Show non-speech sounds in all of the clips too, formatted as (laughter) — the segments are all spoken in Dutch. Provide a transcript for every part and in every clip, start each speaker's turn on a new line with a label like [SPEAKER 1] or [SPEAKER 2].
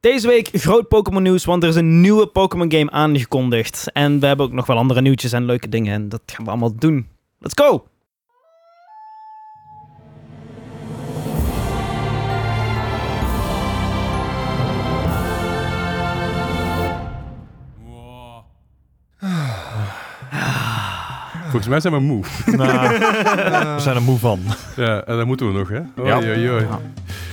[SPEAKER 1] Deze week groot Pokémon nieuws, want er is een nieuwe Pokémon game aangekondigd. En we hebben ook nog wel andere nieuwtjes en leuke dingen en dat gaan we allemaal doen. Let's go!
[SPEAKER 2] Volgens mij zijn we moe.
[SPEAKER 3] Nou,
[SPEAKER 1] (laughs)
[SPEAKER 3] we zijn er moe (laughs) van.
[SPEAKER 2] Ja, en dat moeten we nog, hè?
[SPEAKER 3] Ja.
[SPEAKER 2] Oei, oei, oei.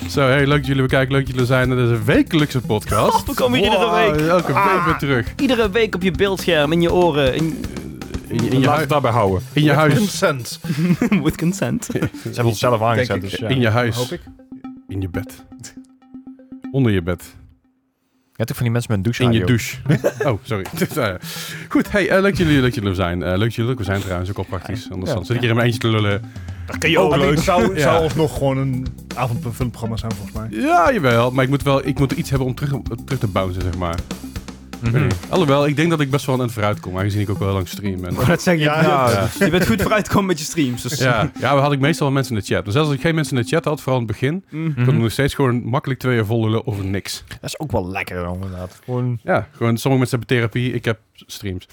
[SPEAKER 2] Zo, hey, leuk dat jullie bekijken, leuk dat jullie er zijn. Dit is een wekelijkse podcast.
[SPEAKER 1] Oh, we komen hier iedere
[SPEAKER 2] Wow,
[SPEAKER 1] week.
[SPEAKER 2] Elke week weer terug.
[SPEAKER 1] Iedere week op je beeldscherm, in je oren, in,
[SPEAKER 2] In je, in je, hui-
[SPEAKER 3] daarbij houden.
[SPEAKER 2] in je huis.
[SPEAKER 4] Consent.
[SPEAKER 1] (laughs) with consent.
[SPEAKER 3] Ze hebben ons zelf aangezet,
[SPEAKER 4] Denk ik,
[SPEAKER 3] dus ja.
[SPEAKER 2] In je
[SPEAKER 4] Hoop
[SPEAKER 2] huis.
[SPEAKER 4] ik.
[SPEAKER 2] In je bed. Onder je bed.
[SPEAKER 3] Je hebt toch van die mensen met een douche
[SPEAKER 2] In je douche. Oh, sorry. (laughs) Nou ja. Goed, hey, eh, leuk dat jullie, dat jullie er zijn. Eh, leuk dat jullie er ook zijn trouwens, ook al praktisch. Anders
[SPEAKER 3] Ja.
[SPEAKER 2] dan zit ik hier in mijn eentje te lullen.
[SPEAKER 1] Dat kan je ook
[SPEAKER 4] I mean, het zou, het
[SPEAKER 2] Ja.
[SPEAKER 4] zou alsnog gewoon een avondfilmprogramma zijn, volgens mij.
[SPEAKER 2] Ja, jawel. Maar ik moet wel ik moet iets hebben om terug, terug te bouncen, zeg maar. Ik
[SPEAKER 3] Mhm.
[SPEAKER 2] weet niet. Alhoewel, ik denk dat ik best wel aan het vooruit kom, aangezien ik ook wel heel lang stream. En,
[SPEAKER 1] dat zeg je.
[SPEAKER 4] Ja,
[SPEAKER 1] Ja, (laughs)
[SPEAKER 2] ja.
[SPEAKER 1] Je bent goed vooruitgekomen met je streams. Dus. (laughs)
[SPEAKER 2] (laughs) Ja, ja, we hadden meestal wel mensen in de chat. Dus zelfs als ik geen mensen in de chat had, vooral in het begin,
[SPEAKER 1] Mm.
[SPEAKER 2] kon ik nog steeds gewoon makkelijk twee uur vol lullen over niks.
[SPEAKER 3] Dat is ook wel lekker, hoor, inderdaad. Gewoon...
[SPEAKER 2] Ja, gewoon sommige mensen hebben therapie, ik heb streams.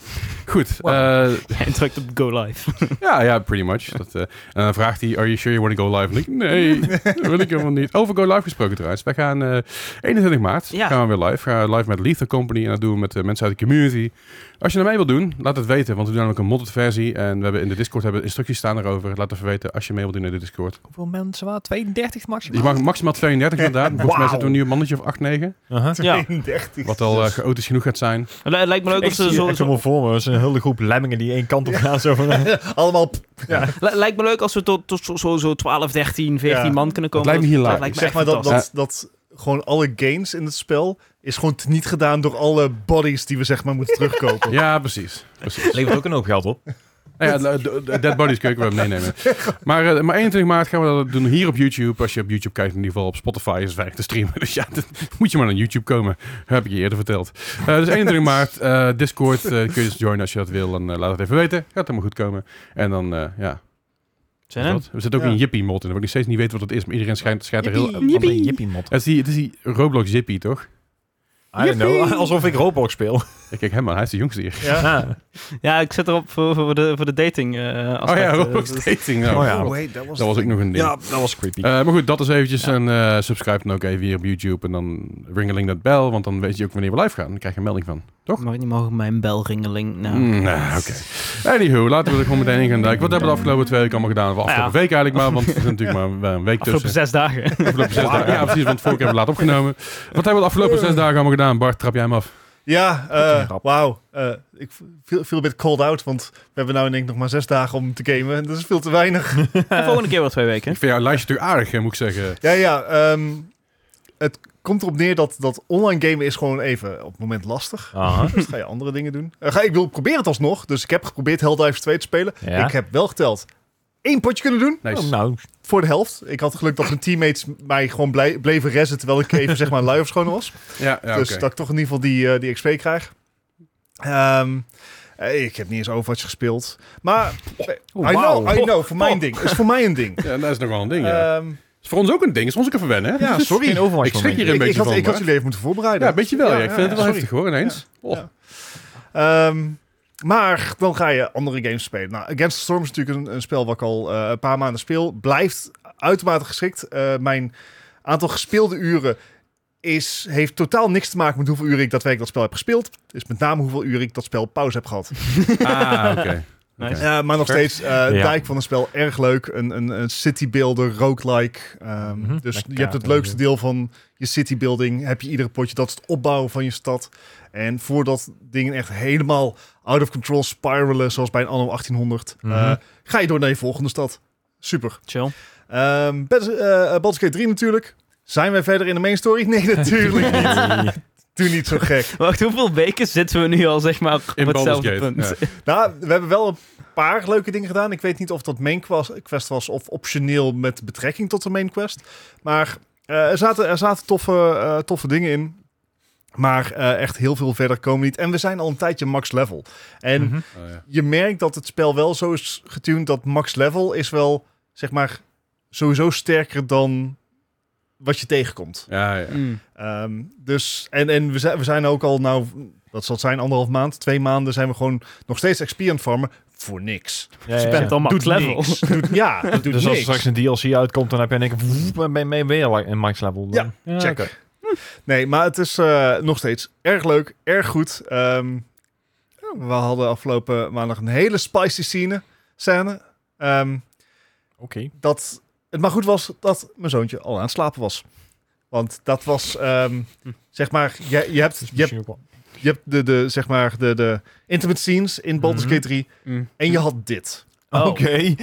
[SPEAKER 2] Goed,
[SPEAKER 3] Wow.
[SPEAKER 2] eh,
[SPEAKER 1] En drukt op go live.
[SPEAKER 2] ja, ja, pretty much. Dat, eh, en dan vraagt hij, are you sure you want to go live? En ik, nee, dat wil ik helemaal niet. Over go live gesproken trouwens. Wij gaan eh 21 maart
[SPEAKER 1] Ja.
[SPEAKER 2] gaan we weer live. We gaan live met Lethal Company en dat doen we met de mensen uit de community. Als je naar mij wilt doen, laat het weten, want we doen namelijk een modded versie. En we hebben in de Discord hebben instructies staan erover. Laat even weten als je mee wilt doen in de Discord.
[SPEAKER 3] Hoeveel mensen waren? 32
[SPEAKER 2] Je
[SPEAKER 3] maximaal?
[SPEAKER 2] mag maximaal 32 inderdaad.
[SPEAKER 4] (laughs)
[SPEAKER 2] Volgens mij
[SPEAKER 4] Wauw.
[SPEAKER 2] zitten we nu een mannetje of 8, 9.
[SPEAKER 3] Aha.
[SPEAKER 1] (laughs)
[SPEAKER 4] (laughs)
[SPEAKER 1] Ja.
[SPEAKER 4] 32.
[SPEAKER 2] Wat al eh, chaotisch genoeg gaat zijn.
[SPEAKER 1] Het li- lijkt me leuk
[SPEAKER 3] Ik
[SPEAKER 1] of ze
[SPEAKER 3] zie
[SPEAKER 1] zo,
[SPEAKER 3] zo,
[SPEAKER 1] zo-
[SPEAKER 3] helemaal voor me. Dat is een hele groep lemmingen die één kant op gaan. Zo van, eh.
[SPEAKER 4] Allemaal p-
[SPEAKER 1] li- lijkt me leuk als we tot, tot zo, zo, zo 12, 13, 14
[SPEAKER 4] Ja.
[SPEAKER 1] man kunnen
[SPEAKER 2] Dat
[SPEAKER 1] komen.
[SPEAKER 2] lijkt me hilarisch.
[SPEAKER 4] zeg
[SPEAKER 1] echt
[SPEAKER 4] maar dat,
[SPEAKER 1] fantastisch.
[SPEAKER 4] dat, dat gewoon alle gains in het spel is gewoon niet gedaan door alle bodies die we zeg maar moeten
[SPEAKER 2] (laughs)
[SPEAKER 4] terugkopen.
[SPEAKER 2] Ja, precies. precies.
[SPEAKER 3] (laughs) Levert ook een hoop geld op.
[SPEAKER 2] Nou ja, de- de- de dead bodies kun je ook wel
[SPEAKER 4] (laughs)
[SPEAKER 2] meenemen. Maar, eh, maar 21 maart gaan we dat doen hier op YouTube. Als je op YouTube kijkt, in ieder geval op Spotify is het weinig te streamen. (laughs) Dus ja, dat- moet je maar naar YouTube komen. Heb ik je eerder verteld. Eh, dus 21 maart, eh, Discord eh, kun je eens joinen als je dat wil. En eh, laat het even weten. Gaat helemaal goed komen. En dan, eh, ja.
[SPEAKER 1] Zijn er?
[SPEAKER 2] wat? Er zit ook
[SPEAKER 4] Ja.
[SPEAKER 2] een Yippie mod in. Waar ik nog steeds niet weet wat het is. Maar iedereen schijnt, schijnt er heel...
[SPEAKER 3] Jippie. Jippie. Jippie mot.
[SPEAKER 2] Het is die, het is die Roblox Yippie, toch?
[SPEAKER 3] I don't know. Alsof ik Roblox speel.
[SPEAKER 2] Ja, Kijk hem aan, hij is de jongste hier.
[SPEAKER 4] Ja.
[SPEAKER 3] Ah.
[SPEAKER 1] Ja, ik zet erop voor, voor, de, voor de dating. eh
[SPEAKER 2] Oh
[SPEAKER 1] aspect,
[SPEAKER 2] ja,
[SPEAKER 1] eh,
[SPEAKER 2] Roblox
[SPEAKER 1] dus-
[SPEAKER 2] dating. nou.
[SPEAKER 3] Oh ja.
[SPEAKER 4] wait, that was-
[SPEAKER 2] Dat was ook nog een ding.
[SPEAKER 3] Ja, dat was (laughs) creepy.
[SPEAKER 2] Eh, maar goed, dat is eventjes. En eh, subscribe dan ook even hier op YouTube. En dan ringeling dat bel, want dan weet je ook wanneer we live gaan. Dan krijg je een melding van. Toch?
[SPEAKER 1] Mag ik niet mogen mijn bel ringeling? Nou.
[SPEAKER 2] Mm, nou, oké. Anywho, laten we er gewoon meteen in gaan duiken. Wat hebben we de afgelopen twee weken allemaal gedaan? Of afgelopen
[SPEAKER 1] Ja.
[SPEAKER 2] week eigenlijk maar, want er is natuurlijk maar wel een week
[SPEAKER 1] Afgelopen
[SPEAKER 2] tussen.
[SPEAKER 1] zes dagen.
[SPEAKER 2] Afgelopen zes dagen. Ja, precies, want vorige keer hebben we laat opgenomen. Wat hebben we de afgelopen zes dagen allemaal gedaan? Bart, trap jij hem af.
[SPEAKER 4] Ja,
[SPEAKER 3] Wat een
[SPEAKER 4] eh,
[SPEAKER 3] grap.
[SPEAKER 4] wauw. Eh, ik viel, viel een bit called out, want we hebben nou in één keer nog maar zes dagen om te gamen. en Dat is veel te weinig.
[SPEAKER 1] De Eh, volgende keer wel twee weken.
[SPEAKER 2] Ik vind jouw lijstje natuurlijk aardig, hè, moet ik zeggen.
[SPEAKER 4] Ja, ja. ehm, het komt erop neer dat, dat online gamen is gewoon even op het moment
[SPEAKER 3] (laughs)
[SPEAKER 4] lastig.
[SPEAKER 3] Aha.
[SPEAKER 4] Dus ga je andere dingen doen. Eh, ga, ik wil proberen het alsnog, dus ik heb geprobeerd Helldivers 2 te spelen.
[SPEAKER 3] Ja.
[SPEAKER 4] Ik heb wel geteld één potje kunnen doen,
[SPEAKER 2] Nice.
[SPEAKER 3] Oh, nou,
[SPEAKER 4] voor de helft. Ik had geluk dat mijn teammates mij gewoon blij- bleven rezen terwijl ik even zeg maar lui of schoon was.
[SPEAKER 2] Ja, (laughs) ja
[SPEAKER 4] dus
[SPEAKER 2] oké.
[SPEAKER 4] dat ik toch in ieder geval die, eh, die XP krijg. Ehm, eh, ik heb niet eens Overwatch gespeeld. Maar
[SPEAKER 2] Oh,
[SPEAKER 4] eh, I know, I know, voor mijn ding. Is voor mij een ding.
[SPEAKER 2] Ja, dat is nog wel een ding, Oh. (laughs) ja.
[SPEAKER 4] Ehm,
[SPEAKER 2] is voor ons ook een ding. is voor ons ook even wennen, hè?
[SPEAKER 4] ja, sorry.
[SPEAKER 3] Geen overwatch
[SPEAKER 2] Ik schrik hier een
[SPEAKER 4] ik,
[SPEAKER 2] beetje
[SPEAKER 4] ik, had,
[SPEAKER 2] van,
[SPEAKER 4] ik had
[SPEAKER 2] Bart.
[SPEAKER 4] jullie even moeten voorbereiden.
[SPEAKER 2] Ja, een beetje wel. Ja,
[SPEAKER 4] Ja,
[SPEAKER 2] ik vind
[SPEAKER 4] ja,
[SPEAKER 2] het wel
[SPEAKER 4] sorry.
[SPEAKER 2] heftig hoor, ineens. Oh.
[SPEAKER 4] Ja. Ehm, maar dan ga je andere games spelen. Nou, Against the Storm is natuurlijk een, een spel wat ik al eh, een paar maanden speel. Blijft uitermate geschikt. Eh, mijn aantal gespeelde uren is, heeft totaal niks te maken met hoeveel uren ik daadwerkelijk dat spel heb gespeeld. Het is met name hoeveel uren ik dat spel pauze heb gehad.
[SPEAKER 2] Ah,
[SPEAKER 3] (laughs)
[SPEAKER 2] oké.
[SPEAKER 1] Nice.
[SPEAKER 2] Oké.
[SPEAKER 4] Eh, maar nog
[SPEAKER 2] Fair.
[SPEAKER 4] steeds eh
[SPEAKER 3] Ja.
[SPEAKER 4] dijk van een spel. Erg leuk. Een, een, een citybuilder, roguelike. Ehm,
[SPEAKER 3] Mhm. Lekker
[SPEAKER 4] Dus je hebt het
[SPEAKER 3] kaarten,
[SPEAKER 4] leukste
[SPEAKER 3] ja.
[SPEAKER 4] deel van je citybuilding. Heb je iedere potje. Dat is het opbouwen van je stad. En voordat dingen echt helemaal out of control spiralen. Zoals bij een anno 1800. eh,
[SPEAKER 3] Mhm.
[SPEAKER 4] ga je door naar je volgende stad. Super.
[SPEAKER 1] (laughs) Chill.
[SPEAKER 4] Ehm Bad- eh, Baldur's Gate 3 natuurlijk. Zijn wij verder in de main story? (laughs) Nee, natuurlijk niet.
[SPEAKER 3] (laughs)
[SPEAKER 4] Doe niet zo gek.
[SPEAKER 1] Wacht, hoeveel weken zitten we nu al, zeg maar, op
[SPEAKER 2] In Baldur's
[SPEAKER 1] hetzelfde
[SPEAKER 2] Gate.
[SPEAKER 1] punt?
[SPEAKER 2] ja.
[SPEAKER 4] Nou, we hebben wel een paar leuke dingen gedaan. Ik weet niet of dat main quest, quest was of optioneel met betrekking tot de main quest. Maar eh, er zaten, er zaten toffe, eh, toffe dingen in. Maar eh, echt heel veel verder komen we niet. En we zijn al een tijdje max level. En
[SPEAKER 3] Mhm.
[SPEAKER 2] Oh, ja.
[SPEAKER 4] je merkt dat het spel wel zo is getuned dat max level is wel, zeg maar, sowieso sterker dan wat je tegenkomt.
[SPEAKER 2] Ja, ja.
[SPEAKER 1] Mm.
[SPEAKER 4] Ehm, dus, en en we, zijn, we zijn ook al, nou, dat zal het zijn, anderhalf maand, twee maanden, zijn we gewoon nog steeds XP aan het farmen voor niks.
[SPEAKER 1] Spent al max
[SPEAKER 4] Doet
[SPEAKER 1] level.
[SPEAKER 4] niks. Doet,
[SPEAKER 3] (laughs)
[SPEAKER 4] ja, het doet
[SPEAKER 3] Dus als
[SPEAKER 4] niks.
[SPEAKER 3] er straks een DLC uitkomt, dan heb je in één keer... woep, ben ben- ben je weer in max level.
[SPEAKER 4] Ja.
[SPEAKER 1] Ja,
[SPEAKER 4] Check. Nee, maar het is eh, nog steeds erg leuk, erg goed. Ehm, we hadden afgelopen maandag een hele spicy scene. scène Ehm,
[SPEAKER 3] Oké.
[SPEAKER 4] dat het maar goed was dat mijn zoontje al aan het slapen was. Want dat was, ehm, zeg maar, je, je hebt, je hebt,
[SPEAKER 3] Misschien ook wel.
[SPEAKER 4] je hebt de, de, zeg maar, de, de intimate scenes in Baldur's
[SPEAKER 1] Mhm.
[SPEAKER 4] Gate
[SPEAKER 1] (laughs)
[SPEAKER 4] 3
[SPEAKER 1] Mm.
[SPEAKER 4] en je had dit.
[SPEAKER 1] Oh.
[SPEAKER 3] Oké.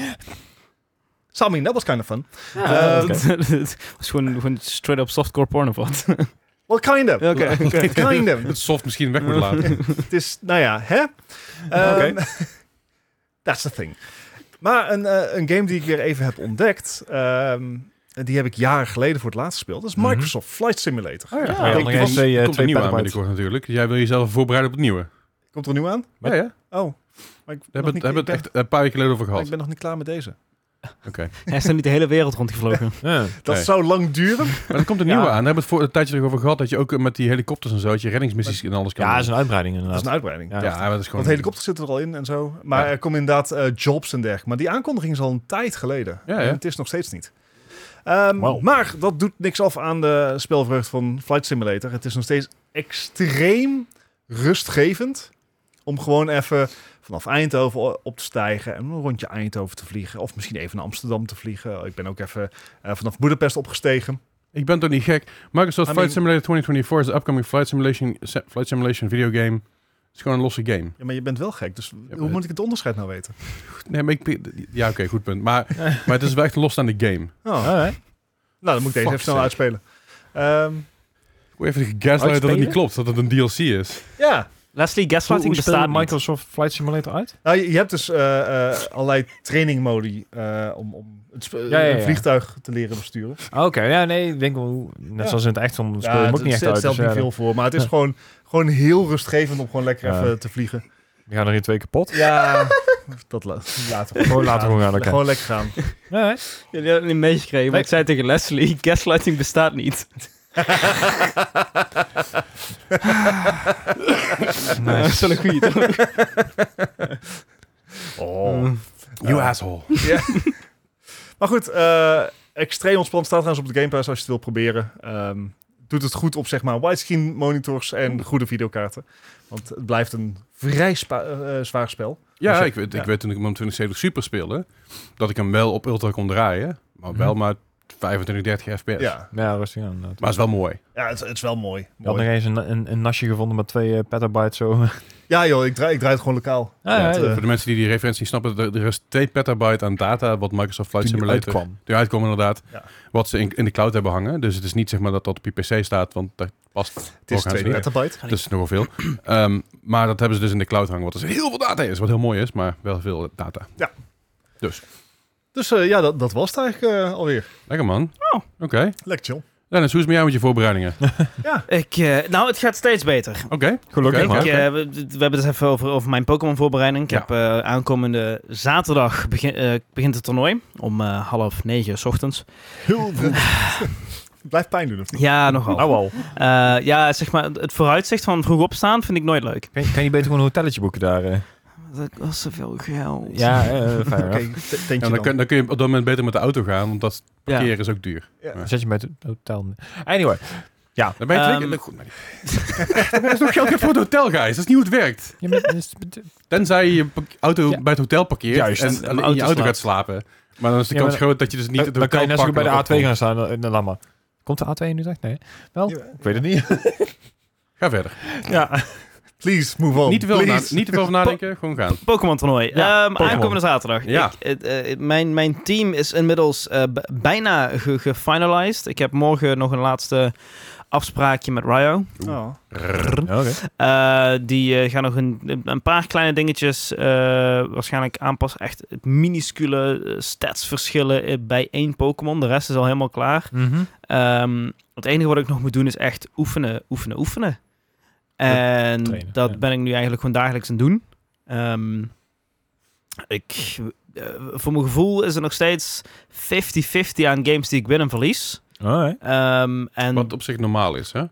[SPEAKER 4] So, I mean, that was kind of fun.
[SPEAKER 1] Ja,
[SPEAKER 4] Ehm,
[SPEAKER 1] Het was gewoon, gewoon straight up softcore porn of (laughs) wat.
[SPEAKER 4] Well, (laughs) kind of.
[SPEAKER 1] (laughs)
[SPEAKER 2] (laughs)
[SPEAKER 4] Kind of.
[SPEAKER 2] Het soft misschien weg moet laten.
[SPEAKER 4] Het is, nou ja, hè? Ehm, (laughs) that's the thing. Maar een, eh, een game die ik weer even heb ontdekt, ehm, die heb ik jaren geleden voor het laatst gespeeld. Dat is
[SPEAKER 3] Mhm.
[SPEAKER 4] Microsoft Flight Simulator.
[SPEAKER 2] Oh,
[SPEAKER 3] Ja, dan
[SPEAKER 2] die
[SPEAKER 3] heb je
[SPEAKER 2] was-
[SPEAKER 3] twee, eh,
[SPEAKER 2] komt
[SPEAKER 3] twee
[SPEAKER 2] er nieuw aan
[SPEAKER 3] petabytes.
[SPEAKER 2] binnenkort natuurlijk. Jij wil jezelf voorbereiden op het nieuwe.
[SPEAKER 4] Komt er een nieuw aan?
[SPEAKER 3] Wat?
[SPEAKER 2] Ja, ja.
[SPEAKER 4] Oh. Maar ik, nog
[SPEAKER 2] Daar hebben
[SPEAKER 4] niet-
[SPEAKER 2] we het
[SPEAKER 4] ik ben-
[SPEAKER 2] echt een paar weken geleden over
[SPEAKER 4] maar
[SPEAKER 2] gehad.
[SPEAKER 4] ik ben nog niet klaar met deze.
[SPEAKER 1] Hij is dan niet de hele wereld rondgevlogen.
[SPEAKER 3] Ja.
[SPEAKER 4] Dat
[SPEAKER 2] Nee.
[SPEAKER 4] zou
[SPEAKER 2] (laughs)
[SPEAKER 4] lang duren.
[SPEAKER 2] Maar er komt een
[SPEAKER 3] Ja.
[SPEAKER 2] nieuwe aan. Daar hebben we het voor een tijdje terug over gehad. Dat je ook eh, met die helikopters en zo, dat je reddingsmissies en alles kan
[SPEAKER 3] Ja, dat
[SPEAKER 2] doen.
[SPEAKER 3] is een uitbreiding
[SPEAKER 4] Dat is
[SPEAKER 3] inderdaad.
[SPEAKER 4] een uitbreiding.
[SPEAKER 3] Ja.
[SPEAKER 2] ja, maar dat is gewoon...
[SPEAKER 4] Want helikopters zitten er al in en zo. Maar
[SPEAKER 2] Ja.
[SPEAKER 4] er komen inderdaad eh, jobs en dergelijke. Maar die aankondiging is al een tijd geleden.
[SPEAKER 2] Ja, ja.
[SPEAKER 4] En het is nog steeds niet. Ehm,
[SPEAKER 3] Wow.
[SPEAKER 4] Maar dat doet niks af aan de spelvreugd van Flight Simulator. Het is nog steeds extreem rustgevend. Om gewoon even vanaf Eindhoven op te stijgen en een rondje Eindhoven te vliegen. Of misschien even naar Amsterdam te vliegen. Oh, Ik ben ook even eh, vanaf Boedapest opgestegen.
[SPEAKER 2] Ik ben toch niet gek. Microsoft
[SPEAKER 4] I
[SPEAKER 2] Flight
[SPEAKER 4] mean-
[SPEAKER 2] Simulator 2024 is de upcoming flight simulation, se- flight simulation video game. Het is gewoon een losse game.
[SPEAKER 4] Ja, maar je bent wel gek, dus
[SPEAKER 2] maar
[SPEAKER 4] hoe
[SPEAKER 2] het-
[SPEAKER 4] moet ik het onderscheid nou weten?
[SPEAKER 2] Nee, maar ik, ja, oké, goed punt. Maar, maar het is wel echt los aan de game.
[SPEAKER 3] Alright.
[SPEAKER 4] Oh. Nou, dan moet ik
[SPEAKER 2] Fuck
[SPEAKER 4] deze even snel
[SPEAKER 2] sake.
[SPEAKER 4] uitspelen. Ehm,
[SPEAKER 2] Ik word even gegaslight dat het niet
[SPEAKER 3] Uitspelen?
[SPEAKER 2] klopt, dat het een DLC is.
[SPEAKER 4] ja,
[SPEAKER 1] (laughs) Leslie,
[SPEAKER 3] Hoe, hoe
[SPEAKER 1] gaslighting
[SPEAKER 3] speelde
[SPEAKER 1] bestaat niet.
[SPEAKER 3] Microsoft Flight Simulator uit?
[SPEAKER 4] nou, je, je hebt dus eh, eh, allerlei trainingmodi eh, om, om het sp-
[SPEAKER 3] ja, ja.
[SPEAKER 4] een vliegtuig te leren besturen.
[SPEAKER 3] Oké, ja, nee, ik denk wel, hoe- net
[SPEAKER 4] Ja.
[SPEAKER 3] zoals in het echt, dan speel je
[SPEAKER 4] Ja,
[SPEAKER 3] hem
[SPEAKER 4] het,
[SPEAKER 3] ook niet
[SPEAKER 4] het
[SPEAKER 3] echt uit.
[SPEAKER 4] stelt
[SPEAKER 3] dus
[SPEAKER 4] niet
[SPEAKER 3] ja,
[SPEAKER 4] veel voor, maar het is
[SPEAKER 3] Ja.
[SPEAKER 4] gewoon, gewoon heel rustgevend om gewoon lekker
[SPEAKER 3] Ja.
[SPEAKER 4] even te vliegen.
[SPEAKER 3] We gaan er hier twee kapot.
[SPEAKER 4] Ja, dat la- laten we
[SPEAKER 3] Gewoon laten we gewoon gaan,
[SPEAKER 4] Laat
[SPEAKER 3] oké.
[SPEAKER 4] Gewoon lekker gaan.
[SPEAKER 3] (laughs) Alright.
[SPEAKER 1] Jullie hebben het niet meegekregen, maar
[SPEAKER 3] Nee.
[SPEAKER 1] ik zei tegen Leslie, (laughs) gaslighting bestaat niet. (laughs) Dat is wel een goeie, toch?
[SPEAKER 4] Oh.
[SPEAKER 3] Mm.
[SPEAKER 2] You asshole.
[SPEAKER 4] Maar goed, eh, extreem ontspannen staat trouwens op de Game Pass als je het wilt proberen. Ehm, doet het goed op zeg maar widescreen monitors en goede videokaarten. Want het blijft een vrij spa- eh, eh, zwaar spel.
[SPEAKER 2] Ja,
[SPEAKER 4] Dus je-
[SPEAKER 2] ik weet,
[SPEAKER 4] ja.
[SPEAKER 2] ik weet toen ik hem op 2070 Super speelde, dat ik hem wel op Ultra kon draaien, maar wel maar 25, 30 fps.
[SPEAKER 4] Ja. Ah,
[SPEAKER 3] Ja, rustig aan. inderdaad.
[SPEAKER 2] Maar het is wel mooi.
[SPEAKER 4] Ja, het, het is wel mooi.
[SPEAKER 3] Je had nog
[SPEAKER 4] mooi.
[SPEAKER 3] eens een, een, een nasje gevonden met twee eh, petabytes zo. (laughs) Ja,
[SPEAKER 4] Ja joh, ik draai, ik draai het gewoon lokaal.
[SPEAKER 3] ja,
[SPEAKER 4] het, eh,
[SPEAKER 2] Voor de mensen die die referentie niet snappen, er er is 2 petabyte aan data wat Microsoft Flight
[SPEAKER 3] toen die
[SPEAKER 2] Simulator
[SPEAKER 3] uitkwam.
[SPEAKER 2] die uitkwam inderdaad,
[SPEAKER 4] Ja.
[SPEAKER 2] wat ze in, in de cloud hebben hangen. Dus het is niet zeg maar dat dat op je PC staat, want dat past
[SPEAKER 4] Het is 2
[SPEAKER 2] niet.
[SPEAKER 4] petabyte.
[SPEAKER 2] Dat is nogal veel. (clears throat) Ehm, maar dat hebben ze dus in de cloud hangen, wat dus heel veel data is, wat heel mooi is, maar wel veel data.
[SPEAKER 4] Dus eh, ja, dat, dat was het eigenlijk eh, alweer.
[SPEAKER 2] Lekker man.
[SPEAKER 1] Oh.
[SPEAKER 2] Oké.
[SPEAKER 4] Lekker chill.
[SPEAKER 2] Dennis, hoe is het met jou met je
[SPEAKER 3] (laughs)
[SPEAKER 2] voorbereidingen? Oké.
[SPEAKER 1] Ik, eh, nou, het gaat steeds beter.
[SPEAKER 2] Oké,
[SPEAKER 3] Gelukkig
[SPEAKER 1] Ik,
[SPEAKER 3] maar.
[SPEAKER 2] oké.
[SPEAKER 1] eh, we, we hebben het even over, over mijn Pokémon-voorbereiding. Ik
[SPEAKER 2] Ja.
[SPEAKER 1] heb eh, aankomende zaterdag begin, eh, begint het toernooi. Om eh, half negen 's ochtends.
[SPEAKER 4] Heel (laughs) Blijft pijn doen of niet?
[SPEAKER 1] Ja, nogal.
[SPEAKER 3] Nou al.
[SPEAKER 1] Eh, ja, zeg maar, het vooruitzicht van vroeg opstaan vind ik nooit leuk.
[SPEAKER 3] Kan, kan je beter gewoon een hotelletje boeken daar? eh?
[SPEAKER 1] Dat was zoveel geld.
[SPEAKER 3] Ja, (laughs) eh, fair
[SPEAKER 4] Oké,
[SPEAKER 3] enough.
[SPEAKER 4] t- tentje
[SPEAKER 2] Ja,
[SPEAKER 4] dan.
[SPEAKER 2] dan, kun, dan kun je op dat moment beter met de auto gaan, want dat
[SPEAKER 1] Ja.
[SPEAKER 2] parkeren is ook duur.
[SPEAKER 4] Ja.
[SPEAKER 3] Zet je met het hotel. Anyway.
[SPEAKER 2] Dan ben je twee
[SPEAKER 1] Ehm,
[SPEAKER 2] keer- nee, goed, maar niet. Er is nog geld voor het hotel, guys. Dat is niet hoe het werkt.
[SPEAKER 3] Ja, maar dus, dat (laughs) is- ja,
[SPEAKER 2] Tenzij je je pak- auto
[SPEAKER 3] Ja.
[SPEAKER 2] bij het hotel parkeert
[SPEAKER 3] Juist,
[SPEAKER 2] en,
[SPEAKER 1] en de
[SPEAKER 2] alleen in
[SPEAKER 1] auto
[SPEAKER 2] je auto
[SPEAKER 1] slaapt.
[SPEAKER 2] gaat slapen. Maar dan is de
[SPEAKER 3] Ja,
[SPEAKER 2] kans
[SPEAKER 3] maar-
[SPEAKER 2] groot dat je dus niet het
[SPEAKER 3] dan kan
[SPEAKER 2] hotel
[SPEAKER 3] je net zo goed bij de
[SPEAKER 2] pakken
[SPEAKER 3] A2
[SPEAKER 2] en
[SPEAKER 3] gaan staan. eh, dan laat maar. Komt de A2 nu echt? Nee. Wel?
[SPEAKER 4] Ja.
[SPEAKER 3] Ik weet het niet.
[SPEAKER 2] Ga verder.
[SPEAKER 3] Ja.
[SPEAKER 4] Please, move on.
[SPEAKER 2] Niet te veel, na,
[SPEAKER 4] Oh, Please.
[SPEAKER 2] niet te veel over nadenken, gewoon gaan.
[SPEAKER 1] Pokémon-toernooi.
[SPEAKER 3] Ja,
[SPEAKER 1] Ehm,
[SPEAKER 3] Pokémon.
[SPEAKER 1] Aankomende zaterdag.
[SPEAKER 2] Ja.
[SPEAKER 1] Ik, eh, eh, mijn, mijn team is inmiddels eh, b- bijna ge- gefinalized. ik heb morgen nog een laatste afspraakje met Ryo.
[SPEAKER 4] Oh.
[SPEAKER 3] Ja, (laughs) Oké.
[SPEAKER 1] Eh, die eh, gaan nog een, een paar kleine dingetjes eh, waarschijnlijk aanpassen. Echt het minuscule eh, statsverschillen eh, bij één Pokémon. De rest is al helemaal klaar.
[SPEAKER 3] Mhm.
[SPEAKER 1] Ehm, het enige wat ik nog moet doen is echt oefenen, oefenen, oefenen. En
[SPEAKER 3] trainen,
[SPEAKER 1] dat
[SPEAKER 3] ja.
[SPEAKER 1] ben ik nu eigenlijk gewoon dagelijks aan het doen. Ehm, ik, eh, voor mijn gevoel is er nog steeds 50-50 aan games die ik win en verlies.
[SPEAKER 3] Alright.
[SPEAKER 1] Ehm, en Eh,
[SPEAKER 2] Wat op zich normaal is, hè? Ja.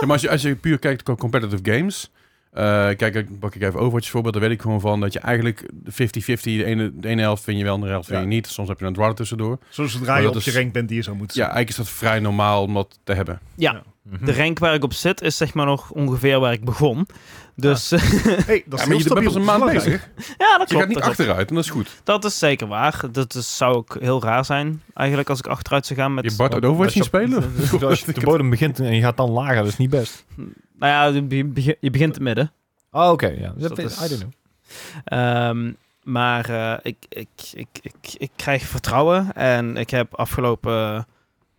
[SPEAKER 2] maar als je, als je puur kijkt naar competitive games... eh, kijk, ik pak ik even Overwatch als voorbeeld. Daar weet ik gewoon van dat je eigenlijk 50-50... De ene, de ene helft vind je wel, de andere helft vind je
[SPEAKER 4] Ja.
[SPEAKER 2] niet. Soms heb je een dwarf tussendoor.
[SPEAKER 4] Zo zodra
[SPEAKER 2] Maar
[SPEAKER 4] je
[SPEAKER 2] dat
[SPEAKER 4] op je
[SPEAKER 2] is-
[SPEAKER 4] rank bent die je zou moeten
[SPEAKER 2] Ja,
[SPEAKER 4] zijn.
[SPEAKER 2] eigenlijk is dat vrij normaal om dat te hebben.
[SPEAKER 3] Mhm.
[SPEAKER 1] de rank waar ik op zit is zeg maar nog ongeveer waar ik begon. (laughs) Dus eh,
[SPEAKER 4] hey, dat
[SPEAKER 2] ja,
[SPEAKER 4] is heel
[SPEAKER 2] maar je bent
[SPEAKER 4] stabiel.
[SPEAKER 2] pas een maand
[SPEAKER 4] Belangrijk.
[SPEAKER 2] bezig.
[SPEAKER 1] ja, dat klopt.
[SPEAKER 2] Je gaat niet
[SPEAKER 1] dat, klopt.
[SPEAKER 2] achteruit en dat is goed.
[SPEAKER 1] dat is zeker waar. Dat is, zou ook heel raar zijn eigenlijk als ik achteruit zou gaan met...
[SPEAKER 2] Je Bart uit Overwatch zien
[SPEAKER 3] Als je
[SPEAKER 1] (laughs)
[SPEAKER 3] op-
[SPEAKER 2] spelen?
[SPEAKER 3] (laughs) Als je op de bodem begint en je gaat dan lager, dat is niet best.
[SPEAKER 1] Nou ja, je, be- beg- je begint te midden.
[SPEAKER 3] Oh, oké. ja.
[SPEAKER 1] Dus dat is-
[SPEAKER 3] I don't know.
[SPEAKER 1] Ehm, maar eh, ik, ik, ik, ik, ik krijg vertrouwen. En ik heb afgelopen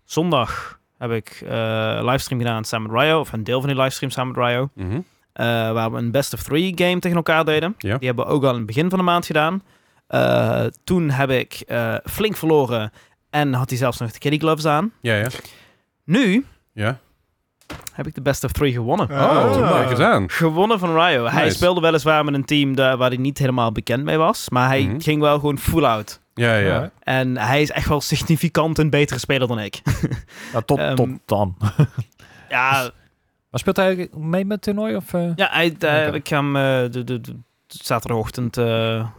[SPEAKER 1] zondag heb ik eh, livestream gedaan samen met Ryo. Of een deel van die livestream samen met Ryo.
[SPEAKER 2] Mhm.
[SPEAKER 1] eh, waar we een best of three game tegen elkaar deden.
[SPEAKER 2] Ja.
[SPEAKER 1] Die hebben we ook al in het begin van de maand gedaan. Eh, toen heb ik eh, flink verloren. En had hij zelfs nog de kitty gloves aan.
[SPEAKER 2] Ja, ja.
[SPEAKER 1] Nu
[SPEAKER 2] ja.
[SPEAKER 1] heb ik de best of three gewonnen.
[SPEAKER 2] Oh,
[SPEAKER 4] Ah.
[SPEAKER 2] kijk eens aan.
[SPEAKER 1] Gewonnen van Ryo. Hij
[SPEAKER 2] Nice.
[SPEAKER 1] speelde weliswaar met een team daar, waar hij niet helemaal bekend mee was. Maar hij
[SPEAKER 2] Mhm.
[SPEAKER 1] ging wel gewoon full out.
[SPEAKER 2] Ja, ja.
[SPEAKER 3] Alright.
[SPEAKER 1] En hij is echt wel significant een betere speler dan ik.
[SPEAKER 3] Nou, tot,
[SPEAKER 1] Ehm,
[SPEAKER 3] tot dan.
[SPEAKER 1] (laughs)
[SPEAKER 3] (laughs)
[SPEAKER 1] ja,
[SPEAKER 3] Maar speelt hij mee met het toernooi? Of, eh?
[SPEAKER 1] ja hij, eh,
[SPEAKER 3] Oké.
[SPEAKER 1] ik ga hem eh, de, de, de- zaterdagochtend eh,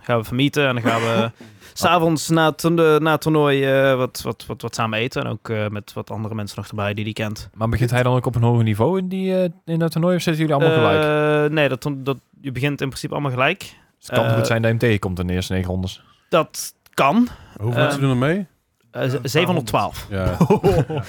[SPEAKER 1] gaan we vermieten. En dan gaan we (laughs) Oh. s'avonds na, het toernooi- na het toernooi eh, wat, wat, wat, wat samen eten. En ook eh, met wat andere mensen nog erbij die die kent.
[SPEAKER 3] Maar begint hij dan ook op een hoger niveau in, die, eh, in dat toernooi? Of zitten jullie allemaal gelijk?
[SPEAKER 1] Eh, nee, dat, dat, je begint in principe allemaal gelijk.
[SPEAKER 3] Dus het kan
[SPEAKER 1] eh,
[SPEAKER 3] goed zijn dat je hem tegenkomt in de eerste negen rondes.
[SPEAKER 1] Dat kan.
[SPEAKER 2] Hoeveel
[SPEAKER 1] Eh,
[SPEAKER 2] mensen doen er mee?
[SPEAKER 1] Eh, z- 712. (laughs)
[SPEAKER 2] Ja.
[SPEAKER 4] (laughs)
[SPEAKER 3] (laughs)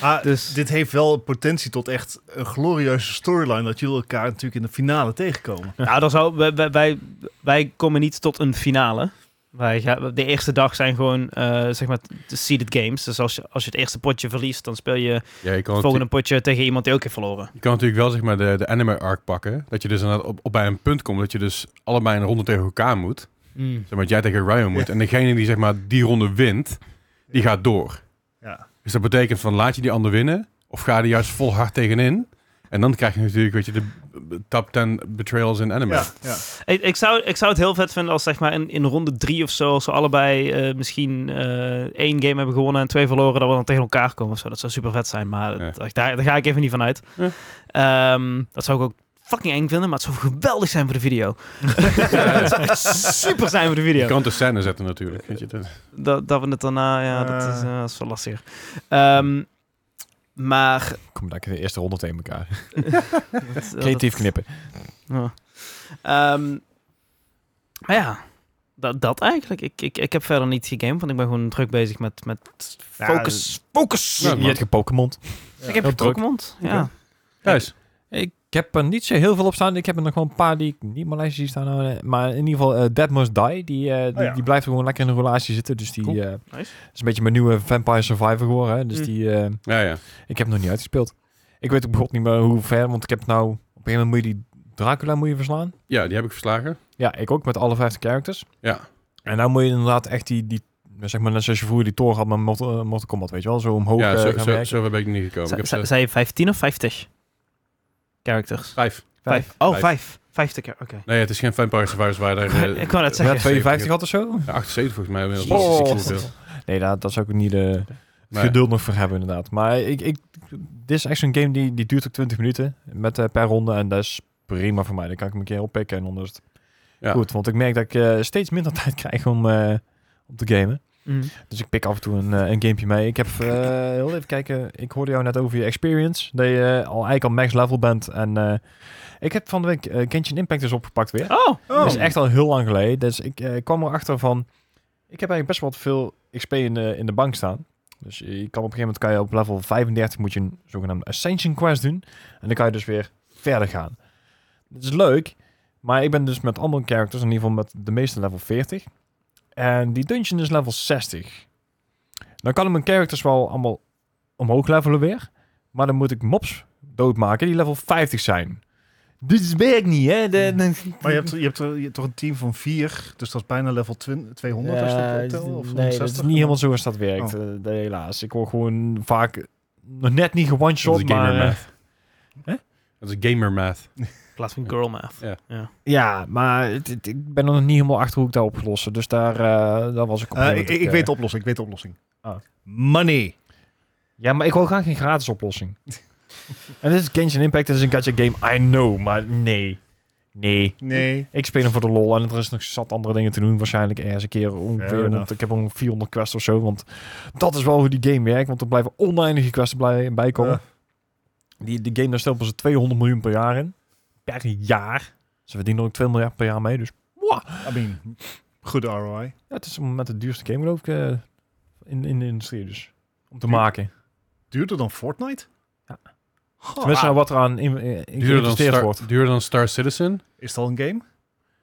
[SPEAKER 4] Ah,
[SPEAKER 1] Dus-
[SPEAKER 4] Dit heeft wel potentie tot echt een glorieuze storyline... dat jullie elkaar natuurlijk in de finale tegenkomen.
[SPEAKER 2] (laughs)
[SPEAKER 1] Nou, dan zou, wij- wij, wij, wij komen niet tot een finale. Wij gaan, de eerste dag zijn gewoon, eh, zeg maar, de seeded games. Dus als je, als je het eerste potje verliest, dan speel je
[SPEAKER 2] ja je, kan
[SPEAKER 1] het volgende
[SPEAKER 2] natuurlijk,
[SPEAKER 1] potje tegen iemand die ook heeft verloren.
[SPEAKER 2] je kan natuurlijk wel zeg maar de, de anime arc pakken. Dat je dus inderdaad op, op bij een punt komt dat je dus allebei een ronde tegen elkaar moet. Zeg maar dat jij tegen Ryan moet. En degene die zeg maar die ronde wint, die gaat door.
[SPEAKER 4] Ja.
[SPEAKER 2] Dus dat betekent van laat je die ander winnen of ga je er juist vol hard tegenin. En dan krijg je natuurlijk weet je, de eh, top 10 betrayals in anime.
[SPEAKER 4] Ja, ja.
[SPEAKER 1] Ik, ik, zou, ik zou het heel vet vinden als, zeg maar, in, in ronde drie of zo, als we allebei eh, misschien eh, één game hebben gewonnen en twee verloren, dat we dan tegen elkaar komen of zo. Dat zou super vet zijn, maar
[SPEAKER 2] Ja.
[SPEAKER 1] dat- daar, daar ga ik even niet van uit.
[SPEAKER 2] Ja.
[SPEAKER 1] Ehm, dat zou ik ook fucking eng vinden, maar het zou geweldig zijn voor de
[SPEAKER 2] (laughs)
[SPEAKER 1] video. (laughs) Het zou echt super zijn voor de video.
[SPEAKER 2] Je kan de scène zetten natuurlijk. Weet je, dat-
[SPEAKER 1] dat, dat we het daarna, ja, dat, is,
[SPEAKER 4] Eh.
[SPEAKER 1] eh, dat is wel lastiger. Ehm, maar...
[SPEAKER 3] Kom lekker de eerste ronde tegen elkaar.
[SPEAKER 1] dat-
[SPEAKER 3] Creatief knippen.
[SPEAKER 1] dat- ja. Ehm, maar ja, dat, dat eigenlijk. Ik, ik, ik heb verder niet gegamed, want ik ben gewoon druk bezig met, met
[SPEAKER 3] Nou,
[SPEAKER 1] focus.
[SPEAKER 3] eh,
[SPEAKER 1] focus!
[SPEAKER 2] Ja,
[SPEAKER 3] je
[SPEAKER 2] man.
[SPEAKER 3] hebt gepokémon.
[SPEAKER 1] ik heb
[SPEAKER 3] heel druk.
[SPEAKER 1] eh, Pokémon, ja.
[SPEAKER 2] Thijs,
[SPEAKER 3] Ik heb er niet zo heel veel op staan. Ik heb er nog wel een paar die ik niet op mijn lijstje zie staan. eh, Maar in ieder geval eh, Dead Must Die. Die, eh, die,
[SPEAKER 4] ja.
[SPEAKER 3] die blijft gewoon lekker in een relatie zitten. Dus die
[SPEAKER 2] Cool.
[SPEAKER 3] eh,
[SPEAKER 1] Oh, Nice.
[SPEAKER 3] is een beetje mijn nieuwe Vampire Survivor geworden. Hè? Dus
[SPEAKER 1] Mm.
[SPEAKER 3] die, eh,
[SPEAKER 2] ja, ja.
[SPEAKER 3] ik heb hem nog niet uitgespeeld. Ik weet ook bijvoorbeeld niet meer hoe ver. Want ik heb nou... Op een gegeven moment moet je die Dracula moet je verslaan.
[SPEAKER 2] ja, die heb ik verslagen.
[SPEAKER 3] Ja, ik ook met alle 50 characters.
[SPEAKER 2] Ja.
[SPEAKER 3] En nou moet je inderdaad echt die... die zeg maar net zoals je vroeger die toren had met Mortal, eh, Mortal Kombat, weet je wel. Zo omhoog
[SPEAKER 2] ja,
[SPEAKER 3] eh,
[SPEAKER 2] zo,
[SPEAKER 3] gaan
[SPEAKER 2] zo,
[SPEAKER 3] werken.
[SPEAKER 2] zo ben ik niet gekomen. Ik heb eh,
[SPEAKER 1] Z- z-
[SPEAKER 2] zes-
[SPEAKER 1] Zei je 15 of 50? Characters.
[SPEAKER 2] vijf.
[SPEAKER 1] Vijf.
[SPEAKER 3] Vijf.
[SPEAKER 1] Oh,
[SPEAKER 2] Vijf.
[SPEAKER 1] vijf. Vijftig, oké.
[SPEAKER 2] Nee, het is geen Vampire Survivors waar daar...
[SPEAKER 1] (laughs)
[SPEAKER 2] eh,
[SPEAKER 1] Ik wou net
[SPEAKER 3] Ja,
[SPEAKER 1] zeggen.
[SPEAKER 3] 52 had of zo?
[SPEAKER 2] Ja, 78 volgens mij. inmiddels.
[SPEAKER 3] Oh.
[SPEAKER 2] Dat is niet zoveel.
[SPEAKER 3] Nee, dat, dat zou ik ook niet... eh,
[SPEAKER 2] Maar-
[SPEAKER 3] geduld nog voor hebben, inderdaad. Maar ik, ik, dit is echt zo'n game die, die duurt ook 20 minuten met, eh, per ronde. En dat is prima voor mij. Dan kan ik hem een keer oppikken en dan is het
[SPEAKER 2] Ja.
[SPEAKER 3] goed. Want ik merk dat ik eh, steeds minder (laughs) tijd krijg om, eh, om te gamen.
[SPEAKER 1] Mhm.
[SPEAKER 3] Dus ik pik af en toe een, eh, een gamepje mee. Ik heb eh, heel even kijken. Ik hoorde jou net over je experience. Dat je eh, al eigenlijk al max level bent. En eh, ik heb van de week eh, Genshin Impact dus opgepakt weer.
[SPEAKER 1] Oh,
[SPEAKER 4] Oh.
[SPEAKER 2] Dus
[SPEAKER 3] Dat is echt al heel lang geleden. Dus ik eh, kwam erachter van... Ik heb eigenlijk best wel veel XP in de, in de bank staan. Dus je kan op een gegeven moment kan je op level 35 moet je een zogenaamde Ascension Quest doen. En dan kan je dus weer verder gaan. Dat is leuk. Maar ik ben dus met andere characters, in ieder geval met de meeste level 40. En die dungeon is level 60. Dan kan ik mijn characters wel allemaal omhoog levelen weer. Maar dan moet ik mobs doodmaken die level 50 zijn. Hmm. Dit werkt niet, hè? De- de-
[SPEAKER 4] Maar je hebt, je, hebt, er- je hebt toch een team van vier, dus dat is bijna level 20, 200 als je dat
[SPEAKER 3] Ja,
[SPEAKER 4] optelt, Of
[SPEAKER 3] nee, dat is
[SPEAKER 4] 160?
[SPEAKER 3] niet helemaal zo als dat werkt,
[SPEAKER 4] Oh.
[SPEAKER 3] eh, de- helaas. Ik word gewoon vaak nog net niet
[SPEAKER 2] Dat
[SPEAKER 3] gewone-shot,
[SPEAKER 2] is gamer
[SPEAKER 3] maar... eh,
[SPEAKER 2] math.
[SPEAKER 3] hè?
[SPEAKER 2] Dat is gamer math.
[SPEAKER 1] in plaats van girl math.
[SPEAKER 2] Ja.
[SPEAKER 3] ja, maar het- het- ik ben er nog niet helemaal achter hoe ik dat op lossen. Dus daar, eh Ah. daar was ik op.
[SPEAKER 4] Eh, ik, ik weet de oplossing, ik weet de oplossing.
[SPEAKER 3] Oh.
[SPEAKER 4] Money.
[SPEAKER 3] Ja, maar ik wil graag geen gratis (laughs) oplossing. en dit is Genshin Impact, dit is een gacha game, I know, maar nee. Nee.
[SPEAKER 4] Nee.
[SPEAKER 3] Ik speel hem voor de lol en er is nog zat andere dingen te doen waarschijnlijk ergens een keer. Ongeveer,
[SPEAKER 4] enough.
[SPEAKER 3] want ik heb ongeveer 400 quests of zo, want dat is wel hoe die game werkt, want er blijven oneindige quests bij, bij komen. Die, die game, daar stelpen ze 200 miljoen per jaar in. Per jaar. Ze verdienen er ook 2 miljard per jaar mee, dus
[SPEAKER 4] I mean, goede ROI.
[SPEAKER 3] ja, het is op het moment de duurste game geloof ik eh, in, in de industrie dus. Om te maken.
[SPEAKER 4] Duurder dan Fortnite?
[SPEAKER 3] Ja.
[SPEAKER 4] Goh,
[SPEAKER 3] Tenminste,
[SPEAKER 4] ah,
[SPEAKER 3] nou, wat eraan in, in, in
[SPEAKER 2] Duurder dan,
[SPEAKER 3] geïnvesteerd wordt.
[SPEAKER 2] Star, duurder dan Star Citizen?
[SPEAKER 4] is dat een game?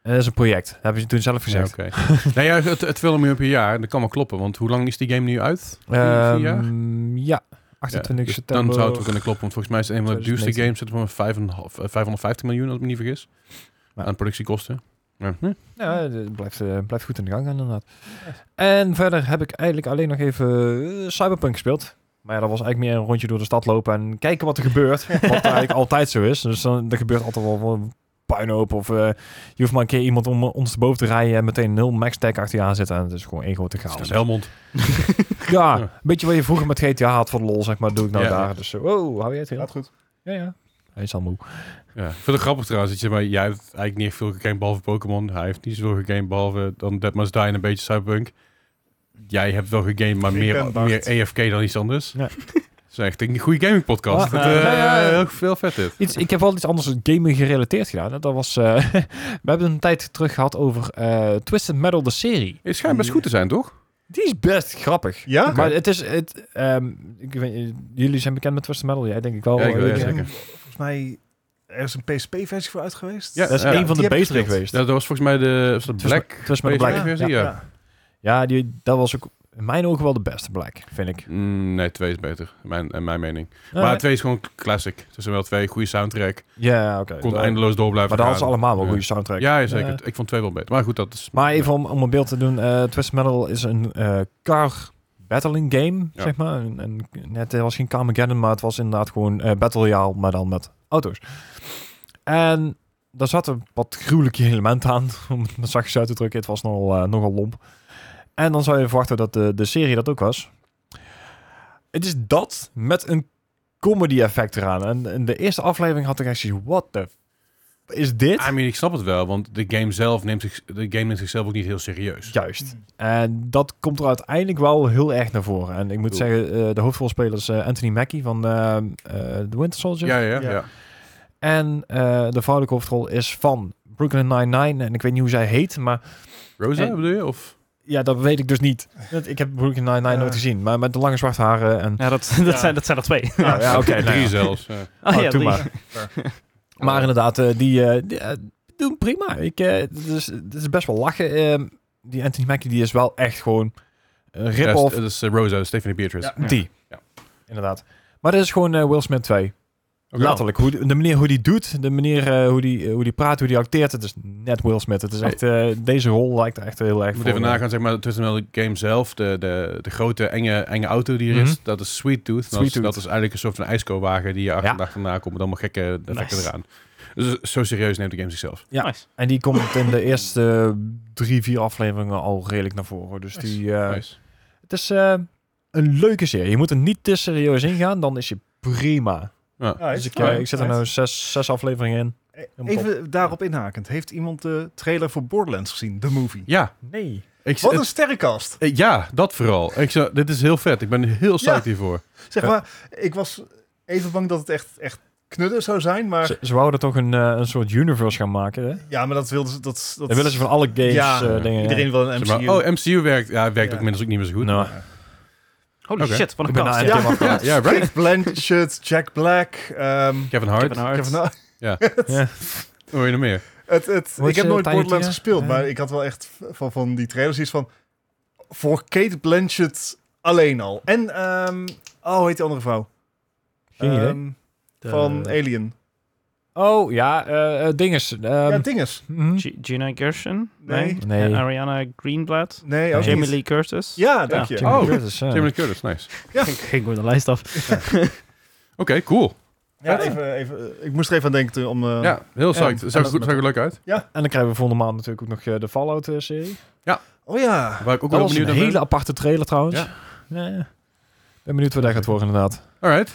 [SPEAKER 3] Eh, dat is een project. Dat hebben ze toen zelf
[SPEAKER 2] Ja,
[SPEAKER 3] gezegd.
[SPEAKER 2] oké. (laughs) nee, ja, het, het wil miljoen per jaar. Dat kan wel kloppen, want hoe lang is die game nu uit?
[SPEAKER 3] Ja,
[SPEAKER 2] Vier jaar?
[SPEAKER 3] Ehm, ja
[SPEAKER 2] Ja,
[SPEAKER 3] 28
[SPEAKER 2] dus
[SPEAKER 3] september.
[SPEAKER 2] Dan zou het wel kunnen kloppen, want volgens mij is het een van de duurste
[SPEAKER 3] 2019.
[SPEAKER 2] games. Zit op een 5,5 eh, 550 miljoen, als ik me niet vergis.
[SPEAKER 3] Nou.
[SPEAKER 2] Aan productiekosten. Ja. Hm.
[SPEAKER 3] Ja, het blijft, eh, blijft goed in de gang inderdaad. En verder heb ik eigenlijk alleen nog even eh, Cyberpunk gespeeld. Maar ja, dat was eigenlijk meer een rondje door de stad lopen en kijken wat er
[SPEAKER 2] (laughs)
[SPEAKER 3] gebeurt. wat eigenlijk altijd zo is. Dus dan er gebeurt altijd wel een puinhoop. Of eh, je hoeft maar een keer iemand om ons te boven te rijden en meteen nul max tag achter je aan zitten. En het is gewoon één grote
[SPEAKER 2] Dus Dat is
[SPEAKER 3] chaos.
[SPEAKER 2] Helmond.
[SPEAKER 3] Ja,
[SPEAKER 2] Ja.
[SPEAKER 3] een beetje wat je vroeger met GTA had voor de lol, zeg maar, doe ik nou
[SPEAKER 2] Ja.
[SPEAKER 3] daar. Dus zo, wow, hou je het heel?
[SPEAKER 4] Gaat goed.
[SPEAKER 3] Ja, ja. Hij is al moe.
[SPEAKER 2] Ja. Ik vind het grappig trouwens, dat je, maar jij hebt eigenlijk niet echt veel gegamed behalve Pokémon. Hij heeft niet zoveel gegamed behalve dan Dead Must Die en een beetje Cyberpunk. Jij hebt wel gegamed, maar
[SPEAKER 4] Ik
[SPEAKER 2] meer,
[SPEAKER 4] ben Bart.
[SPEAKER 2] meer EFK dan iets anders.
[SPEAKER 3] Ja.
[SPEAKER 2] (laughs) Dat is echt een goede gaming podcast.
[SPEAKER 3] Ah,
[SPEAKER 2] dat, eh,
[SPEAKER 3] ja, ja, ja.
[SPEAKER 2] Heel veel vet dit.
[SPEAKER 3] Iets, ik heb wel iets anders gaming gerelateerd gedaan. hè. Dat was, eh, (laughs) we hebben een tijd terug gehad over eh, Twisted Metal, de serie.
[SPEAKER 2] Het schijnt best goed te zijn, toch?
[SPEAKER 3] Die is best grappig.
[SPEAKER 4] Ja?
[SPEAKER 3] Maar het is, het, ehm, ik weet- jullie zijn bekend met Twisted Metal, jij denk ik wel.
[SPEAKER 2] Ja, ik
[SPEAKER 3] Eh,
[SPEAKER 2] wel, ja,
[SPEAKER 3] jullie-
[SPEAKER 2] zeker.
[SPEAKER 4] Volgens mij, er is een PSP-versie voor uit geweest.
[SPEAKER 2] Ja,
[SPEAKER 3] Dat is
[SPEAKER 2] ja,
[SPEAKER 3] een van
[SPEAKER 4] die
[SPEAKER 3] de
[SPEAKER 4] heb ik
[SPEAKER 3] betere
[SPEAKER 4] gespeeld.
[SPEAKER 3] geweest.
[SPEAKER 2] Ja, dat was volgens mij de was dat
[SPEAKER 3] Twisted-
[SPEAKER 2] Black.
[SPEAKER 3] Twisted Metal Black.
[SPEAKER 2] PSP versie,
[SPEAKER 3] Ja,
[SPEAKER 2] ja.
[SPEAKER 3] ja die, dat was ook in mijn ogen wel de beste Black, vind ik.
[SPEAKER 2] Mm, nee, twee is beter. Mijn, en mijn mening. maar
[SPEAKER 3] Eh,
[SPEAKER 2] twee is gewoon classic. Er zijn wel twee goede soundtrack.
[SPEAKER 3] ja, oké.
[SPEAKER 2] Kon
[SPEAKER 3] Daar-
[SPEAKER 2] eindeloos door blijven
[SPEAKER 3] Maar dat hadden ze
[SPEAKER 2] gaan.
[SPEAKER 3] allemaal wel
[SPEAKER 2] Ja.
[SPEAKER 3] een goede soundtrack.
[SPEAKER 2] Ja, ja, zeker.
[SPEAKER 3] Eh.
[SPEAKER 2] ik vond twee wel beter. Maar goed, dat is...
[SPEAKER 3] Maar even om, om een beeld te doen. eh Twisted Metal is een eh car battling game,
[SPEAKER 2] Ja.
[SPEAKER 3] zeg maar. En, en het was geen Carmageddon, maar het was inderdaad gewoon eh Battle Royale, maar dan met auto's. En daar zaten wat gruwelijke elementen aan, (laughs) om het maar zachtjes uit te drukken. Het was nogal, eh, nogal lomp. En dan zou je verwachten dat de, de serie dat ook was. Het is dat met een comedy effect eraan. En in de eerste aflevering had ik echt zoiets, what the... f- Is dit?
[SPEAKER 2] I mean, ik snap het wel, want de game zelf neemt, zich, de game neemt zichzelf ook niet heel serieus.
[SPEAKER 3] Juist. En dat komt er uiteindelijk wel heel erg naar voren. En ik moet
[SPEAKER 2] Cool.
[SPEAKER 3] zeggen, eh, de hoofdrolspeler is eh, Anthony Mackie van eh, eh, The Winter Soldier.
[SPEAKER 2] Ja, ja, ja.
[SPEAKER 4] Ja.
[SPEAKER 2] ja.
[SPEAKER 3] En eh, de vrouwelijke hoofdrol is van Brooklyn Nine-Nine. En ik weet niet hoe zij heet, maar
[SPEAKER 2] Rosa
[SPEAKER 3] En-
[SPEAKER 2] bedoel je? Of?
[SPEAKER 3] ja, dat weet ik dus niet. Want Ik heb Brooklyn Nine-Nine
[SPEAKER 4] Ja.
[SPEAKER 3] nooit gezien. Maar met de lange zwarte haren en...
[SPEAKER 1] Ja, dat, (laughs) dat, Zijn, dat zijn er twee.
[SPEAKER 3] (laughs) Ja, ja, oké. nou
[SPEAKER 2] Drie
[SPEAKER 3] ja.
[SPEAKER 2] zelfs. ja.
[SPEAKER 3] (laughs)
[SPEAKER 1] Oh,
[SPEAKER 3] Oh,
[SPEAKER 1] ja,
[SPEAKER 3] doe
[SPEAKER 1] drie.
[SPEAKER 3] maar. Maar inderdaad, eh, die, eh, die, eh, doen prima. Ik, eh, het, is, het is best wel lachen. Ehm, die Anthony Mackie die is wel echt gewoon een
[SPEAKER 2] Ja,
[SPEAKER 3] rip-off
[SPEAKER 2] Dat is eh, Rosa, Stephanie Beatrice.
[SPEAKER 4] Ja.
[SPEAKER 3] Die.
[SPEAKER 2] Ja.
[SPEAKER 3] Inderdaad. Maar dat is gewoon eh, Will Smith 2.
[SPEAKER 2] Oké.
[SPEAKER 3] Letterlijk. Hoe, die- de manier hoe die doet, de manier eh, hoe, die, hoe die praat, hoe die acteert. Het is net Will Smith. Het is echt, eh, deze rol lijkt er echt heel erg
[SPEAKER 2] Ik moet
[SPEAKER 3] voor,
[SPEAKER 2] even
[SPEAKER 3] eh,
[SPEAKER 2] nagaan, zeg maar, tussen de game zelf, de, de, de grote enge, enge auto die er is,
[SPEAKER 3] Mhm.
[SPEAKER 2] dat is Sweet Tooth. En dat,
[SPEAKER 3] Sweet
[SPEAKER 2] is,
[SPEAKER 3] Tooth.
[SPEAKER 2] dat is eigenlijk een soort van ijskowagen die je achter,
[SPEAKER 3] Ja.
[SPEAKER 2] achterna komt met allemaal gekke effecten
[SPEAKER 1] Nice.
[SPEAKER 2] eraan. Dus zo serieus neemt de game zichzelf.
[SPEAKER 3] Ja.
[SPEAKER 1] Nice.
[SPEAKER 3] En die komt in de eerste drie, vier afleveringen al redelijk naar voren. Dus
[SPEAKER 4] Nice.
[SPEAKER 3] die, eh,
[SPEAKER 2] Nice.
[SPEAKER 3] het is eh, een leuke serie. Je moet er niet te serieus in gaan, dan is je prima. Dus ik, eh,
[SPEAKER 4] Alright,
[SPEAKER 3] ik zet er
[SPEAKER 4] alright.
[SPEAKER 3] nou zes, zes afleveringen in. Helemaal
[SPEAKER 4] Eh, Even daarop inhakend. Heeft iemand de trailer voor Borderlands gezien? De movie.
[SPEAKER 2] Ja,
[SPEAKER 3] Nee.
[SPEAKER 2] ik,
[SPEAKER 4] Wat
[SPEAKER 2] het-
[SPEAKER 4] een sterrenkast.
[SPEAKER 2] eh, ja, dat vooral. Ik zou, dit is heel vet. Ik ben heel psyched
[SPEAKER 4] Ja.
[SPEAKER 2] hiervoor.
[SPEAKER 4] Zeg
[SPEAKER 2] Ja.
[SPEAKER 4] maar, ik was even bang dat het echt, echt knudden zou zijn, maar...
[SPEAKER 3] Ze, ze wouden toch een, eh, een soort universe gaan maken, hè?
[SPEAKER 4] Ja, maar dat wilden ze... Dat, dat,
[SPEAKER 3] Dan willen ze van alle games
[SPEAKER 4] Ja,
[SPEAKER 3] eh, dingen...
[SPEAKER 4] Iedereen wil een
[SPEAKER 2] Zeg
[SPEAKER 4] MCU.
[SPEAKER 2] maar, oh, MCU werkt, ja, werkt
[SPEAKER 4] Ja.
[SPEAKER 2] ook inmiddels ook niet meer zo goed.
[SPEAKER 3] Nou,
[SPEAKER 1] Holy
[SPEAKER 2] Oké.
[SPEAKER 1] shit, wat een
[SPEAKER 3] Ik ben
[SPEAKER 1] kast.
[SPEAKER 3] na
[SPEAKER 1] ja.
[SPEAKER 3] een
[SPEAKER 1] (laughs)
[SPEAKER 3] keer
[SPEAKER 2] Ja,
[SPEAKER 3] afgehaald.
[SPEAKER 2] ja, right?
[SPEAKER 4] Kate Blanchett, Jack Black, ehm
[SPEAKER 2] Kevin Hart.
[SPEAKER 1] Kevin Hart.
[SPEAKER 4] Kevin Hart.
[SPEAKER 3] Ja.
[SPEAKER 2] Hoor je nog meer?
[SPEAKER 4] Het, het,
[SPEAKER 3] Hoe
[SPEAKER 4] ik
[SPEAKER 3] heet
[SPEAKER 4] heb
[SPEAKER 3] ze,
[SPEAKER 4] nooit
[SPEAKER 3] Tiny
[SPEAKER 4] Borderlands
[SPEAKER 3] Tina?
[SPEAKER 4] gespeeld,
[SPEAKER 3] Ja.
[SPEAKER 4] maar ik had wel echt van, van die trailers iets van... Voor Kate Blanchett alleen al. En, ehm oh, hoe heet die andere vrouw?
[SPEAKER 3] Geen idee.
[SPEAKER 4] Ehm,
[SPEAKER 3] (laughs)
[SPEAKER 4] van Alien.
[SPEAKER 3] Oh ja, eh eh, dinges. ehm,
[SPEAKER 4] ja, dinges.
[SPEAKER 3] mhm.
[SPEAKER 1] G- Gina Gershon?
[SPEAKER 4] Nee.
[SPEAKER 3] Nee.
[SPEAKER 1] En Ariana Greenblatt?
[SPEAKER 4] Nee, ook
[SPEAKER 1] Jamie
[SPEAKER 4] niet.
[SPEAKER 1] Lee Curtis?
[SPEAKER 4] Ja, dank je.
[SPEAKER 3] Jamie
[SPEAKER 2] Oh.
[SPEAKER 3] Curtis, ja.
[SPEAKER 2] Jamie Lee Curtis, nice.
[SPEAKER 1] Ik ging gewoon de lijst af. (laughs)
[SPEAKER 2] Oké, cool.
[SPEAKER 4] Ja, even, even, ik moest er even aan denken toen om... eh,
[SPEAKER 2] ja, heel psyched.
[SPEAKER 3] en
[SPEAKER 2] Zag
[SPEAKER 3] dat-
[SPEAKER 2] er- zag er leuk uit.
[SPEAKER 3] En dan krijgen we volgende maand natuurlijk ook nog eh, de Fallout-serie.
[SPEAKER 4] Oh ja.
[SPEAKER 2] Waar ik ook wel
[SPEAKER 3] Dat was een
[SPEAKER 2] benieuwd naar
[SPEAKER 3] hele
[SPEAKER 2] ben.
[SPEAKER 3] aparte trailer trouwens.
[SPEAKER 2] Ja.
[SPEAKER 3] Nee. ben benieuwd wat daar gaat worden inderdaad.
[SPEAKER 2] Alright.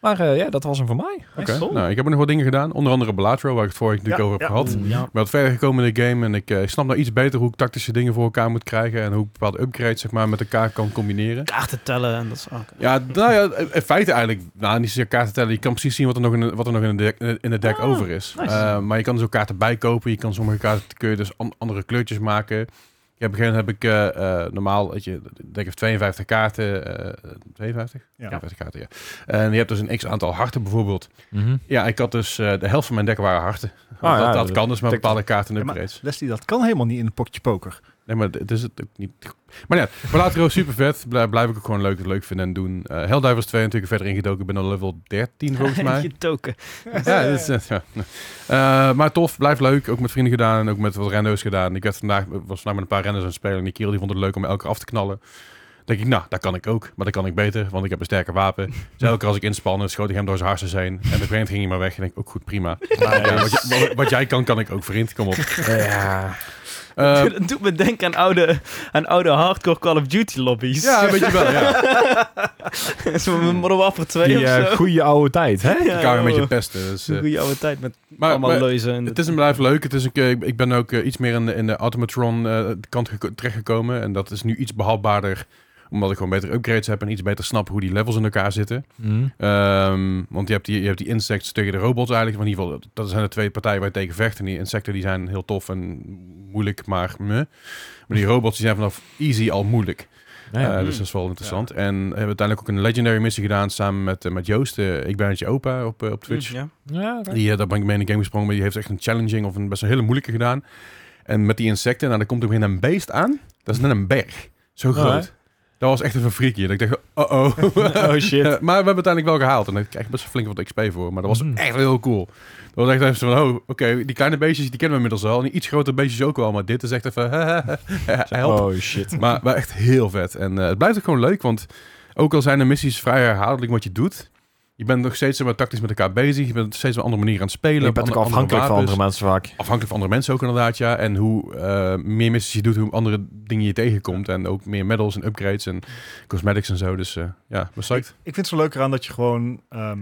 [SPEAKER 3] Maar eh, ja, dat was hem voor mij.
[SPEAKER 2] Oké.
[SPEAKER 1] cool.
[SPEAKER 2] Nou, ik heb er nog wat dingen gedaan. Onder andere Bellatro, waar ik het vorige week natuurlijk
[SPEAKER 4] Ja,
[SPEAKER 2] over heb
[SPEAKER 4] ja.
[SPEAKER 2] gehad.
[SPEAKER 1] Oeh, ja.
[SPEAKER 2] Ik ben wat verder gekomen in de game en ik eh, snap nou iets beter hoe ik tactische dingen voor elkaar moet krijgen en hoe ik bepaalde upgrades zeg maar, met elkaar kan combineren.
[SPEAKER 1] Kaarten tellen en dat is ook.
[SPEAKER 2] Ja, nou ja, in feite eigenlijk, nou niet zozeer kaarten tellen, je kan precies zien wat er nog in, de- wat er nog in, het deck, in het deck
[SPEAKER 1] Ah,
[SPEAKER 2] over is.
[SPEAKER 1] nice.
[SPEAKER 2] Eh, maar je kan dus ook kaarten bijkopen, je kan sommige kaarten kun je dus an- andere kleurtjes maken. Ik heb, op een gegeven moment heb ik eh, eh, normaal, weet je, het deck heeft 52 kaarten, eh 52?
[SPEAKER 4] Ja.
[SPEAKER 2] 52 kaarten, ja. En je hebt dus een x-aantal harten bijvoorbeeld.
[SPEAKER 3] Mhm.
[SPEAKER 2] Ja, ik had dus, eh, de helft van mijn deck waren harten.
[SPEAKER 4] Ah,
[SPEAKER 3] ja,
[SPEAKER 2] dat, dat
[SPEAKER 3] dat-
[SPEAKER 2] kan dus met
[SPEAKER 3] dat-
[SPEAKER 2] bepaalde kaarten en
[SPEAKER 4] Ja, maar-
[SPEAKER 2] upgrades.
[SPEAKER 4] Leslie, dat kan helemaal niet in een potje poker.
[SPEAKER 2] Nee, maar het is het ook niet. Maar ja, Balatro super vet. Blijf, blijf ik ook gewoon leuk, leuk vinden en doen. Eh Helldivers 2 natuurlijk verder ingedoken. Ik ben al level
[SPEAKER 1] (laughs)
[SPEAKER 2] 13 (laughs) volgens mij.
[SPEAKER 1] Je token.
[SPEAKER 2] ja, dat is, eh, ja. Eh, maar tof, blijft leuk. Ook met vrienden gedaan en ook met wat rendo's gedaan. Ik werd vandaag, was vandaag met een paar rendo's aan het spelen. En die kerel die vond het leuk om elke keer af te knallen. denk ik, nou, dat kan ik ook. Maar dat kan ik beter, want ik heb een sterker wapen. Dus elke keer als ik inspannen, schoot ik hem door zijn hartjes heen. En op een gegeven moment ging hij maar weg. En ik, ook goed, prima. Maar, ja, wat, jij- (laughs) wat- wat jij kan, kan ik ook, vriend. Kom op.
[SPEAKER 3] eh, Ja.
[SPEAKER 2] Eh,
[SPEAKER 1] (laughs) dat doet me denken aan oude, aan oude hardcore Call of Duty lobby's. (laughs)
[SPEAKER 2] ja, een beetje wel, ja.
[SPEAKER 1] Zo met Modern Warfare 2
[SPEAKER 3] Die
[SPEAKER 1] of
[SPEAKER 3] eh,
[SPEAKER 1] zo.
[SPEAKER 3] goede oude tijd, hè?
[SPEAKER 1] (laughs) Ja,
[SPEAKER 2] Ik hou een
[SPEAKER 1] joh.
[SPEAKER 2] beetje pesten. Dus, eh,
[SPEAKER 1] Zo'n goede oude tijd met
[SPEAKER 2] maar,
[SPEAKER 1] allemaal
[SPEAKER 2] maar
[SPEAKER 1] leuzen. En
[SPEAKER 2] het is een blijf leuk. Het is een, keer- ik, ik ben ook eh, iets meer in de, in de automatron eh, kant geko- terechtgekomen. En dat is nu iets behapbaarder. Omdat ik gewoon betere upgrades heb en iets beter snap hoe die levels in elkaar zitten. Ehm, want je hebt, die, je hebt die insects tegen de robots eigenlijk. Maar in ieder geval, dat zijn de twee partijen waar je tegen vecht. En die insecten die zijn heel tof en moeilijk, maar meh. Maar die robots die zijn vanaf easy al moeilijk. Eh,
[SPEAKER 1] Mm.
[SPEAKER 2] dus dat is wel interessant. En we hebben uiteindelijk ook een legendary missie gedaan samen met, eh, met Joost. eh, ik ben met je opa op, eh, op Twitch.
[SPEAKER 1] Hmm, Ja.
[SPEAKER 3] Ja, oké.
[SPEAKER 2] Die, eh, daar ben ik mee in een game gesprongen, maar die heeft echt een challenging of een best een hele moeilijke gedaan. En met die insecten, nou, daar komt ook weer een beest aan. Dat is net een berg. Zo
[SPEAKER 3] Oh,
[SPEAKER 2] groot.
[SPEAKER 3] hè?
[SPEAKER 2] dat was echt een verfriekje. Dat ik dacht, oh oh.
[SPEAKER 3] (laughs) Oh,
[SPEAKER 2] (laughs)
[SPEAKER 3] shit.
[SPEAKER 2] Eh, maar we hebben het uiteindelijk wel gehaald. En daar krijg je best flink wat XP voor. Maar dat was
[SPEAKER 3] Mm.
[SPEAKER 2] echt heel cool. Dat was echt even zo van, oh, oké, die kleine beestjes, die kennen we inmiddels al. En die iets grotere beestjes ook wel. Maar dit is echt even, (laughs) help.
[SPEAKER 3] Oh, shit.
[SPEAKER 2] Maar, maar echt heel vet. En eh, het blijft ook gewoon leuk, want ook al zijn de missies vrij herhaaldelijk wat je doet, je bent nog steeds zeg maar, tactisch met elkaar bezig. Je bent op steeds op een andere manier aan het spelen.
[SPEAKER 3] Je
[SPEAKER 2] op
[SPEAKER 3] bent ook
[SPEAKER 2] ander-
[SPEAKER 3] afhankelijk van andere
[SPEAKER 2] wapens.
[SPEAKER 3] mensen vaak.
[SPEAKER 2] Afhankelijk van andere mensen ook inderdaad, ja. En hoe eh, meer missies je doet, hoe andere dingen je tegenkomt. En ook meer medals en upgrades en cosmetics en zo. Dus eh, ja, was
[SPEAKER 4] Ik, ik vind het zo leuk eraan dat je gewoon ehm,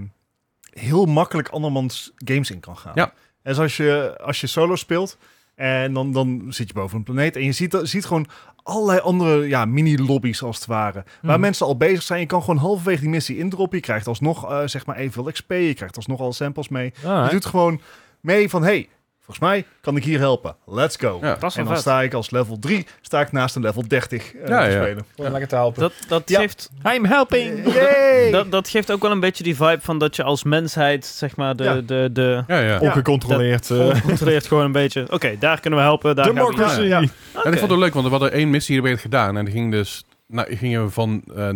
[SPEAKER 4] heel makkelijk andermans games in kan gaan.
[SPEAKER 2] Ja.
[SPEAKER 4] En zoals je, als je solo speelt en dan, dan zit je boven een planeet en je ziet, ziet gewoon allerlei andere ja, mini-lobby's als het ware. Waar
[SPEAKER 3] Mhm.
[SPEAKER 4] mensen al bezig zijn. Je kan gewoon halverwege die missie indroppen. Je krijgt alsnog eh, zeg maar evenveel XP. Je krijgt alsnog al samples mee.
[SPEAKER 3] Ah,
[SPEAKER 4] Je doet gewoon mee van, hey, volgens mij kan ik hier helpen. Let's go.
[SPEAKER 2] Ja.
[SPEAKER 1] Dat is wel
[SPEAKER 4] En dan
[SPEAKER 1] vet.
[SPEAKER 4] sta ik als level 3, sta ik naast een level 30 eh,
[SPEAKER 2] Ja,
[SPEAKER 4] te
[SPEAKER 2] ja.
[SPEAKER 4] spelen.
[SPEAKER 3] hè? Lekker te helpen.
[SPEAKER 1] Dat, dat,
[SPEAKER 4] Ja.
[SPEAKER 1] geeft,
[SPEAKER 3] I'm helping!
[SPEAKER 4] (laughs) Yay!
[SPEAKER 1] dat, dat geeft ook wel een beetje die vibe van dat je als mensheid, zeg maar, de...
[SPEAKER 4] Ja.
[SPEAKER 1] de, de
[SPEAKER 2] Ja, ja.
[SPEAKER 3] Ongecontroleerd. eh.
[SPEAKER 1] controleert gewoon een beetje. Oké, daar kunnen we helpen. Daar gaan we.
[SPEAKER 2] Democracy.
[SPEAKER 4] Democracy. Ja.
[SPEAKER 2] En ik vond het leuk, want we hadden één missie die werd gedaan. En die ging dus nou, gingen van eh,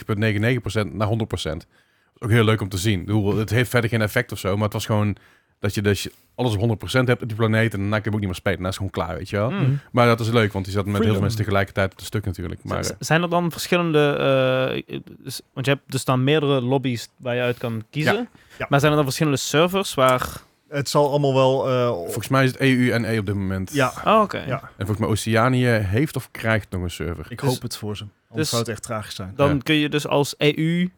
[SPEAKER 2] 99,99% naar 100%. Ook heel leuk om te zien. Ik bedoel, het heeft verder geen effect of zo. Maar het was gewoon dat je dus alles op 100% hebt op die planeet. En daarna kun je hem ook niet meer spelen. Daarna is het gewoon klaar, weet je wel.
[SPEAKER 1] Mm.
[SPEAKER 2] Maar dat is leuk, want die zat met heel veel
[SPEAKER 3] Freedom.
[SPEAKER 2] mensen tegelijkertijd op het stuk natuurlijk. Maar
[SPEAKER 1] Z-
[SPEAKER 2] eh,
[SPEAKER 1] zijn er dan verschillende... eh, s- want je hebt dus dan meerdere lobby's waar je uit kan kiezen.
[SPEAKER 4] Ja.
[SPEAKER 1] Maar zijn er dan verschillende servers waar...
[SPEAKER 4] Het zal allemaal wel... eh,
[SPEAKER 2] volgens mij is het EU en E op dit moment.
[SPEAKER 4] ja,
[SPEAKER 1] Oh, oké.
[SPEAKER 4] Ja.
[SPEAKER 2] En volgens mij Oceanië heeft of krijgt nog een server.
[SPEAKER 4] ik
[SPEAKER 1] Dus-
[SPEAKER 4] hoop het voor ze. Anders
[SPEAKER 1] dus-
[SPEAKER 4] zou het echt tragisch zijn.
[SPEAKER 1] Dan
[SPEAKER 2] Ja.
[SPEAKER 1] kun je dus als EU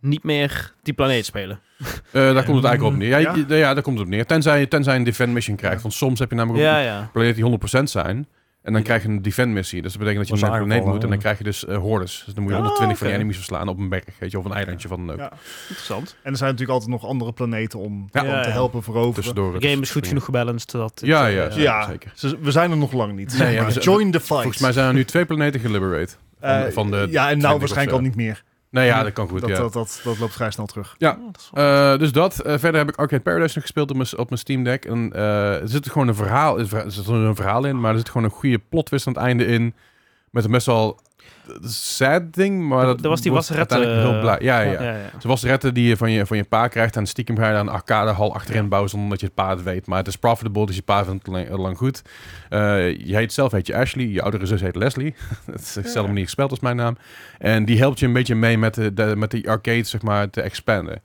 [SPEAKER 1] niet meer die planeet spelen.
[SPEAKER 2] Eh, daar komt het eigenlijk op neer. Ja,
[SPEAKER 4] Mm. Ja?
[SPEAKER 2] je- ja, daar komt het op neer. Tenzij, je- tenzij je een defend mission krijgt. Want soms heb je namelijk ook
[SPEAKER 1] Ja, ja.
[SPEAKER 2] planeten die 100% zijn. En dan krijg je een defend missie. Dus dat betekent dat je
[SPEAKER 3] Wordt
[SPEAKER 2] naar een planeet
[SPEAKER 3] aangevallen,
[SPEAKER 2] moet. En dan
[SPEAKER 3] ja.
[SPEAKER 2] krijg je dus eh, hordes. Dus dan moet je
[SPEAKER 1] Ah,
[SPEAKER 2] 120 van je
[SPEAKER 1] oké.
[SPEAKER 2] enemies verslaan op een berg. Weet je, of een eilandje van eh, dan ook.
[SPEAKER 4] Ja.
[SPEAKER 1] Interessant.
[SPEAKER 4] En er zijn natuurlijk altijd nog andere planeten om,
[SPEAKER 2] Ja.
[SPEAKER 4] om
[SPEAKER 1] Ja,
[SPEAKER 4] te
[SPEAKER 1] ja.
[SPEAKER 4] helpen veroveren.
[SPEAKER 2] Tussendoor.
[SPEAKER 1] De
[SPEAKER 2] dus-
[SPEAKER 1] game is goed genoeg gebalanced. Dat het,
[SPEAKER 2] Ja,
[SPEAKER 1] eh,
[SPEAKER 2] ja,
[SPEAKER 4] Ja,
[SPEAKER 2] zeker.
[SPEAKER 4] Ze- we zijn er nog lang niet.
[SPEAKER 2] Nee, ja,
[SPEAKER 4] Maar
[SPEAKER 2] we-
[SPEAKER 4] Join the fight.
[SPEAKER 2] Volgens mij zijn er nu twee planeten geliberate. Van,
[SPEAKER 4] Eh,
[SPEAKER 2] van de,
[SPEAKER 4] ja, en
[SPEAKER 2] 20
[SPEAKER 4] nou
[SPEAKER 2] of
[SPEAKER 4] waarschijnlijk
[SPEAKER 2] zo.
[SPEAKER 4] al niet meer.
[SPEAKER 2] Nee, ja, dat kan goed.
[SPEAKER 4] dat,
[SPEAKER 2] ja.
[SPEAKER 4] dat, dat, dat loopt vrij snel terug.
[SPEAKER 1] ja, Oh, dat is wel-
[SPEAKER 2] Eh, dus dat. Eh, verder heb ik Arcade Paradise nog gespeeld op mijn, op mijn Steam Deck. En eh, er zit gewoon een verhaal, er zit er een verhaal in, maar er zit gewoon een goede plot twist aan het einde in. Met een best wel eh, sad ding, maar
[SPEAKER 1] Er-
[SPEAKER 2] dat
[SPEAKER 1] er was die
[SPEAKER 2] wordt
[SPEAKER 1] wasserette,
[SPEAKER 2] uiteindelijk heel
[SPEAKER 1] eh,
[SPEAKER 2] blij. Ja, ja, ja.
[SPEAKER 1] ja, ja.
[SPEAKER 2] Ze was retten die je van je, van je pa krijgt. En stiekem ga je daar een arcadehal achterin bouwen zonder dat je het pa het weet. Maar het is profitable, dus je pa vindt het lang, lang goed. Eh, je heet zelf heet je Ashley. Je oudere zus heet Leslie. (laughs) dat is op dezelfde manier gespeld als mijn naam. En die helpt je een beetje mee met de, de- met die arcade zeg maar, te expanden.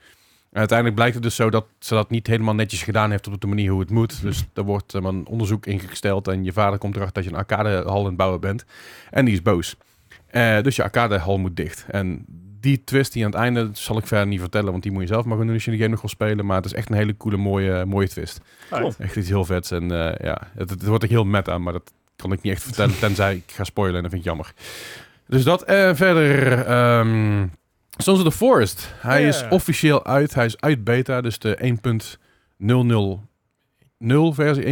[SPEAKER 2] En uiteindelijk blijkt het dus zo dat ze dat niet helemaal netjes gedaan heeft op de manier hoe het moet. Dus er wordt eh, een onderzoek ingesteld en je vader komt erachter dat je een arcadehal aan het bouwen bent. En die is boos. Eh, dus je arcadehal moet dicht. En die twist die aan het einde, dat zal ik verder niet vertellen, want die moet je zelf maar gewoon doen als je de game nog wil spelen. Maar het is echt een hele coole, mooie, mooie twist.
[SPEAKER 4] Cool.
[SPEAKER 2] Echt iets heel vets. En eh, ja, het, het wordt ik heel met aan, maar dat kan ik niet echt vertellen, tenzij ik ga spoilen en dat vind ik jammer. Dus dat. En verder, ehm Sons of the Forest. Hij
[SPEAKER 4] Ja.
[SPEAKER 2] is officieel uit, hij is uit beta, dus de 1.000 versie, 1.0.0.00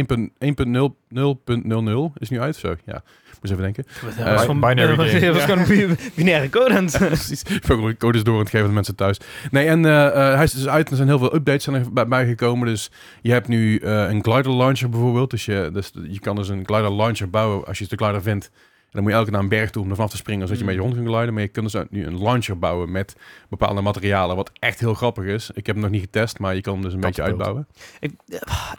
[SPEAKER 2] is nu uit. Zo, ja. Moet eens even denken.
[SPEAKER 1] Dat
[SPEAKER 3] Eh,
[SPEAKER 1] was van-
[SPEAKER 3] binary
[SPEAKER 1] dat was-
[SPEAKER 3] game.
[SPEAKER 1] (laughs) Dat was gewoon een bi- binaire code aan het-
[SPEAKER 2] Precies. Ik ben gewoon codes door aan het geven aan de mensen thuis. Nee, en eh, eh, hij is dus uit. Er zijn heel veel updates zijn er bij- bijgekomen. Dus je hebt nu eh, een glider launcher bijvoorbeeld. Dus je, dus je kan dus een glider launcher bouwen als je de glider vindt. En dan moet je elke keer naar een berg toe om ervan af te springen, zodat je
[SPEAKER 1] Mm.
[SPEAKER 2] met je hond kan gliden. Maar je kunt dus nu een launcher bouwen met bepaalde materialen, wat echt heel grappig is. Ik heb hem nog niet getest, maar je kan hem dus een beetje
[SPEAKER 3] Katapult.
[SPEAKER 2] uitbouwen.
[SPEAKER 1] Ik-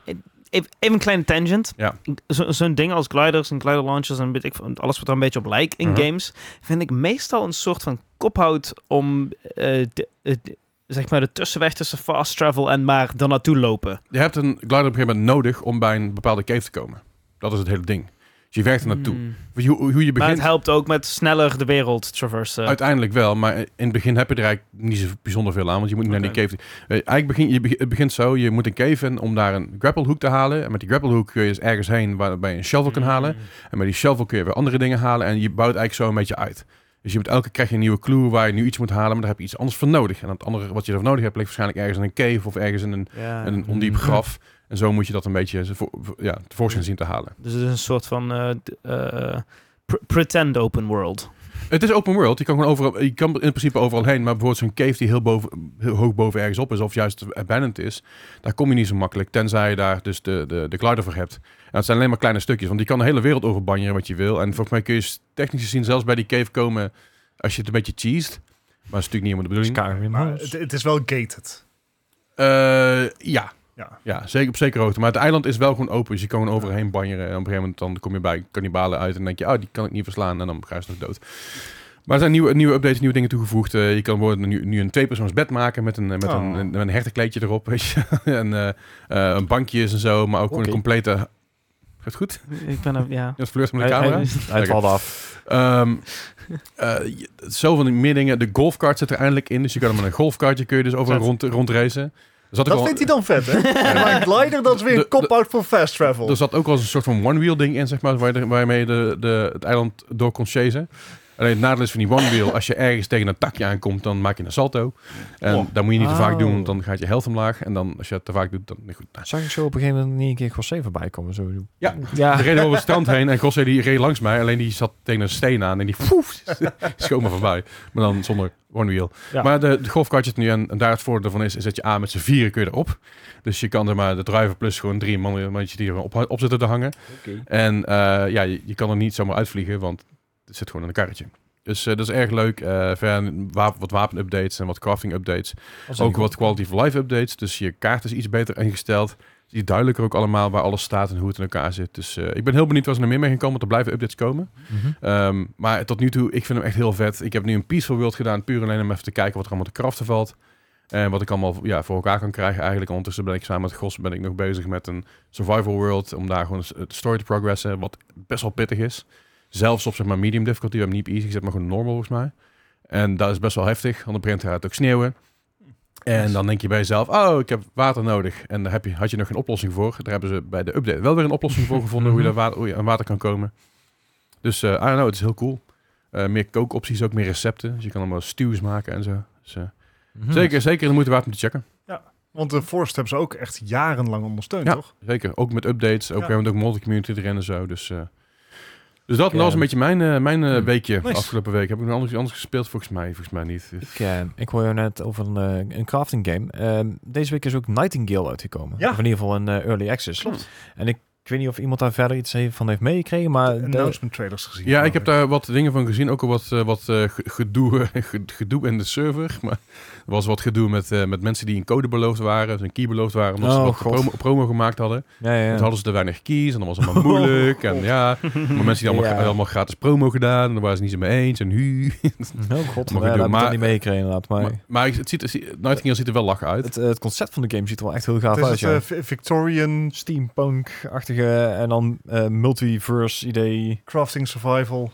[SPEAKER 1] Even even een kleine tangent.
[SPEAKER 2] Ja.
[SPEAKER 1] Zo- Zo'n ding als gliders en glider launchers en weet ik, veel, alles wat er een beetje op lijkt in
[SPEAKER 2] Mhm.
[SPEAKER 1] games, vind ik meestal een soort van kophoud om eh, de, eh, de- zeg maar de tussenweg tussen fast travel en maar er naartoe lopen.
[SPEAKER 2] Je hebt een glider op een gegeven moment nodig om bij een bepaalde cave te komen. Dat is het hele ding. Dus je werkt er naartoe.
[SPEAKER 1] Mm.
[SPEAKER 2] Hoe, hoe hoe je
[SPEAKER 1] Maar het
[SPEAKER 2] begint,
[SPEAKER 1] helpt ook met sneller de wereld traversen.
[SPEAKER 2] Uiteindelijk wel, maar in het begin heb je er eigenlijk niet zo bijzonder veel aan, want je moet naar die
[SPEAKER 1] Oké.
[SPEAKER 2] cave. Eh, eigenlijk begin je beg- het begint zo, je moet een cave in om daar een grappelhoek te halen. En met die grappelhoek kun je dus ergens heen waarbij je een shovel
[SPEAKER 1] Mm.
[SPEAKER 2] kan halen.
[SPEAKER 1] Hmm.
[SPEAKER 2] En met die shovel kun je weer andere dingen halen en je bouwt eigenlijk zo een beetje uit. Dus je moet elke keer krijg je een nieuwe clue waar je nu iets moet halen, maar daar heb je iets anders voor nodig. En dat andere wat je ervoor nodig hebt ligt waarschijnlijk ergens in een cave of ergens in een,
[SPEAKER 1] Ja.
[SPEAKER 2] in een ondiep
[SPEAKER 3] Mm.
[SPEAKER 2] graf. En zo moet je dat een beetje zo voor- voor- ja, tevoorschijn zien te halen.
[SPEAKER 1] Dus het is een soort van eh, d- eh, pr- pretend open world.
[SPEAKER 2] Het is open world. Je kan, gewoon overal, je kan in principe overal heen. Maar bijvoorbeeld zo'n cave die heel, boven, heel hoog boven ergens op is... of juist abandoned is, daar kom je niet zo makkelijk. Tenzij je daar dus de, de, de glider voor hebt. En dat zijn alleen maar kleine stukjes. Want die kan de hele wereld overbanjeren wat je wil. En volgens mij kun je technisch gezien zelfs bij die cave komen... als je het een beetje cheest. Maar dat is natuurlijk niet helemaal de bedoeling.
[SPEAKER 3] Skyrim.
[SPEAKER 4] Maar (laughs) het, het is wel gated.
[SPEAKER 2] Eh, ja.
[SPEAKER 4] Ja.
[SPEAKER 2] Ja, zeker op zekere hoogte. Maar het eiland is wel gewoon open. Dus je kan gewoon overheen banjeren. En op een gegeven moment dan kom je bij kannibalen uit. En denk je, oh, die kan ik niet verslaan. En dan ga je nog dood. Maar er zijn nieuwe, nieuwe updates, nieuwe dingen toegevoegd. Eh, je kan bijvoorbeeld nu, nu een tweepersoons bed maken met een, eh, met
[SPEAKER 4] Oh.
[SPEAKER 2] een, een, met een hertenkleedje erop. Weet je? (laughs) en eh, eh, een bankjes en zo. Maar ook gewoon een
[SPEAKER 3] Oké.
[SPEAKER 2] complete... Gaat het goed?
[SPEAKER 1] Ik ben er- ja.
[SPEAKER 2] Dat flirt met de camera.
[SPEAKER 3] Hij valt af.
[SPEAKER 2] Ehm eh je- zoveel meer dingen. De golfkart zit er eindelijk in. Dus je kan hem met een golfkartje kun je dus over
[SPEAKER 1] Vet.
[SPEAKER 2] rond, rondreizen. Er zat ook
[SPEAKER 4] Dat
[SPEAKER 2] al-
[SPEAKER 4] vindt hij dan vet,
[SPEAKER 2] (laughs)
[SPEAKER 4] hè? Maar een glider, dat is weer
[SPEAKER 2] De- Dus-
[SPEAKER 4] een cop-out voor fast travel.
[SPEAKER 2] Er zat ook wel eens een soort van one-wheel ding in, zeg maar, waar je de- waarmee je de, de, het eiland door kon chasen. Alleen het nadeel is van die one-wheel, als je ergens tegen een takje aankomt, dan maak je een salto. En
[SPEAKER 4] Oh.
[SPEAKER 2] dat moet je niet te vaak doen,
[SPEAKER 3] Oh.
[SPEAKER 2] want dan gaat je health omlaag. En dan, als je het te vaak doet, dan... nee, Goed, nou.
[SPEAKER 3] Zag ik zo op een gegeven moment niet een keer Gossé voorbij komen? Zo.
[SPEAKER 2] Ja.
[SPEAKER 3] ja.
[SPEAKER 2] We reden over het strand heen en Gosse die reed langs mij, alleen die zat tegen een steen aan en die poef, (laughs) schoot me voorbij. Maar dan zonder one-wheel.
[SPEAKER 3] Ja.
[SPEAKER 2] Maar de, de golfkartje het nu en, en daar het voordeel van is, is dat je aan met z'n vieren kun je erop. Dus je kan er maar de driver plus gewoon drie mannen mannetje die er op, op zitten te hangen. En eh, ja, je, je kan er niet zomaar uitvliegen, want het zit gewoon in een karretje. Dus eh, dat is erg leuk. Eh verder wa- wat wapenupdates en wat crafting-updates. Ook wat quality of life updates. Dus je kaart is iets beter ingesteld. Die duidelijker ook allemaal waar alles staat en hoe het in elkaar zit. Dus eh, ik ben heel benieuwd waar ze naar meer mee gaan komen. Want er blijven updates komen.
[SPEAKER 3] Mhm.
[SPEAKER 2] Ehm, maar tot nu toe, ik vind hem echt heel vet. Ik heb nu een Peaceful World gedaan. Puur alleen om even te kijken wat er allemaal te kraften valt. En wat ik allemaal ja, voor elkaar kan krijgen eigenlijk. Ondertussen ben ik samen met Gos ben ik nog bezig met een Survival World. Om daar gewoon de story te progressen. Wat best wel pittig is. Zelfs op zeg maar medium difficulty. We hebben niet op easy gezet, maar gewoon normal volgens mij. En dat is best wel heftig. Want op een gaat het ook sneeuwen. En dan denk je bij jezelf, oh, ik heb water nodig. En daar heb je, had je nog een oplossing voor. Daar hebben ze bij de update wel weer een oplossing voor gevonden. Hoe je, daar water, hoe je aan water kan komen. Dus eh I don't know, het is heel cool. Eh, meer kookopties, ook meer recepten. Dus je kan allemaal stews maken en zo. Dus, eh,
[SPEAKER 3] Mhm.
[SPEAKER 2] Zeker, zeker de moeite waard om te checken.
[SPEAKER 4] Want de Forest hebben ze ook echt jarenlang ondersteund,
[SPEAKER 2] Ja.
[SPEAKER 4] toch?
[SPEAKER 2] Zeker, ook met updates. Ook,
[SPEAKER 4] Ja.
[SPEAKER 2] We hebben ook multi-community erin en zo. Dus, eh, dus dat, dat was
[SPEAKER 3] Ja.
[SPEAKER 2] een beetje mijn, eh, mijn eh,
[SPEAKER 3] Hm.
[SPEAKER 2] weekje
[SPEAKER 4] Nice.
[SPEAKER 2] afgelopen week. Heb ik nog anders, anders gespeeld? Volgens mij, volgens mij niet.
[SPEAKER 3] Ik, eh, ik hoor jou net over een, eh, een crafting game. Ehm, deze week is ook Nightingale uitgekomen.
[SPEAKER 4] Ja.
[SPEAKER 3] Of in ieder geval een eh, early access.
[SPEAKER 4] Klopt.
[SPEAKER 3] En ik, ik weet niet of iemand daar verder iets heeft- van heeft meegekregen, maar...
[SPEAKER 4] De
[SPEAKER 3] de-
[SPEAKER 4] announcement trailers gezien.
[SPEAKER 2] Ja, ik heb
[SPEAKER 4] geloof
[SPEAKER 2] daar wat dingen van gezien. Ook al wat, eh, wat eh, ge- gedoe, (laughs) ge- gedoe in de server. Maar er was wat gedoe met, eh, met mensen die een code beloofd waren. Dus een key beloofd waren. Omdat ze
[SPEAKER 3] Oh,
[SPEAKER 2] wat
[SPEAKER 3] God.
[SPEAKER 2] promo, promo gemaakt hadden.
[SPEAKER 3] ja, ja,
[SPEAKER 2] En
[SPEAKER 3] ja.
[SPEAKER 2] toen hadden ze te weinig keys. En dan was
[SPEAKER 3] (laughs)
[SPEAKER 2] het allemaal moeilijk. en ja, maar mensen die allemaal,
[SPEAKER 3] Ja.
[SPEAKER 2] hadden allemaal gratis promo gedaan. En daar waren ze niet zo mee eens. En hu.
[SPEAKER 3] Oh god,
[SPEAKER 2] Mag ik
[SPEAKER 3] ja,
[SPEAKER 2] doen,
[SPEAKER 3] dat heb ik
[SPEAKER 2] maar-
[SPEAKER 3] dan niet meegekregen inderdaad. Maar,
[SPEAKER 2] Maar, maar het ziet, het ziet- Nightingale ziet er wel lach uit.
[SPEAKER 3] het, eh, het concept van de game ziet er wel echt heel gaaf
[SPEAKER 4] Het
[SPEAKER 3] uit.
[SPEAKER 4] is
[SPEAKER 3] ja.
[SPEAKER 4] het eh, Victorian
[SPEAKER 3] Steampunk-achtige en dan eh, multiverse idee.
[SPEAKER 4] crafting survival.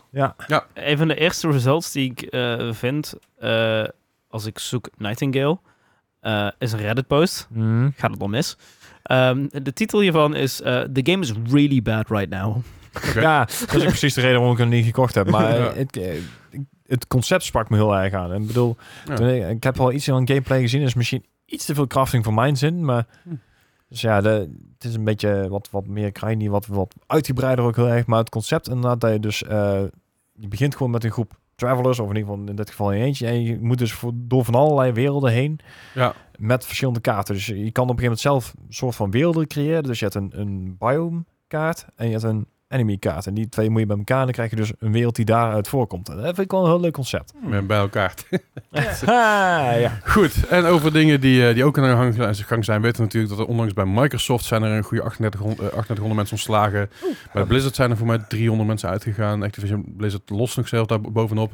[SPEAKER 1] Een van de eerste results die ik eh, vind eh, als ik zoek Nightingale, eh, is een Reddit-post.
[SPEAKER 3] Mm.
[SPEAKER 1] Gaat het al mis? Ehm, de titel hiervan is eh, The game is really bad right now.
[SPEAKER 2] Oké.
[SPEAKER 3] Ja, dat is ook precies de reden waarom ik hem niet gekocht heb. Maar
[SPEAKER 2] Ja.
[SPEAKER 3] het, eh, het concept sprak me heel erg aan. En Ik bedoel,
[SPEAKER 2] Ja.
[SPEAKER 3] toen ik, ik heb al iets aan gameplay gezien. Er is misschien iets te veel crafting voor mijn zin. Maar
[SPEAKER 2] Hm.
[SPEAKER 3] dus ja, de, het is een beetje wat, wat meer grindy, wat, wat uitgebreider ook heel erg. Maar het concept inderdaad dat je dus... eh, je begint gewoon met een groep travelers, of in ieder geval in dit geval in eentje. En je moet dus voor, door van allerlei werelden heen
[SPEAKER 2] Ja.
[SPEAKER 3] met verschillende kaarten. Dus je kan op een gegeven moment zelf een soort van werelden creëren. Dus je hebt een, een biome kaart en je hebt een enemy kaart. En die twee moet je bij elkaar en dan krijg je dus een wereld die daaruit voorkomt. En dat vind ik wel een heel leuk concept.
[SPEAKER 2] Met bij elkaar.
[SPEAKER 1] (laughs)
[SPEAKER 3] Ha, ja.
[SPEAKER 2] Goed, en over dingen die, eh, die ook aan de gang- aan de gang zijn, weten we natuurlijk dat er onlangs bij Microsoft zijn er een goede 3800, eh, 3800 mensen ontslagen. Bij Blizzard zijn er voor mij 300 mensen uitgegaan. Activision Blizzard lost nog zelf daar bovenop.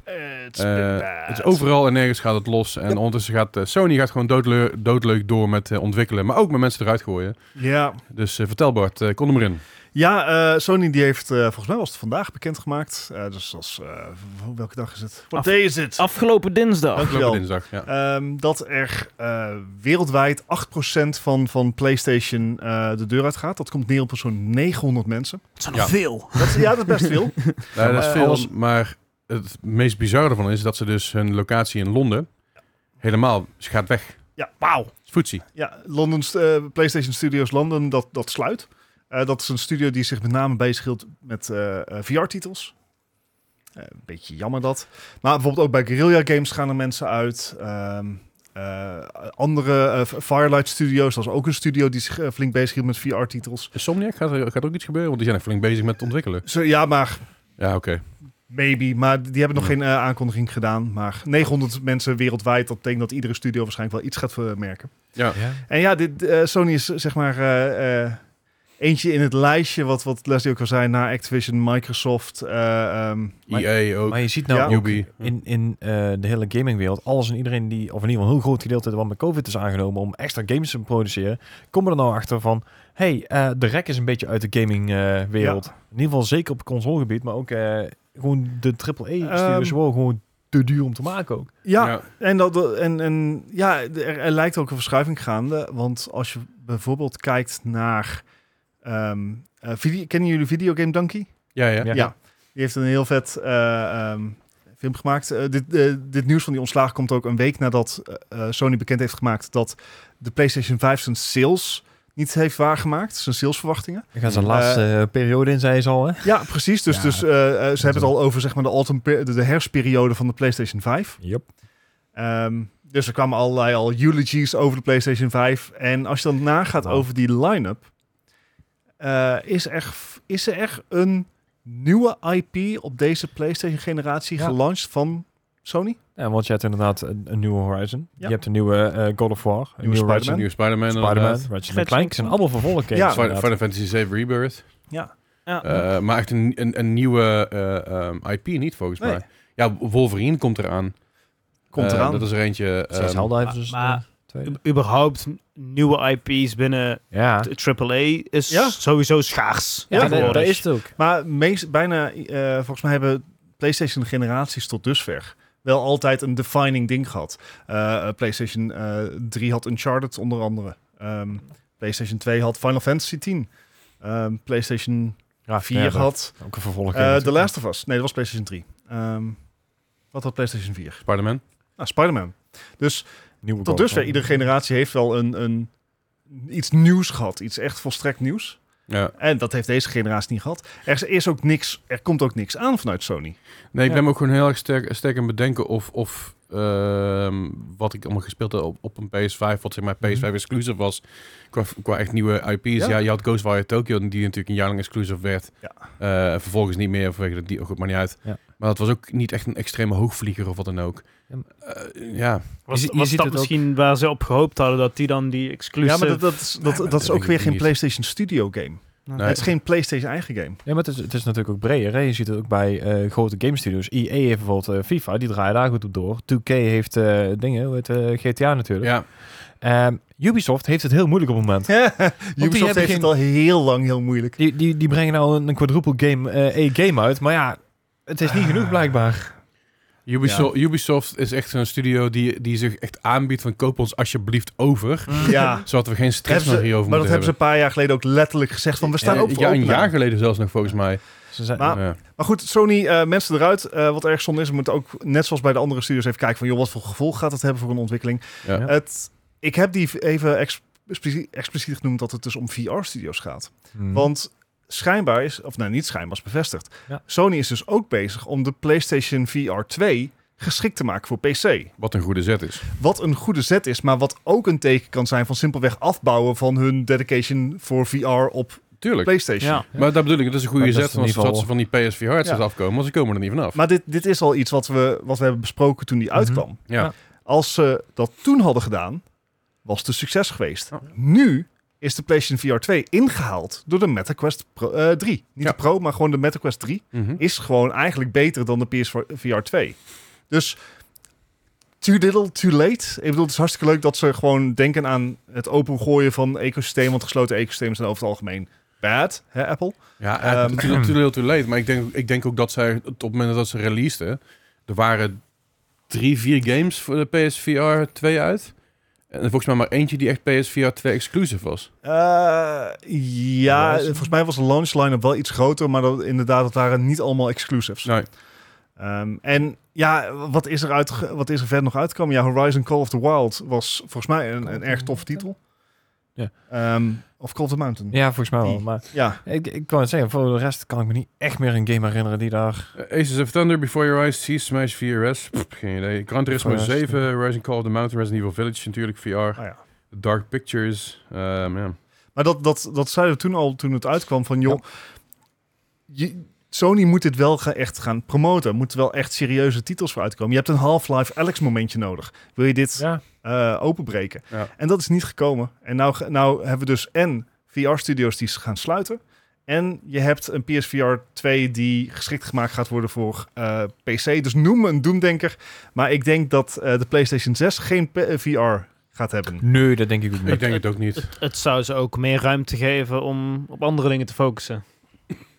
[SPEAKER 4] It's
[SPEAKER 2] Eh,
[SPEAKER 4] been bad.
[SPEAKER 2] het is overal en nergens gaat het los. En ondertussen gaat eh, Sony gaat gewoon doodle- doodleuk door met eh, ontwikkelen, maar ook met mensen eruit gooien.
[SPEAKER 4] Ja,
[SPEAKER 2] Dus eh, vertel Bart, eh, kon hem erin.
[SPEAKER 4] ja eh, Sony die heeft, eh, volgens mij was het vandaag bekendgemaakt. Eh, dus dat is, eh, w- welke dag is het? Wat
[SPEAKER 1] Af-
[SPEAKER 4] day is het?
[SPEAKER 1] Afgelopen dinsdag.
[SPEAKER 4] Dank-
[SPEAKER 2] Afgelopen
[SPEAKER 4] Dankjewel.
[SPEAKER 2] dinsdag, ja.
[SPEAKER 4] Ehm, dat er eh, wereldwijd 8% van, van PlayStation eh, de deur uit gaat. Dat komt neer op zo'n 900 mensen.
[SPEAKER 1] Het zijn
[SPEAKER 2] Ja.
[SPEAKER 1] nog veel.
[SPEAKER 4] Dat is, ja, dat is best (laughs) veel.
[SPEAKER 2] Nou, dat is
[SPEAKER 4] Eh,
[SPEAKER 2] veel,
[SPEAKER 4] alles-
[SPEAKER 2] maar het meest bizarre ervan is dat ze dus hun locatie in Londen helemaal ze gaat weg. Het
[SPEAKER 4] Ja, wauw.
[SPEAKER 2] is Footsie.
[SPEAKER 4] Ja, London, eh, PlayStation Studios London, dat, dat sluit. Eh, dat is een studio die zich met name bezighield met eh, eh, VR-titels. Eh, een beetje jammer dat. Maar bijvoorbeeld ook bij Guerrilla Games gaan er mensen uit. Ehm, eh, andere eh, Firelight Studios, dat is ook een studio die zich eh, flink bezighield met VR-titels.
[SPEAKER 2] Somniac gaat er, gaat er ook iets gebeuren, want die zijn echt flink bezig met het ontwikkelen.
[SPEAKER 4] Zo, ja, maar
[SPEAKER 2] Ja, oké.
[SPEAKER 4] maybe. Maar die hebben nog
[SPEAKER 2] Ja.
[SPEAKER 4] geen eh, aankondiging gedaan. Maar 900 mensen wereldwijd, dat betekent dat iedere studio waarschijnlijk wel iets gaat vermerken. En ja, dit, eh, Sony is zeg maar eh, eh, eentje in het lijstje, wat, wat Leslie ook al zei, na Activision, Microsoft. eh, ehm,
[SPEAKER 3] Maar-
[SPEAKER 2] EA E ook.
[SPEAKER 3] Maar je ziet nou
[SPEAKER 4] Ja.
[SPEAKER 3] ook
[SPEAKER 2] Ubi.
[SPEAKER 3] in, in eh, de hele gamingwereld, alles en iedereen die, of in ieder geval een heel groot gedeelte ervan met COVID is aangenomen om extra games te produceren, komen er nou achter van, hey, eh, de rek is een beetje uit de gamingwereld. wereld. In ieder geval zeker op het consolegebied, maar ook eh, gewoon de AAA-studios
[SPEAKER 4] Ehm.
[SPEAKER 3] worden gewoon te duur om te maken ook.
[SPEAKER 4] ja,
[SPEAKER 2] Ja.
[SPEAKER 4] En, dat, dat- en, en ja, er, er lijkt ook een verschuiving gaande. Want als je bijvoorbeeld kijkt naar... ehm, eh, video, kennen jullie Videogame Donkey?
[SPEAKER 2] Ja, ja.
[SPEAKER 3] Ja.
[SPEAKER 4] Die heeft een heel vet eh, ehm, film gemaakt. Eh, dit, eh, dit nieuws van die ontslag komt ook een week nadat eh, eh, Sony bekend heeft gemaakt... dat de PlayStation 5 zijn sales niet heeft waargemaakt. Zijn salesverwachtingen.
[SPEAKER 3] Daar gaan ze de
[SPEAKER 4] Eh,
[SPEAKER 3] laatste eh, periode in, zei ze al, hè?
[SPEAKER 4] Ja, precies. Dus,
[SPEAKER 3] Ja.
[SPEAKER 4] dus eh, eh, ze hebben het al over zeg maar, de, autumn, per- de, de herfstperiode van de PlayStation 5.
[SPEAKER 3] Yep.
[SPEAKER 4] Ehm, dus er kwamen allerlei al eulogies over de PlayStation 5. En als je dan nagaat
[SPEAKER 3] Wow.
[SPEAKER 4] over die line-up, eh, is, er, is er echt een nieuwe IP op deze PlayStation-generatie
[SPEAKER 3] Ja.
[SPEAKER 4] gelanceerd van Sony?
[SPEAKER 3] Ja, want je hebt inderdaad een, een nieuwe Horizon,
[SPEAKER 4] Ja.
[SPEAKER 3] je hebt een nieuwe eh, God of War, een
[SPEAKER 4] Nieuwe
[SPEAKER 3] nieuwe
[SPEAKER 4] Spider-Man.
[SPEAKER 3] Ratchet-
[SPEAKER 2] Nieuwe Spider-Man.
[SPEAKER 3] Spider-Man,
[SPEAKER 2] inderdaad.
[SPEAKER 3] Ratchet
[SPEAKER 1] eh, Ratchet
[SPEAKER 3] en Clank, zijn allemaal vervolgen games.
[SPEAKER 4] Ja.
[SPEAKER 2] Final-
[SPEAKER 3] inderdaad.
[SPEAKER 2] Final Fantasy VII Rebirth.
[SPEAKER 4] Ja.
[SPEAKER 1] Ja.
[SPEAKER 2] Eh, maar echt een, een, een nieuwe eh, ehm, IP niet, volgens
[SPEAKER 4] Nee.
[SPEAKER 2] mij. Ja, Wolverine komt eraan.
[SPEAKER 4] Komt
[SPEAKER 2] Eh,
[SPEAKER 4] eraan.
[SPEAKER 2] Dat is er eentje.
[SPEAKER 3] Zelfs
[SPEAKER 2] ehm,
[SPEAKER 3] Zelda heeft
[SPEAKER 1] maar-
[SPEAKER 3] dus
[SPEAKER 1] maar-
[SPEAKER 3] eh, twee.
[SPEAKER 1] U- überhaupt nieuwe IP's binnen
[SPEAKER 3] Ja.
[SPEAKER 1] de AAA is
[SPEAKER 4] Ja.
[SPEAKER 1] sowieso schaars.
[SPEAKER 4] Ja,
[SPEAKER 3] Ja,
[SPEAKER 1] tegenwoordig.
[SPEAKER 3] dat, dat is het ook.
[SPEAKER 4] Maar meest, bijna, eh, volgens mij hebben PlayStation-generaties tot dusver wel altijd een defining ding gehad. Eh, PlayStation eh 3 had Uncharted onder andere. Ehm, PlayStation 2 had Final Fantasy 10. Ehm, PlayStation
[SPEAKER 3] Ja,
[SPEAKER 4] 4 had
[SPEAKER 3] Ook een vervolg.
[SPEAKER 4] eh The Last of Us. Nee, dat was PlayStation 3. Ehm, wat had PlayStation 4?
[SPEAKER 2] Spider-Man.
[SPEAKER 4] Nou, Spider-Man. Dus
[SPEAKER 3] Nieuwe
[SPEAKER 4] tot dusver, iedere generatie heeft wel een, een, iets nieuws gehad. Iets echt volstrekt nieuws.
[SPEAKER 2] Ja.
[SPEAKER 4] En dat heeft deze generatie niet gehad. Er is ook niks, er komt ook niks aan vanuit Sony.
[SPEAKER 2] Nee, ik
[SPEAKER 3] Ja.
[SPEAKER 2] ben me ook gewoon heel erg sterk, sterk aan het bedenken of, of ehm, wat ik allemaal gespeeld heb op, op een PS5, wat zeg maar PS5 exclusive was, qua, qua echt nieuwe IP's. Ja,
[SPEAKER 4] Mhm. Ja.
[SPEAKER 2] je had Ghostwire Tokyo, die natuurlijk een jaar lang exclusive werd.
[SPEAKER 4] Ja.
[SPEAKER 2] Eh, vervolgens niet meer, vanwege dat die, goed, maar niet uit.
[SPEAKER 3] Ja.
[SPEAKER 2] Maar dat was ook niet echt een extreme hoogvlieger of wat dan ook.
[SPEAKER 3] Ja,
[SPEAKER 2] Eh, ja,
[SPEAKER 1] Was,
[SPEAKER 2] Je zi- je
[SPEAKER 1] was
[SPEAKER 2] ziet
[SPEAKER 1] dat
[SPEAKER 2] het ook.
[SPEAKER 1] misschien waar ze op gehoopt hadden dat die dan die
[SPEAKER 4] Ja,
[SPEAKER 1] exclusive...
[SPEAKER 4] maar dat, dat, is- dat,
[SPEAKER 2] maar
[SPEAKER 4] dat
[SPEAKER 2] dat
[SPEAKER 4] is
[SPEAKER 2] denk
[SPEAKER 4] ook
[SPEAKER 2] ik
[SPEAKER 4] weer geen
[SPEAKER 2] niet.
[SPEAKER 4] PlayStation Studio game.
[SPEAKER 2] Nee.
[SPEAKER 4] Het is geen PlayStation eigen game.
[SPEAKER 3] Ja, maar het is, het is natuurlijk ook breder. Hè? Je ziet het ook bij eh, grote game studios. EA heeft bijvoorbeeld eh, FIFA, die draaien daar goed op door. 2K heeft eh, dingen, hoe heet, eh, GTA natuurlijk.
[SPEAKER 2] ja.
[SPEAKER 3] Ehm, Ubisoft heeft het heel moeilijk op het moment.
[SPEAKER 4] Ubisoft heeft
[SPEAKER 3] hebben geen-
[SPEAKER 4] het al heel lang heel
[SPEAKER 3] (laughs)
[SPEAKER 4] moeilijk.
[SPEAKER 3] Die, die, die brengen nou een, een quadruple game, eh, E-game uit, maar ja, het is niet genoeg blijkbaar.
[SPEAKER 2] Ubisoft, Ubisoft is echt zo'n studio die, die zich echt aanbiedt van koop ons alsjeblieft over.
[SPEAKER 4] Ja.
[SPEAKER 2] Zodat we geen stress
[SPEAKER 4] Hm. Hebben ze-
[SPEAKER 2] meer hierover
[SPEAKER 4] Maar dat
[SPEAKER 2] moeten
[SPEAKER 4] hebben ze een paar jaar geleden ook letterlijk gezegd van we staan
[SPEAKER 2] Eh,
[SPEAKER 4] ook voor Ah.
[SPEAKER 2] ja, een
[SPEAKER 4] open.
[SPEAKER 2] jaar geleden zelfs nog volgens mij.
[SPEAKER 3] Ze zijn,
[SPEAKER 4] Maar-
[SPEAKER 2] Ja.
[SPEAKER 4] Maar goed, Sony, eh, mensen eruit. Eh, wat erg zonde is, we moeten ook net zoals bij de andere studios even kijken van joh, wat voor gevolg gaat dat hebben voor een ontwikkeling.
[SPEAKER 2] Ja.
[SPEAKER 3] Ja.
[SPEAKER 4] Het, ik heb die even ex- expliciet, expliciet genoemd dat het dus om VR-studios gaat.
[SPEAKER 3] Hmm. Hm.
[SPEAKER 4] Want schijnbaar is, of nou niet schijnbaar, is bevestigd.
[SPEAKER 3] Ja.
[SPEAKER 4] Sony is dus ook bezig om de PlayStation VR 2 geschikt te maken voor PC.
[SPEAKER 2] Wat een goede zet is.
[SPEAKER 4] Wat een goede zet is, maar wat ook een teken kan zijn van simpelweg afbouwen van hun dedication voor VR op
[SPEAKER 2] Tuurlijk.
[SPEAKER 4] PlayStation.
[SPEAKER 1] Ja.
[SPEAKER 2] Maar dat bedoel ik, dat is een goede
[SPEAKER 3] Maar dat is
[SPEAKER 2] zet.
[SPEAKER 3] in
[SPEAKER 2] Want
[SPEAKER 3] ieder geval-
[SPEAKER 2] zodat ze van die PSVR headsets
[SPEAKER 4] Ja.
[SPEAKER 2] afkomen, want ze komen er niet vanaf.
[SPEAKER 4] Maar dit, dit is al iets wat we, wat we hebben besproken toen die
[SPEAKER 3] Mhm.
[SPEAKER 4] uitkwam.
[SPEAKER 2] Ja.
[SPEAKER 3] Ja.
[SPEAKER 4] Als ze dat toen hadden gedaan, was het een succes geweest.
[SPEAKER 2] Ja.
[SPEAKER 4] Nu is de PlayStation VR 2 ingehaald door de MetaQuest Pro, eh, 3. Niet
[SPEAKER 2] Ja.
[SPEAKER 4] de Pro, maar gewoon de MetaQuest 3.
[SPEAKER 2] Mhm.
[SPEAKER 4] Is gewoon eigenlijk beter dan de PSVR 2. Dus too little, too late. Ik bedoel, het is hartstikke leuk dat ze gewoon denken aan het opengooien van ecosysteem. Want gesloten ecosystemen zijn over het algemeen bad, hè, Apple?
[SPEAKER 2] Ja, eh,
[SPEAKER 4] Ehm,
[SPEAKER 2] natuurlijk (clears throat) natuurlijk heel too late. Maar ik denk, ik denk ook dat zij, op het moment dat ze releaseden, er waren drie, vier games voor de PSVR 2 uit. En volgens mij maar eentje die echt PSVR 2 exclusive was.
[SPEAKER 4] Eh, ja,
[SPEAKER 3] Was-
[SPEAKER 4] volgens mij was de launch line-up wel iets groter, maar dat, inderdaad, dat waren niet allemaal exclusives.
[SPEAKER 2] Nee.
[SPEAKER 4] Ehm, en ja, wat is, er uit, wat is er verder nog uitgekomen? Ja, Horizon Call of the Wild was volgens mij een, een erg toffe titel.
[SPEAKER 3] Ja.
[SPEAKER 4] Ehm, of Call of the Mountain.
[SPEAKER 3] ja, volgens mij wel.
[SPEAKER 4] Die-
[SPEAKER 3] Maar
[SPEAKER 4] Ja.
[SPEAKER 3] ik, ik kan het zeggen, voor de rest kan ik me niet echt meer een game herinneren die daar...
[SPEAKER 2] Eh, Aces of Thunder, Before Your Eyes, Sea Smash, VRS. Pff, geen idee. Gran Turismo
[SPEAKER 3] Before Your Eyes,
[SPEAKER 2] 7, Rising Call of the Mountain, Resident Evil Village natuurlijk, VR.
[SPEAKER 4] Ah, ja.
[SPEAKER 2] Dark Pictures. ehm, ja.
[SPEAKER 4] Maar dat, dat, dat zeiden we toen al, toen het uitkwam, van joh, je- Sony moet dit wel ga- echt gaan promoten. Er moeten wel echt serieuze titels voor uitkomen. Je hebt een Half-Life Alex momentje nodig. Wil je dit
[SPEAKER 3] Ja,
[SPEAKER 4] eh, openbreken.
[SPEAKER 2] Ja.
[SPEAKER 4] En dat is niet gekomen. En nou, ge- nou hebben we dus en VR-studio's die s- gaan sluiten. En je hebt een PSVR 2 die geschikt gemaakt gaat worden voor eh, PC. Dus noem me een doemdenker. Maar ik denk dat eh, de PlayStation 6 geen P- eh, VR gaat hebben.
[SPEAKER 3] nee, dat denk ik ook niet.
[SPEAKER 2] Ik denk het ook niet.
[SPEAKER 1] Het, het zou ze ook meer ruimte geven om op andere dingen te focussen.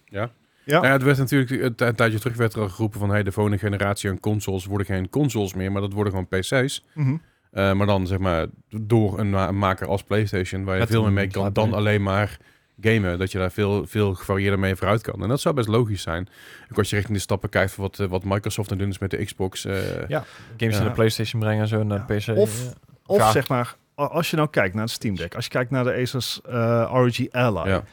[SPEAKER 4] Ja.
[SPEAKER 2] Nou ja, het werd natuurlijk een, ti- een tijdje terug werd er al geroepen van hey, de volgende generatie aan consoles worden geen consoles meer, maar dat worden gewoon PC's.
[SPEAKER 4] Mhm.
[SPEAKER 2] Eh, maar dan zeg maar door een, ma- een maker als PlayStation, waar je
[SPEAKER 3] Met
[SPEAKER 2] veel meer
[SPEAKER 3] een
[SPEAKER 2] mee kan dan
[SPEAKER 3] library.
[SPEAKER 2] alleen maar gamen. Dat je daar veel, veel gevarieerder mee vooruit kan. En dat zou best logisch zijn. Ook als je richting de stappen kijkt van wat, eh, wat Microsoft aan het doen is met de Xbox. eh,
[SPEAKER 3] Ja. Games
[SPEAKER 2] Ja.
[SPEAKER 3] naar de PlayStation brengen en zo, naar de PC.
[SPEAKER 4] Of-
[SPEAKER 3] ja.
[SPEAKER 4] Of
[SPEAKER 3] Graag.
[SPEAKER 4] zeg maar, a- als je nou kijkt naar het Steam Deck. Als je kijkt naar de Asus eh, ROG Ally.
[SPEAKER 2] ja.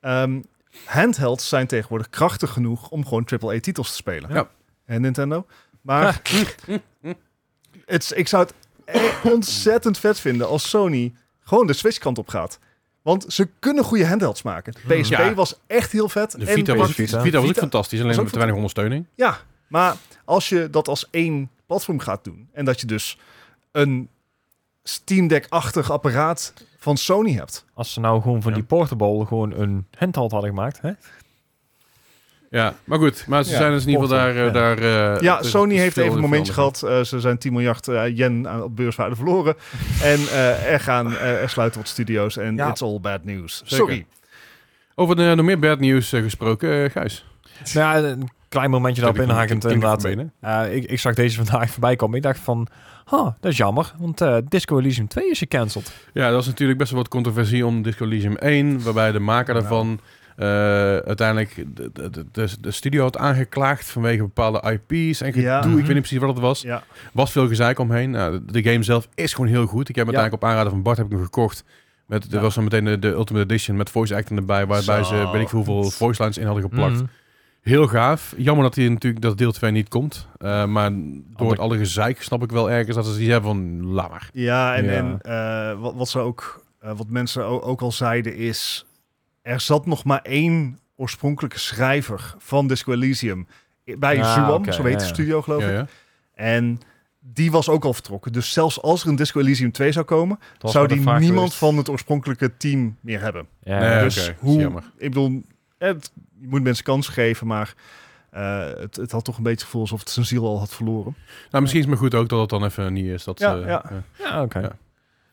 [SPEAKER 4] Ehm, handhelds zijn tegenwoordig krachtig genoeg om gewoon AAA-titels te spelen.
[SPEAKER 2] Ja.
[SPEAKER 4] En
[SPEAKER 2] (laughs)
[SPEAKER 4] Nintendo. Maar het, is- ik zou het echt ontzettend vet vinden als Sony gewoon de Switch kant op gaat. Want ze kunnen goede handhelds maken. De PSP
[SPEAKER 2] Ja.
[SPEAKER 4] was echt heel vet.
[SPEAKER 2] Hmm. De
[SPEAKER 4] en
[SPEAKER 2] Vita was,
[SPEAKER 4] praktisch.
[SPEAKER 2] Vita was ook
[SPEAKER 4] Vita-
[SPEAKER 2] fantastisch, alleen
[SPEAKER 4] was ook
[SPEAKER 2] met te weinig ondersteuning.
[SPEAKER 4] Ja, maar als je dat als één platform gaat doen... en dat je dus een Steam Deck-achtig apparaat van Sony hebt...
[SPEAKER 3] Als ze nou gewoon van
[SPEAKER 2] Ja.
[SPEAKER 3] die portable gewoon een handheld hadden gemaakt, hè?
[SPEAKER 2] Ja, maar goed. Maar ze
[SPEAKER 4] Ja,
[SPEAKER 2] zijn dus in ieder geval daar...
[SPEAKER 3] porten,
[SPEAKER 2] eh, daar eh,
[SPEAKER 4] Ja,
[SPEAKER 2] het is-
[SPEAKER 4] Sony
[SPEAKER 2] het is
[SPEAKER 4] heeft
[SPEAKER 2] veel
[SPEAKER 4] even een momentje
[SPEAKER 2] veranderd.
[SPEAKER 4] gehad. Eh, ze zijn 10 miljard eh, yen aan, op beurswaarde verloren. en eh, er, gaan, eh, er sluiten wat studio's. En
[SPEAKER 3] Ja.
[SPEAKER 4] it's all bad news.
[SPEAKER 2] Zeker.
[SPEAKER 4] Sorry.
[SPEAKER 2] Over de, nog meer bad nieuws eh, gesproken, eh, Gijs.
[SPEAKER 3] Nou ja, een klein momentje daarop
[SPEAKER 2] Heb ik-
[SPEAKER 3] inhakend
[SPEAKER 2] ik- ik-
[SPEAKER 3] inderdaad.
[SPEAKER 2] ik- ik-
[SPEAKER 3] Eh, ik, ik zag deze (laughs) vandaag voorbij komen. Ik dacht van, ha, dat is jammer, want eh, Disco Elysium 2 is gecanceld.
[SPEAKER 2] Ja, dat is natuurlijk best wel wat controversie om Disco Elysium 1, waarbij de maker
[SPEAKER 4] Ja.
[SPEAKER 2] daarvan eh, uiteindelijk de, de, de, de studio had aangeklaagd vanwege bepaalde IP's en gedoe.
[SPEAKER 4] Ja.
[SPEAKER 2] Ik weet niet precies wat het was.
[SPEAKER 4] Ja.
[SPEAKER 2] Was veel gezeik omheen. Nou, de, de game zelf is gewoon heel goed. Ik heb hem
[SPEAKER 3] Ja.
[SPEAKER 2] uiteindelijk op aanraden van Bart heb ik hem gekocht. Met, Er
[SPEAKER 4] Ja.
[SPEAKER 2] was dan meteen de, de Ultimate Edition met voice acting erbij, waarbij
[SPEAKER 4] Zo.
[SPEAKER 2] ze weet ik veel hoeveel voice lines in hadden geplakt.
[SPEAKER 3] Mhm.
[SPEAKER 1] Mm.
[SPEAKER 2] Heel gaaf. Jammer dat hij natuurlijk dat deel 2 niet komt. Eh, maar door het alle gezeik snap ik wel ergens dat ze die hebben van laat maar.
[SPEAKER 4] Ja, en,
[SPEAKER 3] Ja.
[SPEAKER 4] en eh, wat, wat, ze ook, eh, wat mensen o- ook al zeiden is... er zat nog maar één oorspronkelijke schrijver van Disco Elysium... bij
[SPEAKER 3] Ah,
[SPEAKER 4] Zuam,
[SPEAKER 3] oké,
[SPEAKER 4] zo heet
[SPEAKER 3] ja,
[SPEAKER 4] de
[SPEAKER 3] ja.
[SPEAKER 4] studio geloof
[SPEAKER 2] Ja,
[SPEAKER 4] ik.
[SPEAKER 2] ja.
[SPEAKER 4] En die was ook al vertrokken. Dus zelfs als er een Disco Elysium 2 zou komen... zou die niemand van het oorspronkelijke team meer hebben.
[SPEAKER 3] Ja,
[SPEAKER 2] Nee,
[SPEAKER 4] dus
[SPEAKER 2] oké.
[SPEAKER 4] hoe-
[SPEAKER 2] Jammer.
[SPEAKER 4] Ik bedoel, het, je moet mensen kans geven, maar eh, het, het had toch een beetje het gevoel alsof het zijn ziel al had verloren.
[SPEAKER 2] Nou, misschien is het maar goed ook dat het dan even niet is. Dat,
[SPEAKER 4] Ja,
[SPEAKER 2] eh,
[SPEAKER 4] ja.
[SPEAKER 2] ja.
[SPEAKER 3] Ja, oké.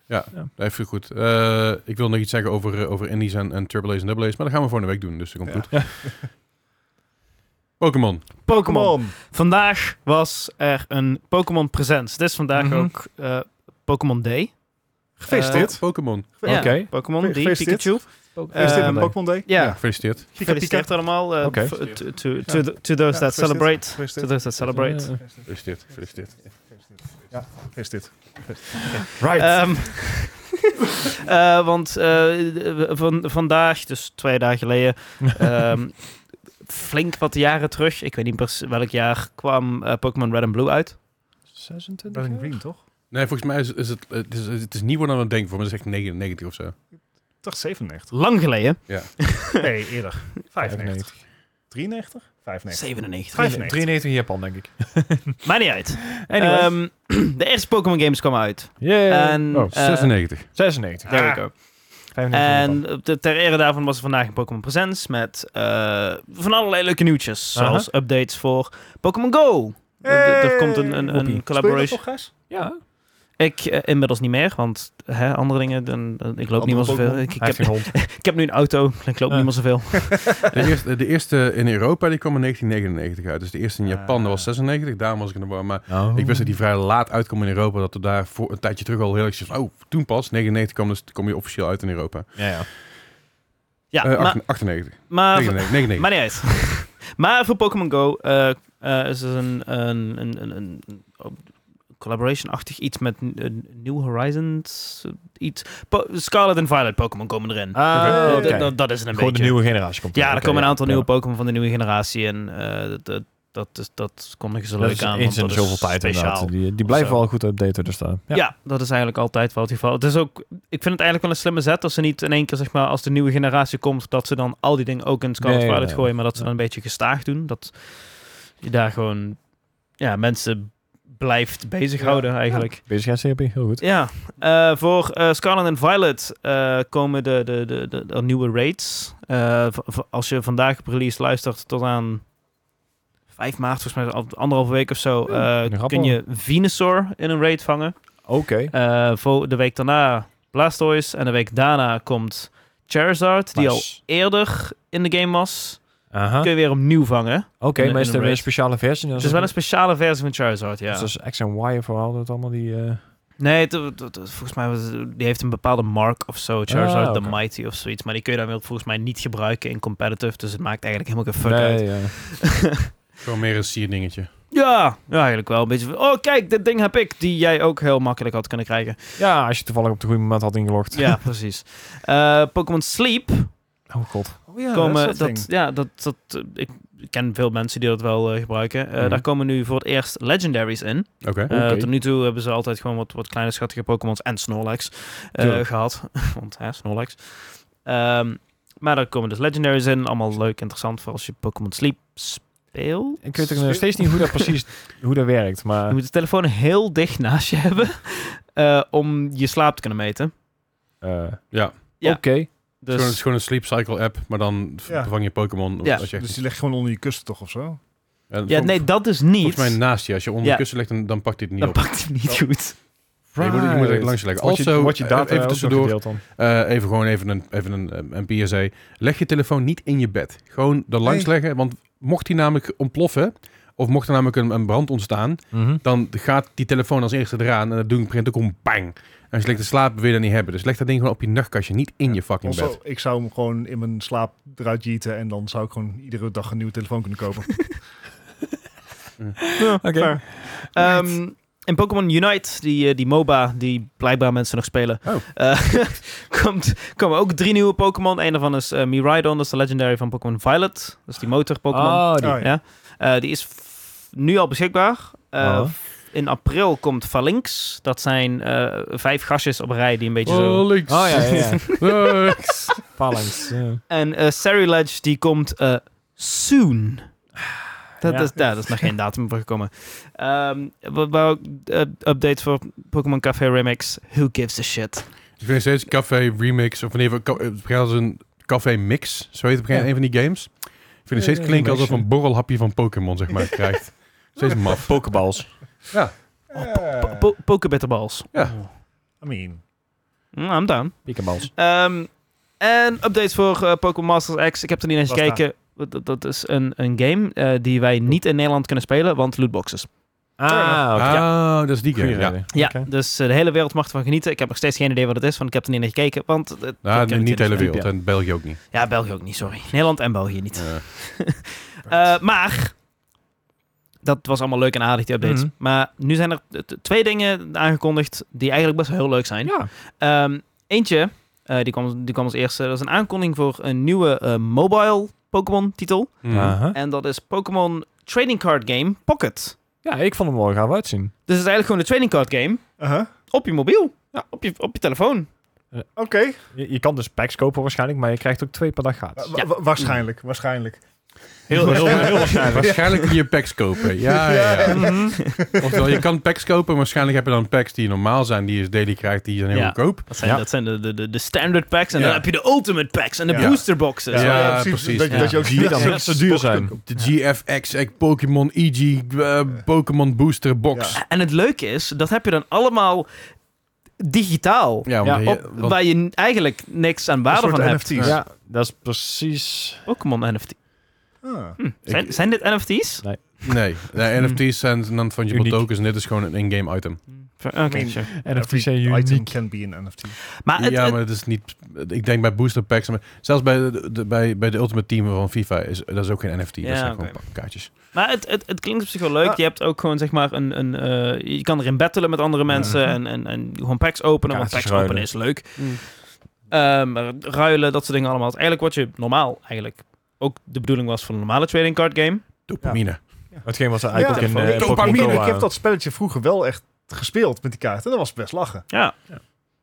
[SPEAKER 2] Ja. even goed. Eh, ik wil nog iets zeggen over, eh, over indies en, en AAA's en AAA's, maar dat gaan we volgende week doen, dus dat komt
[SPEAKER 4] Ja.
[SPEAKER 2] goed. Pokémon.
[SPEAKER 1] Pokémon.
[SPEAKER 4] Pokémon.
[SPEAKER 1] Vandaag was er een Pokémon Presents. Dit is vandaag
[SPEAKER 3] Mhm.
[SPEAKER 1] ook eh, Pokémon Day.
[SPEAKER 4] Gefeliciteerd.
[SPEAKER 1] Eh,
[SPEAKER 2] Pokémon.
[SPEAKER 1] ja,
[SPEAKER 3] Oké.
[SPEAKER 1] Pokémon, die
[SPEAKER 4] Gefeliciteerd.
[SPEAKER 1] Pikachu.
[SPEAKER 4] Is dit een
[SPEAKER 1] Ehm,
[SPEAKER 4] Pokémon Day?
[SPEAKER 1] Ja,
[SPEAKER 2] Gefeliciteerd.
[SPEAKER 4] Pika Pika.
[SPEAKER 1] gefeliciteerd allemaal. eh,
[SPEAKER 3] Oké.
[SPEAKER 1] f- to, to, to, to those that
[SPEAKER 4] gefeliciteerd.
[SPEAKER 1] celebrate. To
[SPEAKER 4] Gefeliciteerd.
[SPEAKER 1] those that celebrate.
[SPEAKER 3] Eh,
[SPEAKER 2] Gefeliciteerd. Gefeliciteerd.
[SPEAKER 4] Gefeliciteerd.
[SPEAKER 3] Right.
[SPEAKER 1] Ehm, (laughs) eh, want eh, we- van, vandaag, dus twee dagen
[SPEAKER 3] (laughs)
[SPEAKER 1] geleden, ehm, flink wat jaren terug, ik weet niet precies welk jaar, kwam eh, Pokémon Red en Blue uit.
[SPEAKER 3] 26? jaar?
[SPEAKER 4] toch?
[SPEAKER 2] Nee, volgens mij is, is het, eh, het, is, het is nieuwer dan we denken. Voor me is echt 99 of zo.
[SPEAKER 4] Ik dacht
[SPEAKER 1] (laughs)
[SPEAKER 4] 97.
[SPEAKER 1] Lang geleden,
[SPEAKER 4] Nee, eerder. 95.
[SPEAKER 3] 95.
[SPEAKER 4] 93? 95.
[SPEAKER 1] 97.
[SPEAKER 4] 95.
[SPEAKER 3] 93 in Japan, denk ik.
[SPEAKER 1] Maar niet uit.
[SPEAKER 3] Anyway.
[SPEAKER 1] Ehm, (clears throat) de eerste Pokémon games kwamen uit.
[SPEAKER 3] Yeah.
[SPEAKER 1] en,
[SPEAKER 3] oh,
[SPEAKER 1] eh,
[SPEAKER 2] 96.
[SPEAKER 3] 96.
[SPEAKER 1] There we
[SPEAKER 4] Ah.
[SPEAKER 1] go.
[SPEAKER 3] 95 in Japan.
[SPEAKER 1] En op de- ter ere daarvan was er vandaag een Pokémon Presents met eh, van allerlei leuke nieuwtjes.
[SPEAKER 3] Aha.
[SPEAKER 1] Zoals updates voor Pokémon Go. Er- Er er komt een, een,
[SPEAKER 3] Hoppie.
[SPEAKER 1] een collaboration.
[SPEAKER 4] Speel je dat nog, Gijs?
[SPEAKER 3] Ja,
[SPEAKER 1] Ik eh, inmiddels niet meer, want hè, andere dingen, dan, dan- ik loop niet meer zoveel.
[SPEAKER 4] Pokémon.
[SPEAKER 1] Ik, ik,
[SPEAKER 3] hij heeft Ah.
[SPEAKER 1] heb,
[SPEAKER 3] geen
[SPEAKER 1] (laughs)
[SPEAKER 3] hond.
[SPEAKER 1] ik heb nu een auto, ik loop
[SPEAKER 3] Ja.
[SPEAKER 1] niet meer zoveel.
[SPEAKER 2] De eerste, de eerste in Europa die kwam in 1999 uit. Dus de eerste in Japan dat was
[SPEAKER 4] Ah.
[SPEAKER 2] 96. Daarom was ik in de war. Maar
[SPEAKER 1] Oh.
[SPEAKER 2] ik
[SPEAKER 3] Oh.
[SPEAKER 2] wist dat die vrij laat uitkwam in Europa. Dat er daar voor een tijdje terug al heel erg zoiets van, Oh, toen pas. 99 kwam dus kom je officieel uit in Europa.
[SPEAKER 3] Ja, ja.
[SPEAKER 1] Ja,
[SPEAKER 2] Eh,
[SPEAKER 1] maar,
[SPEAKER 2] 98.
[SPEAKER 1] maar,
[SPEAKER 2] 99. 99.
[SPEAKER 1] maar niet uit. (laughs) maar voor Pokémon Go eh, eh, is er een, een, een, een, een- een collaboration-achtig iets met eh, New Horizons. eh, Iets. Po- Scarlet en Violet Pokémon komen erin.
[SPEAKER 3] Ah,
[SPEAKER 1] Eh,
[SPEAKER 3] oké.
[SPEAKER 1] dat- dat, dat is het een
[SPEAKER 3] Gewoon de
[SPEAKER 1] beetje.
[SPEAKER 3] nieuwe generatie komt
[SPEAKER 1] Ja, er
[SPEAKER 3] er eh,
[SPEAKER 1] komen een aantal nieuwe Pokémon van de nieuwe generatie. En eh, dat, dat, dat, is- dat kondigen ze
[SPEAKER 3] Dat
[SPEAKER 1] leuk
[SPEAKER 3] is
[SPEAKER 1] aan.
[SPEAKER 3] eens
[SPEAKER 1] want
[SPEAKER 3] in
[SPEAKER 1] dat is
[SPEAKER 3] zoveel tijd
[SPEAKER 1] speciaal.
[SPEAKER 3] inderdaad. Die, die blijven
[SPEAKER 1] Zo.
[SPEAKER 3] wel goed updaten, dus daar.
[SPEAKER 1] Ja. dat is eigenlijk altijd wel het geval. Het is ook, ik vind het eigenlijk wel een slimme zet als ze niet in één keer, zeg maar, als de nieuwe generatie komt, dat ze dan al die dingen ook in Scarlet
[SPEAKER 3] Nee,
[SPEAKER 1] Violet
[SPEAKER 3] nee.
[SPEAKER 1] gooien, maar dat ze
[SPEAKER 3] Ja.
[SPEAKER 1] dan een beetje gestaag doen. Dat je daar gewoon, ja, mensen blijft bezighouden eigenlijk.
[SPEAKER 3] Bezigheidstherapie, heel goed.
[SPEAKER 1] Ja, eh, voor eh, Scarlet en Violet eh, komen de, de, de, de, de nieuwe raids. Eh, v- v- als je vandaag op release luistert tot aan 5 maart, volgens mij al anderhalve week of zo, eh,
[SPEAKER 3] nog
[SPEAKER 1] kun
[SPEAKER 3] appel.
[SPEAKER 1] je Venusaur in een raid vangen.
[SPEAKER 3] Oké.
[SPEAKER 1] Eh, voor de week daarna Blastoise en de week daarna komt Charizard, die al
[SPEAKER 3] Nice.
[SPEAKER 1] eerder in de game was.
[SPEAKER 3] Aha.
[SPEAKER 1] Kun je weer opnieuw vangen.
[SPEAKER 3] Oké,
[SPEAKER 1] in-
[SPEAKER 3] maar
[SPEAKER 1] in een
[SPEAKER 3] is er weer een
[SPEAKER 1] raid.
[SPEAKER 3] speciale versie?
[SPEAKER 1] Het is wel een speciale versie van Charizard, ja.
[SPEAKER 3] Dus dat is X en Y verhaal, dat allemaal die... eh,
[SPEAKER 1] Nee, het- het- het- volgens mij was, die heeft een bepaalde mark of zo. Charizard
[SPEAKER 3] Ah,
[SPEAKER 1] the
[SPEAKER 3] oké.
[SPEAKER 1] Mighty of zoiets. Maar die kun je dan wel volgens mij niet gebruiken in competitive. Dus het maakt eigenlijk helemaal geen fuck uit.
[SPEAKER 3] nee, ja.
[SPEAKER 2] Gewoon meer een sierdingetje.
[SPEAKER 1] Ja, ja, eigenlijk wel. Een beetje van, oh kijk, dit ding heb ik. Die jij ook heel makkelijk had kunnen
[SPEAKER 3] (laughs)
[SPEAKER 1] krijgen.
[SPEAKER 3] ja, als je toevallig op het goede moment had ingelogd.
[SPEAKER 1] Ja, precies. Eh, Pokémon Sleep
[SPEAKER 3] (laughs) Oh god.
[SPEAKER 4] Oh ja,
[SPEAKER 1] komen
[SPEAKER 4] dat is
[SPEAKER 1] dat,
[SPEAKER 4] ding.
[SPEAKER 1] ja, dat, dat, eh, ik ken veel mensen die dat wel eh, gebruiken. Eh,
[SPEAKER 3] Mhm.
[SPEAKER 1] Daar komen nu voor het eerst legendaries in.
[SPEAKER 2] Oké.
[SPEAKER 1] Eh,
[SPEAKER 3] Oké.
[SPEAKER 1] Tot nu toe hebben ze altijd gewoon wat, wat kleine schattige Pokémons en Snorlax eh,
[SPEAKER 3] Tuurlijk.
[SPEAKER 1] gehad. (laughs) Want hè, Snorlax. Ehm, maar daar komen dus legendaries in. Allemaal leuk, interessant voor als je Pokémon Sleep speelt.
[SPEAKER 3] Ik weet ook nog steeds niet hoe dat precies
[SPEAKER 1] (laughs)
[SPEAKER 3] hoe dat werkt,
[SPEAKER 1] Je
[SPEAKER 3] maar...
[SPEAKER 1] moet de telefoon heel dicht naast je hebben eh, om je slaap te kunnen meten.
[SPEAKER 3] eh,
[SPEAKER 2] Ja.
[SPEAKER 1] Ja.
[SPEAKER 3] Oké.
[SPEAKER 1] Dus
[SPEAKER 2] Het is gewoon- het is gewoon een sleep cycle app, maar dan
[SPEAKER 4] Ja.
[SPEAKER 2] vervang je Pokémon.
[SPEAKER 1] Ja.
[SPEAKER 2] Als je echt-
[SPEAKER 4] Dus die ligt gewoon onder je kussen toch of zo?
[SPEAKER 2] en
[SPEAKER 1] ja,
[SPEAKER 2] vol-
[SPEAKER 1] nee, dat is niet.
[SPEAKER 2] Volgens mij naast je. Als je onder
[SPEAKER 1] Ja.
[SPEAKER 2] de kussen legt, dan, dan pakt hij het niet
[SPEAKER 1] dat
[SPEAKER 2] op.
[SPEAKER 1] pakt hij niet goed.
[SPEAKER 2] Ja, Je moet, je moet er langs leggen.
[SPEAKER 3] Wordt je,
[SPEAKER 2] Also,
[SPEAKER 3] wordt je
[SPEAKER 2] eh,
[SPEAKER 3] data
[SPEAKER 2] even
[SPEAKER 3] ook
[SPEAKER 2] tussendoor.
[SPEAKER 3] nog gedeeld dan?
[SPEAKER 2] eh, even gewoon even een, even een, eh, een PSA. Leg je telefoon niet in je bed. Gewoon er langs
[SPEAKER 4] Nee.
[SPEAKER 2] leggen. Want mocht die namelijk ontploffen, of mocht er namelijk een, een brand ontstaan, dan gaat die telefoon als eerste eraan. En dat doet begint ook om bang. En als je ligt te slapen, wil je dat niet hebben. Dus leg dat ding gewoon op je nachtkastje, niet in
[SPEAKER 4] Ja.
[SPEAKER 2] je fucking
[SPEAKER 4] Also,
[SPEAKER 2] bed.
[SPEAKER 4] ik zou hem gewoon in mijn slaap eruit jeeten en dan zou ik gewoon iedere dag een nieuwe telefoon kunnen kopen.
[SPEAKER 3] Oké.
[SPEAKER 1] fair.
[SPEAKER 2] Mhm.
[SPEAKER 1] Ehm, in Pokémon Unite, die, eh, die MOBA, die blijkbaar mensen nog spelen,
[SPEAKER 2] Oh.
[SPEAKER 1] eh, (laughs) komt, komen ook drie nieuwe Pokémon. Een daarvan is eh Miraidon, dat is de legendary van Pokémon Violet. Dat is die motor Pokémon.
[SPEAKER 3] Oh, die.
[SPEAKER 4] Ah, ja.
[SPEAKER 1] Eh, die is f- nu al beschikbaar. Eh,
[SPEAKER 3] Oh.
[SPEAKER 1] In april komt Valinx. Dat zijn eh, vijf gastjes op een rij die een beetje zo...
[SPEAKER 2] Oh, links.
[SPEAKER 3] Oh ja, ja, ja.
[SPEAKER 2] Links.
[SPEAKER 3] (laughs) Phalanx. ja.
[SPEAKER 1] En eh Seriledge, die komt eh, soon. Dat,
[SPEAKER 3] Ja.
[SPEAKER 1] is, daar is nog geen datum voor gekomen. Ehm wat wou ik, eh, update voor Pokémon Café Remix. Who gives a shit?
[SPEAKER 2] Ik vind steeds Café Remix, of wanneer we als een Café Mix, zo heet het op een gegeven moment,
[SPEAKER 3] Ja.
[SPEAKER 2] een van die games. Ik vind het steeds
[SPEAKER 3] Ja,
[SPEAKER 2] klinken alsof
[SPEAKER 3] remix,
[SPEAKER 2] een borrelhapje van Pokémon, zeg maar,
[SPEAKER 3] (laughs)
[SPEAKER 2] krijgt. Steeds maf.
[SPEAKER 3] Pokeballs.
[SPEAKER 1] Po- po- Pokebitterballs.
[SPEAKER 2] Ja.
[SPEAKER 4] I mean,
[SPEAKER 1] Mm, I'm down.
[SPEAKER 3] Pikaballs.
[SPEAKER 1] Ehm, En updates voor eh, Pokémon Masters X. Ik heb er niet eens
[SPEAKER 4] Was daar.
[SPEAKER 1] gekeken. Dat, dat is een, een game eh, die wij niet in Nederland kunnen spelen, want lootboxes.
[SPEAKER 3] Ah, oké.
[SPEAKER 2] Ah, dat is die
[SPEAKER 3] Goeie
[SPEAKER 2] game. Ja.
[SPEAKER 3] reden.
[SPEAKER 1] Ja,
[SPEAKER 3] Oké.
[SPEAKER 1] dus eh, de hele wereld mag ervan genieten. Ik heb nog steeds geen idee wat het is, want ik heb er niet naar gekeken. Want het- ik
[SPEAKER 2] Nou,
[SPEAKER 1] heb het
[SPEAKER 2] niet de hele
[SPEAKER 1] niet-
[SPEAKER 2] wereld. En België ook niet.
[SPEAKER 1] Ja, België ook niet, sorry. Nederland en België niet. (laughs)
[SPEAKER 2] Eh,
[SPEAKER 1] Eh, maar, dat was allemaal leuk en aardig, die updates.
[SPEAKER 3] Mhm.
[SPEAKER 1] Maar nu zijn er eh, t- twee dingen aangekondigd die eigenlijk best wel heel leuk zijn.
[SPEAKER 3] Ja.
[SPEAKER 1] Ehm, eentje, eh, die, kwam, die kwam als eerste. Dat is een aankondiging voor een nieuwe eh, mobile Pokémon-titel.
[SPEAKER 2] mhm.
[SPEAKER 3] Aha.
[SPEAKER 1] En dat is Pokémon Trading Card Game Pocket.
[SPEAKER 3] Ja, ik vond hem wel gaaf uitzien.
[SPEAKER 1] Dus het is eigenlijk gewoon een trading card game
[SPEAKER 4] Uh-huh.
[SPEAKER 1] op je mobiel. op, je, op je telefoon.
[SPEAKER 4] Oké,
[SPEAKER 3] Je, je kan dus packs kopen waarschijnlijk, maar je krijgt ook twee per dag
[SPEAKER 4] Wa-
[SPEAKER 3] gratis.
[SPEAKER 4] wa- wa- waarschijnlijk, waarschijnlijk.
[SPEAKER 1] Heel, heel,
[SPEAKER 2] (laughs)
[SPEAKER 3] (laughs)
[SPEAKER 2] Waarschijnlijk kun je packs kopen. Ja, ja, ja.
[SPEAKER 3] Mhm.
[SPEAKER 2] Oftewel, je kan packs kopen. Waarschijnlijk heb je dan packs die normaal zijn, die je daily krijgt, die zijn heel
[SPEAKER 1] Ja.
[SPEAKER 2] goedkoop.
[SPEAKER 1] Dat zijn,
[SPEAKER 3] Ja.
[SPEAKER 1] dat zijn de, de- de, de standard packs. En
[SPEAKER 2] Ja.
[SPEAKER 1] dan heb je de ultimate packs en de
[SPEAKER 4] Ja.
[SPEAKER 1] booster boxen.
[SPEAKER 2] Ja.
[SPEAKER 1] Ja.
[SPEAKER 2] precies.
[SPEAKER 4] Dat, je-
[SPEAKER 1] Ja.
[SPEAKER 4] dat je ook
[SPEAKER 3] Die
[SPEAKER 4] niet
[SPEAKER 3] dan
[SPEAKER 4] zo'n
[SPEAKER 3] net (laughs) zo duur
[SPEAKER 4] sport
[SPEAKER 3] zijn.
[SPEAKER 4] kunt-
[SPEAKER 2] De GFX, eh, Pokémon EG, eh, Pokémon Booster Box.
[SPEAKER 4] Ja.
[SPEAKER 2] Ja,
[SPEAKER 1] En het leuke is, dat heb je dan allemaal digitaal.
[SPEAKER 2] want
[SPEAKER 3] Ja,
[SPEAKER 2] je-
[SPEAKER 1] Op-
[SPEAKER 2] want-
[SPEAKER 1] waar je eigenlijk niks aan waarde
[SPEAKER 4] Een
[SPEAKER 1] van
[SPEAKER 4] soort
[SPEAKER 1] hebt. Oh,
[SPEAKER 4] NFT's.
[SPEAKER 3] Ja, dat is precies...
[SPEAKER 1] Pokémon NFT.
[SPEAKER 4] Ah.
[SPEAKER 1] Hm. Zijn, zijn dit NFT's?
[SPEAKER 2] nee,
[SPEAKER 1] Hmm.
[SPEAKER 2] nee, NFT's zijn dan van je
[SPEAKER 3] Uniek.
[SPEAKER 2] tokens en dit is gewoon een in-game item.
[SPEAKER 1] Oké,
[SPEAKER 4] Nee.
[SPEAKER 1] sure.
[SPEAKER 3] NFT's zijn
[SPEAKER 4] Every item
[SPEAKER 3] uniek.
[SPEAKER 4] can be an NFT.
[SPEAKER 1] Maar Ah, het,
[SPEAKER 2] ja,
[SPEAKER 1] het-
[SPEAKER 2] maar het is niet. Ik denk bij booster packs, maar zelfs bij de, de- bij, bij de Ultimate Team van FIFA is dat is ook geen NFT.
[SPEAKER 1] Ja,
[SPEAKER 2] dat zijn
[SPEAKER 1] oké.
[SPEAKER 2] gewoon pa- kaartjes.
[SPEAKER 1] maar het, het, het klinkt op zich wel leuk.
[SPEAKER 4] Ah.
[SPEAKER 1] Je hebt ook gewoon zeg maar een... een eh, je kan erin battelen met andere mensen en, en, en gewoon packs openen. Want
[SPEAKER 3] Kaartjes
[SPEAKER 1] packs
[SPEAKER 3] ruilen.
[SPEAKER 1] openen is leuk. Ehm, ruilen, dat soort dingen allemaal. Eigenlijk wat je normaal eigenlijk ook de bedoeling was van een normale trading card game.
[SPEAKER 2] Dopamine.
[SPEAKER 3] Hetgeen wat ze eigenlijk
[SPEAKER 4] Ja,
[SPEAKER 3] ook in
[SPEAKER 4] van-
[SPEAKER 3] eh, Pokémon
[SPEAKER 2] dopamine,
[SPEAKER 3] Go
[SPEAKER 4] Ik heb
[SPEAKER 3] waren.
[SPEAKER 4] dat spelletje vroeger wel echt gespeeld met die kaarten. En dat was best lachen.
[SPEAKER 1] Ja.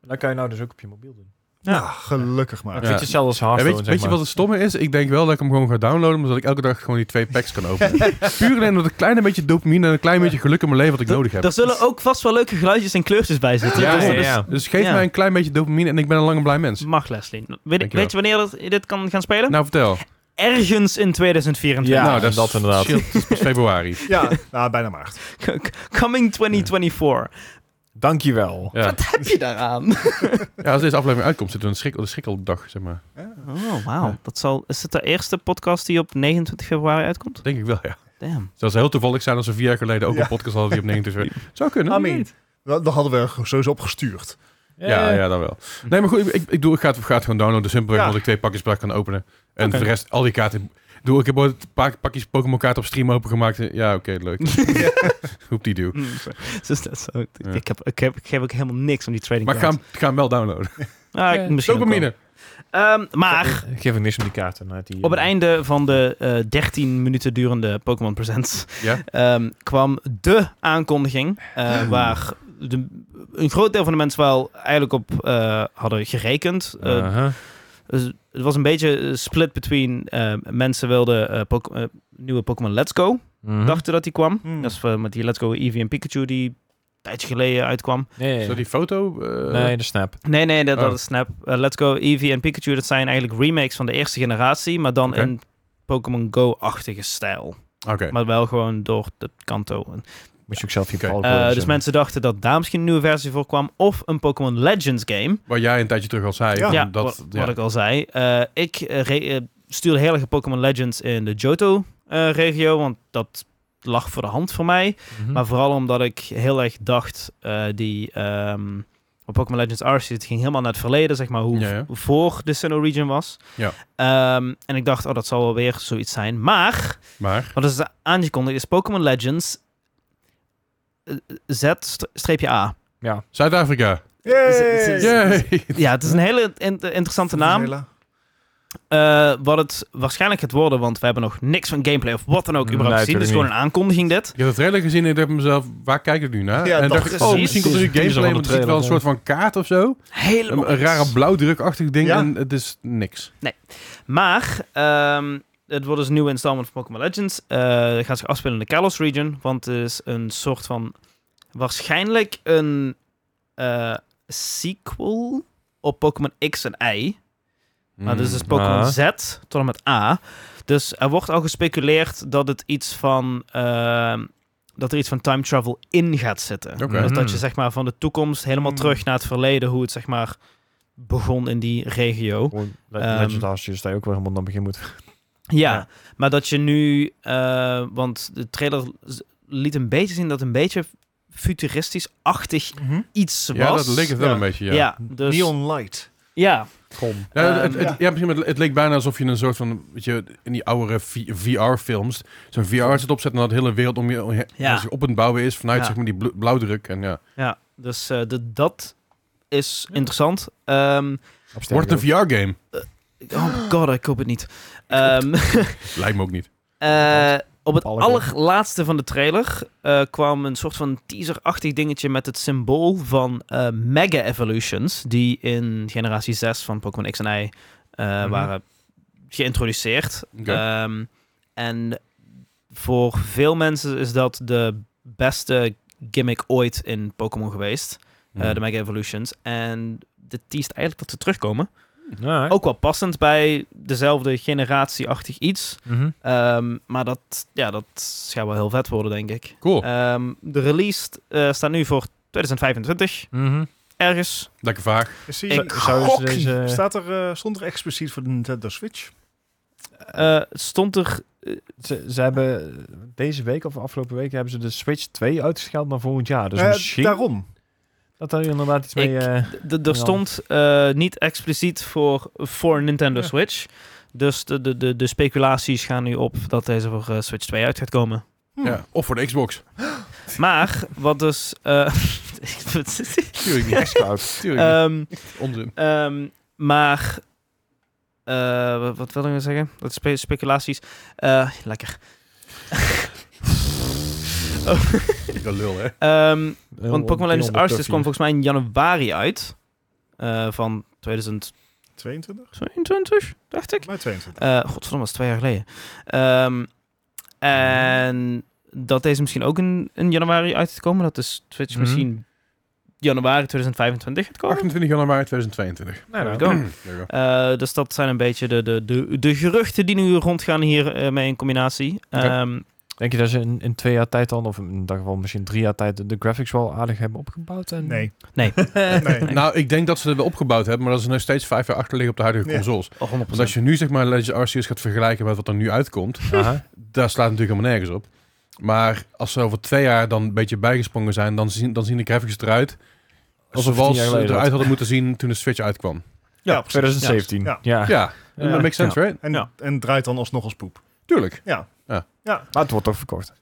[SPEAKER 3] Dat kan je nou dus ook op je mobiel doen.
[SPEAKER 1] Ja.
[SPEAKER 4] Ja, gelukkig maar.
[SPEAKER 3] Dat vind je zelfs
[SPEAKER 2] Ja,
[SPEAKER 3] Hearthstone,
[SPEAKER 2] weet je, weet je wat het stomme is? Ik denk wel dat ik hem gewoon ga downloaden, maar dat ik elke dag gewoon die twee packs kan
[SPEAKER 1] (laughs)
[SPEAKER 2] openen. Puur alleen omdat een klein beetje dopamine en een klein beetje geluk in mijn leven wat ik nodig heb.
[SPEAKER 1] Er zullen ook vast wel leuke geluidjes en kleurtjes bij zitten.
[SPEAKER 2] Ja,
[SPEAKER 1] Dus
[SPEAKER 2] ja,
[SPEAKER 1] dat is-
[SPEAKER 3] ja.
[SPEAKER 2] Dus geef
[SPEAKER 1] Ja.
[SPEAKER 2] mij een klein beetje dopamine en ik ben een lang en blij mens.
[SPEAKER 1] Mag Leslie. Weet, ik-
[SPEAKER 2] Dankjewel.
[SPEAKER 1] weet je wanneer dat- je dit kan gaan spelen?
[SPEAKER 2] Nou, vertel.
[SPEAKER 1] Ergens in 2024.
[SPEAKER 3] Ja,
[SPEAKER 2] nou,
[SPEAKER 3] dat inderdaad.
[SPEAKER 2] scheelt- dat is pas februari.
[SPEAKER 4] Ja, nou, bijna maart.
[SPEAKER 1] (laughs) Coming 2024.
[SPEAKER 3] Dankjewel.
[SPEAKER 2] Ja.
[SPEAKER 1] Wat heb je daaraan?
[SPEAKER 2] ja, als deze aflevering uitkomt, zitten we een schrik, de schrikkeldag, zeg maar.
[SPEAKER 1] Oh, wauw. Dat zal. Is het de eerste podcast die op 29 februari uitkomt?
[SPEAKER 2] Denk ik wel, ja.
[SPEAKER 1] (laughs) Damn.
[SPEAKER 2] Het zou heel toevallig zijn als we vier jaar geleden ook
[SPEAKER 4] Ja.
[SPEAKER 2] een podcast hadden die op 29 werd. Zou kunnen.
[SPEAKER 4] I mean, dat, dat hadden we sowieso opgestuurd.
[SPEAKER 2] Ja, ja, dan wel. Nee, maar goed, ik, ik, doe, ik, ga, het, ik ga het gewoon downloaden. Simpelweg
[SPEAKER 4] Ja.
[SPEAKER 2] omdat ik twee pakjes per dag kan openen. En voor de rest, al die kaarten... ik bedoel, ik heb ooit een paar pakjes Pokémon kaarten op stream opengemaakt. Ja, oké, leuk. (laughs) Hoep die duw.
[SPEAKER 1] Mm, sorry. Dus dat is ook-
[SPEAKER 2] Hmm. Ja.
[SPEAKER 1] ik, heb, ik, heb, ik geef ook helemaal niks om die trading
[SPEAKER 2] Maar ik ga, hem- ik ga hem wel downloaden.
[SPEAKER 1] cards. Ah, ik- misschien ook wel.
[SPEAKER 2] Dopamine.
[SPEAKER 1] Ehm, maar
[SPEAKER 3] Geef ik niks om die kaarten. uit die,
[SPEAKER 1] op het
[SPEAKER 3] eh,
[SPEAKER 1] einde van de eh 13 minuten durende Pokémon Presents
[SPEAKER 2] Ja?
[SPEAKER 1] ehm, kwam de aankondiging eh, waar de, een groot deel van de mensen wel eigenlijk op eh, hadden gerekend. Eh,
[SPEAKER 3] Aha.
[SPEAKER 1] dus het was een beetje eh, split between eh, mensen wilden eh, Pok- eh, nieuwe Pokémon Let's Go,
[SPEAKER 2] Hm.
[SPEAKER 3] Mhm.
[SPEAKER 1] dachten dat die kwam.
[SPEAKER 4] Hmm.
[SPEAKER 1] Dat is eh, met die Let's Go Eevee en Pikachu die een tijdje geleden uitkwam.
[SPEAKER 3] Mhm. Nee,
[SPEAKER 2] Is dat die foto? eh,
[SPEAKER 3] nee, de snap.
[SPEAKER 1] Nee, nee, dat, dat
[SPEAKER 2] Oh.
[SPEAKER 1] is Snap. Eh, Let's Go Eevee en Pikachu, dat zijn eigenlijk remakes van de eerste generatie, maar dan
[SPEAKER 2] Oké.
[SPEAKER 1] in Pokémon Go-achtige stijl.
[SPEAKER 2] Oké.
[SPEAKER 1] Maar wel gewoon door het kanto. En
[SPEAKER 3] Moet je ook zelf je
[SPEAKER 2] Oké.
[SPEAKER 3] okay.
[SPEAKER 1] Eh, dus mensen dachten dat daar misschien een nieuwe versie voor kwam. Of een Pokémon Legends game.
[SPEAKER 2] Waar jij een tijdje terug al zei.
[SPEAKER 4] Ja.
[SPEAKER 2] van
[SPEAKER 1] ja,
[SPEAKER 2] dat,
[SPEAKER 1] wat,
[SPEAKER 2] ja.
[SPEAKER 1] wat ik al zei. Eh, ik eh, re- eh, stuurde heel erg Pokémon Legends in de Johto-regio. want dat lag voor de hand voor mij.
[SPEAKER 2] Mhm.
[SPEAKER 1] Maar vooral omdat ik heel erg dacht... eh, die ehm, op Pokémon Legends Arceus, het ging helemaal naar het verleden. Zeg maar hoe
[SPEAKER 2] Ja, ja.
[SPEAKER 1] v- voor de Sinnoh region was.
[SPEAKER 2] Ja.
[SPEAKER 1] Ehm, en ik dacht, oh, dat zal wel weer zoiets zijn. Maar...
[SPEAKER 2] Maar,
[SPEAKER 1] Wat is aangekondigd is Pokémon Legends eh, Z-A.
[SPEAKER 2] Zuid-Afrika.
[SPEAKER 1] Yay!
[SPEAKER 4] Ja.
[SPEAKER 2] Yay!
[SPEAKER 1] Ja, het is een hele in- interessante naam. Eh, wat het waarschijnlijk gaat worden, want we hebben nog niks van gameplay of wat dan ook
[SPEAKER 3] Nee,
[SPEAKER 1] überhaupt gezien. Het is gewoon
[SPEAKER 3] natuurlijk
[SPEAKER 1] een aankondiging dit.
[SPEAKER 2] (laughs) Ik heb het trailer gezien en ik dacht bij mezelf, waar kijk ik nu naar?
[SPEAKER 4] Ja,
[SPEAKER 2] en
[SPEAKER 4] dat
[SPEAKER 2] dacht ik, oh,
[SPEAKER 1] precies.
[SPEAKER 2] misschien komt er nu
[SPEAKER 3] Teaser van
[SPEAKER 2] gameplay,
[SPEAKER 3] de
[SPEAKER 2] want er zit wel
[SPEAKER 3] trailer,
[SPEAKER 2] een soort van kaart of zo.
[SPEAKER 1] Helemaal
[SPEAKER 2] Een, een rare
[SPEAKER 1] niks.
[SPEAKER 2] blauwdrukachtig ding
[SPEAKER 4] Ja.
[SPEAKER 2] en het is niks.
[SPEAKER 1] Maar ehm, het wordt dus een nieuwe installment van Pokémon Legends. Eh het gaat zich afspelen in de Kalos region, want het is een soort van waarschijnlijk een eh, sequel op Pokémon X en Y. Maar dus is
[SPEAKER 2] Mm,
[SPEAKER 1] Pokémon
[SPEAKER 3] Ah.
[SPEAKER 1] Z tot en met A. Dus er wordt al gespeculeerd dat het iets van. ehm, dat er iets van time travel in gaat zitten.
[SPEAKER 2] Oké.
[SPEAKER 1] Dus dat je
[SPEAKER 3] Hmm.
[SPEAKER 1] zeg maar van de toekomst helemaal
[SPEAKER 4] Hmm.
[SPEAKER 1] terug naar het verleden, hoe het zeg maar begon in die regio.
[SPEAKER 3] Gewoon Le
[SPEAKER 1] Ehm,
[SPEAKER 3] Legend Arceus, dat je ook weer helemaal naar het begin moet. (laughs)
[SPEAKER 1] Ja,
[SPEAKER 4] Ja.
[SPEAKER 1] maar dat je nu, eh, want de trailer z- liet een beetje zien dat het een beetje futuristisch-achtig iets was.
[SPEAKER 2] Ja, dat leek het wel
[SPEAKER 4] ja.
[SPEAKER 2] een beetje, ja.
[SPEAKER 1] Ja, dus
[SPEAKER 4] Neon light.
[SPEAKER 1] ja,
[SPEAKER 3] Kom.
[SPEAKER 2] Ja, het,
[SPEAKER 1] Ehm,
[SPEAKER 2] het, ja, precies, maar het- het leek bijna alsof je een soort van, weet je, in die oudere VR-films, zo'n VR-zit opzet en dat de hele wereld om je, om je-
[SPEAKER 1] Ja.
[SPEAKER 2] als je op het bouwen is, vanuit
[SPEAKER 1] Ja.
[SPEAKER 2] zeg maar die bl- blauwdruk. En ja,
[SPEAKER 1] ja, dus eh, de- dat is interessant. Ehm,
[SPEAKER 2] wordt het een VR-game?
[SPEAKER 1] oh god, ik hoop het niet. Ehm,
[SPEAKER 2] Lijkt me ook niet.
[SPEAKER 1] Eh, op het
[SPEAKER 3] Op alle kanten.
[SPEAKER 1] allerlaatste van de trailer eh, kwam een soort van teaserachtig dingetje met het symbool van eh, Mega Evolutions, die in generatie 6 van Pokémon X en Y eh,
[SPEAKER 4] Mhm.
[SPEAKER 1] waren geïntroduceerd.
[SPEAKER 2] Oké.
[SPEAKER 1] Ehm, en voor veel mensen is dat de beste gimmick ooit in Pokémon geweest,
[SPEAKER 2] Mhm.
[SPEAKER 1] eh,
[SPEAKER 2] Hmm.
[SPEAKER 1] de Mega Evolutions. En dit teest eigenlijk dat ze terugkomen. Ook wel passend bij dezelfde generatieachtig iets. Ehm, maar dat, ja, dat gaat wel heel vet worden, denk ik.
[SPEAKER 2] Cool,
[SPEAKER 1] Ehm, de release eh, staat nu voor 2025, ergens.
[SPEAKER 2] lekker vaag.
[SPEAKER 4] Precies.
[SPEAKER 1] Ik
[SPEAKER 3] zou dus deze-
[SPEAKER 4] Staat er, eh, stond er expliciet voor de Nintendo Switch?
[SPEAKER 1] Eh, het stond er...
[SPEAKER 3] Ze, ze hebben deze week of afgelopen week hebben ze de Switch 2 uitgescheld, maar volgend jaar. Dus
[SPEAKER 4] Eh,
[SPEAKER 3] misschien
[SPEAKER 4] daarom.
[SPEAKER 3] dat er inderdaad iets
[SPEAKER 1] Ik-
[SPEAKER 3] mee... eh,
[SPEAKER 1] d- d- Er stond eh, niet expliciet voor, voor Nintendo
[SPEAKER 4] Ja.
[SPEAKER 1] Switch. Dus de, de, de, de speculaties gaan nu op dat deze voor eh, Switch 2 uit gaat komen.
[SPEAKER 4] Hm.
[SPEAKER 1] Hmm.
[SPEAKER 2] Ja. Of voor
[SPEAKER 1] (laughs)
[SPEAKER 2] de Xbox.
[SPEAKER 1] Maar, wat dus... eh,
[SPEAKER 2] Tuurlijk niet. Tuurlijk niet.
[SPEAKER 1] Ehm,
[SPEAKER 2] Onzin.
[SPEAKER 1] Ehm, maar. eh, wat, wat wil ik nou zeggen? Dat spe- speculaties. Eh, lekker. Oh,
[SPEAKER 2] De lul, hè?
[SPEAKER 1] ehm, want Pokémon
[SPEAKER 3] heel
[SPEAKER 1] Legends Arceus
[SPEAKER 3] tuffie.
[SPEAKER 1] kwam volgens mij in januari uit. Eh, van 2022,
[SPEAKER 4] 22?
[SPEAKER 1] dacht ik.
[SPEAKER 4] Maar 22.
[SPEAKER 1] Eh godverdomme, dat is twee jaar geleden. Ehm, en dat deze misschien ook in, in januari uit gaat komen. Dat is Twitch
[SPEAKER 3] Mhm.
[SPEAKER 1] misschien januari 2025 gaat komen.
[SPEAKER 2] 28
[SPEAKER 1] (clears throat)
[SPEAKER 2] januari 2022.
[SPEAKER 1] There
[SPEAKER 3] Nou, nou,
[SPEAKER 1] we go.
[SPEAKER 2] There you go.
[SPEAKER 1] Eh, dus dat zijn een beetje de, de, de, de geruchten die nu rondgaan hier eh, mee in combinatie.
[SPEAKER 2] Oké.
[SPEAKER 1] Ehm,
[SPEAKER 3] Denk je dat ze in, in twee jaar tijd dan, of in dat geval misschien drie jaar tijd, de graphics wel aardig hebben opgebouwd? En...
[SPEAKER 4] Nee.
[SPEAKER 1] Nee.
[SPEAKER 4] nee.
[SPEAKER 2] Nou, ik denk dat ze er wel opgebouwd hebben, maar dat ze nog steeds vijf jaar achter liggen op de huidige
[SPEAKER 4] Ja.
[SPEAKER 2] consoles.
[SPEAKER 1] oh, 100%.
[SPEAKER 2] Want als je nu zeg maar Legends Arceus gaat vergelijken met wat er nu uitkomt,
[SPEAKER 3] (laughs) Aha.
[SPEAKER 2] daar slaat natuurlijk helemaal nergens op. Maar als ze over twee jaar dan een beetje bijgesprongen zijn, dan zien, dan zien de graphics eruit
[SPEAKER 3] Alsof
[SPEAKER 2] zoals
[SPEAKER 3] het tien jaar
[SPEAKER 2] ze
[SPEAKER 3] geleden
[SPEAKER 2] eruit
[SPEAKER 3] was.
[SPEAKER 2] hadden moeten zien toen de Switch uitkwam.
[SPEAKER 4] Ja,
[SPEAKER 3] Ja,
[SPEAKER 4] precies.
[SPEAKER 3] 2017.
[SPEAKER 4] Ja.
[SPEAKER 3] Ja.
[SPEAKER 2] Ja,
[SPEAKER 3] Ah. Ja.
[SPEAKER 2] dat makes sense, right?
[SPEAKER 4] En,
[SPEAKER 1] Ja.
[SPEAKER 4] en draait dan alsnog als poep.
[SPEAKER 2] Tuurlijk.
[SPEAKER 3] Maar het wordt toch verkocht.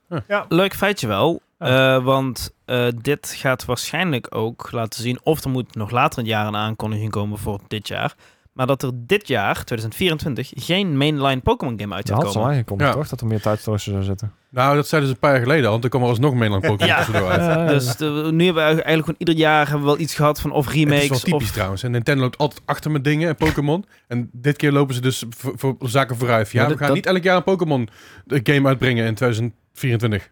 [SPEAKER 1] Leuk feitje wel,
[SPEAKER 2] Oh.
[SPEAKER 3] Ja.
[SPEAKER 1] eh, want eh, dit gaat waarschijnlijk ook laten zien... of er moet nog later in het jaar een aankondiging komen voor dit jaar... maar dat er dit jaar, 2024, geen mainline Pokémon game uit
[SPEAKER 3] Dat
[SPEAKER 1] gaat
[SPEAKER 3] had ze al
[SPEAKER 1] komen.
[SPEAKER 3] aangekondigd,
[SPEAKER 2] Ja.
[SPEAKER 3] toch? Dat er meer tijd tussen zou zitten.
[SPEAKER 2] Nou, dat zeiden ze een paar jaar geleden al, want er kwam er alsnog
[SPEAKER 3] (laughs)
[SPEAKER 2] Mainland Pokémon
[SPEAKER 1] Ja.
[SPEAKER 2] tussendoor uit.
[SPEAKER 1] Dus eh, nu hebben we eigenlijk gewoon ieder jaar hebben we wel iets gehad van of
[SPEAKER 2] Het is
[SPEAKER 1] remakes
[SPEAKER 2] wel typisch
[SPEAKER 1] of...
[SPEAKER 2] trouwens. En Nintendo loopt altijd achter met dingen en Pokémon. En dit keer lopen ze dus voor, voor zaken vooruit. Ja,
[SPEAKER 3] Maar
[SPEAKER 2] we
[SPEAKER 3] dat-
[SPEAKER 2] gaan
[SPEAKER 3] dat-
[SPEAKER 2] niet elk jaar een Pokémon eh, game uitbrengen in 2024.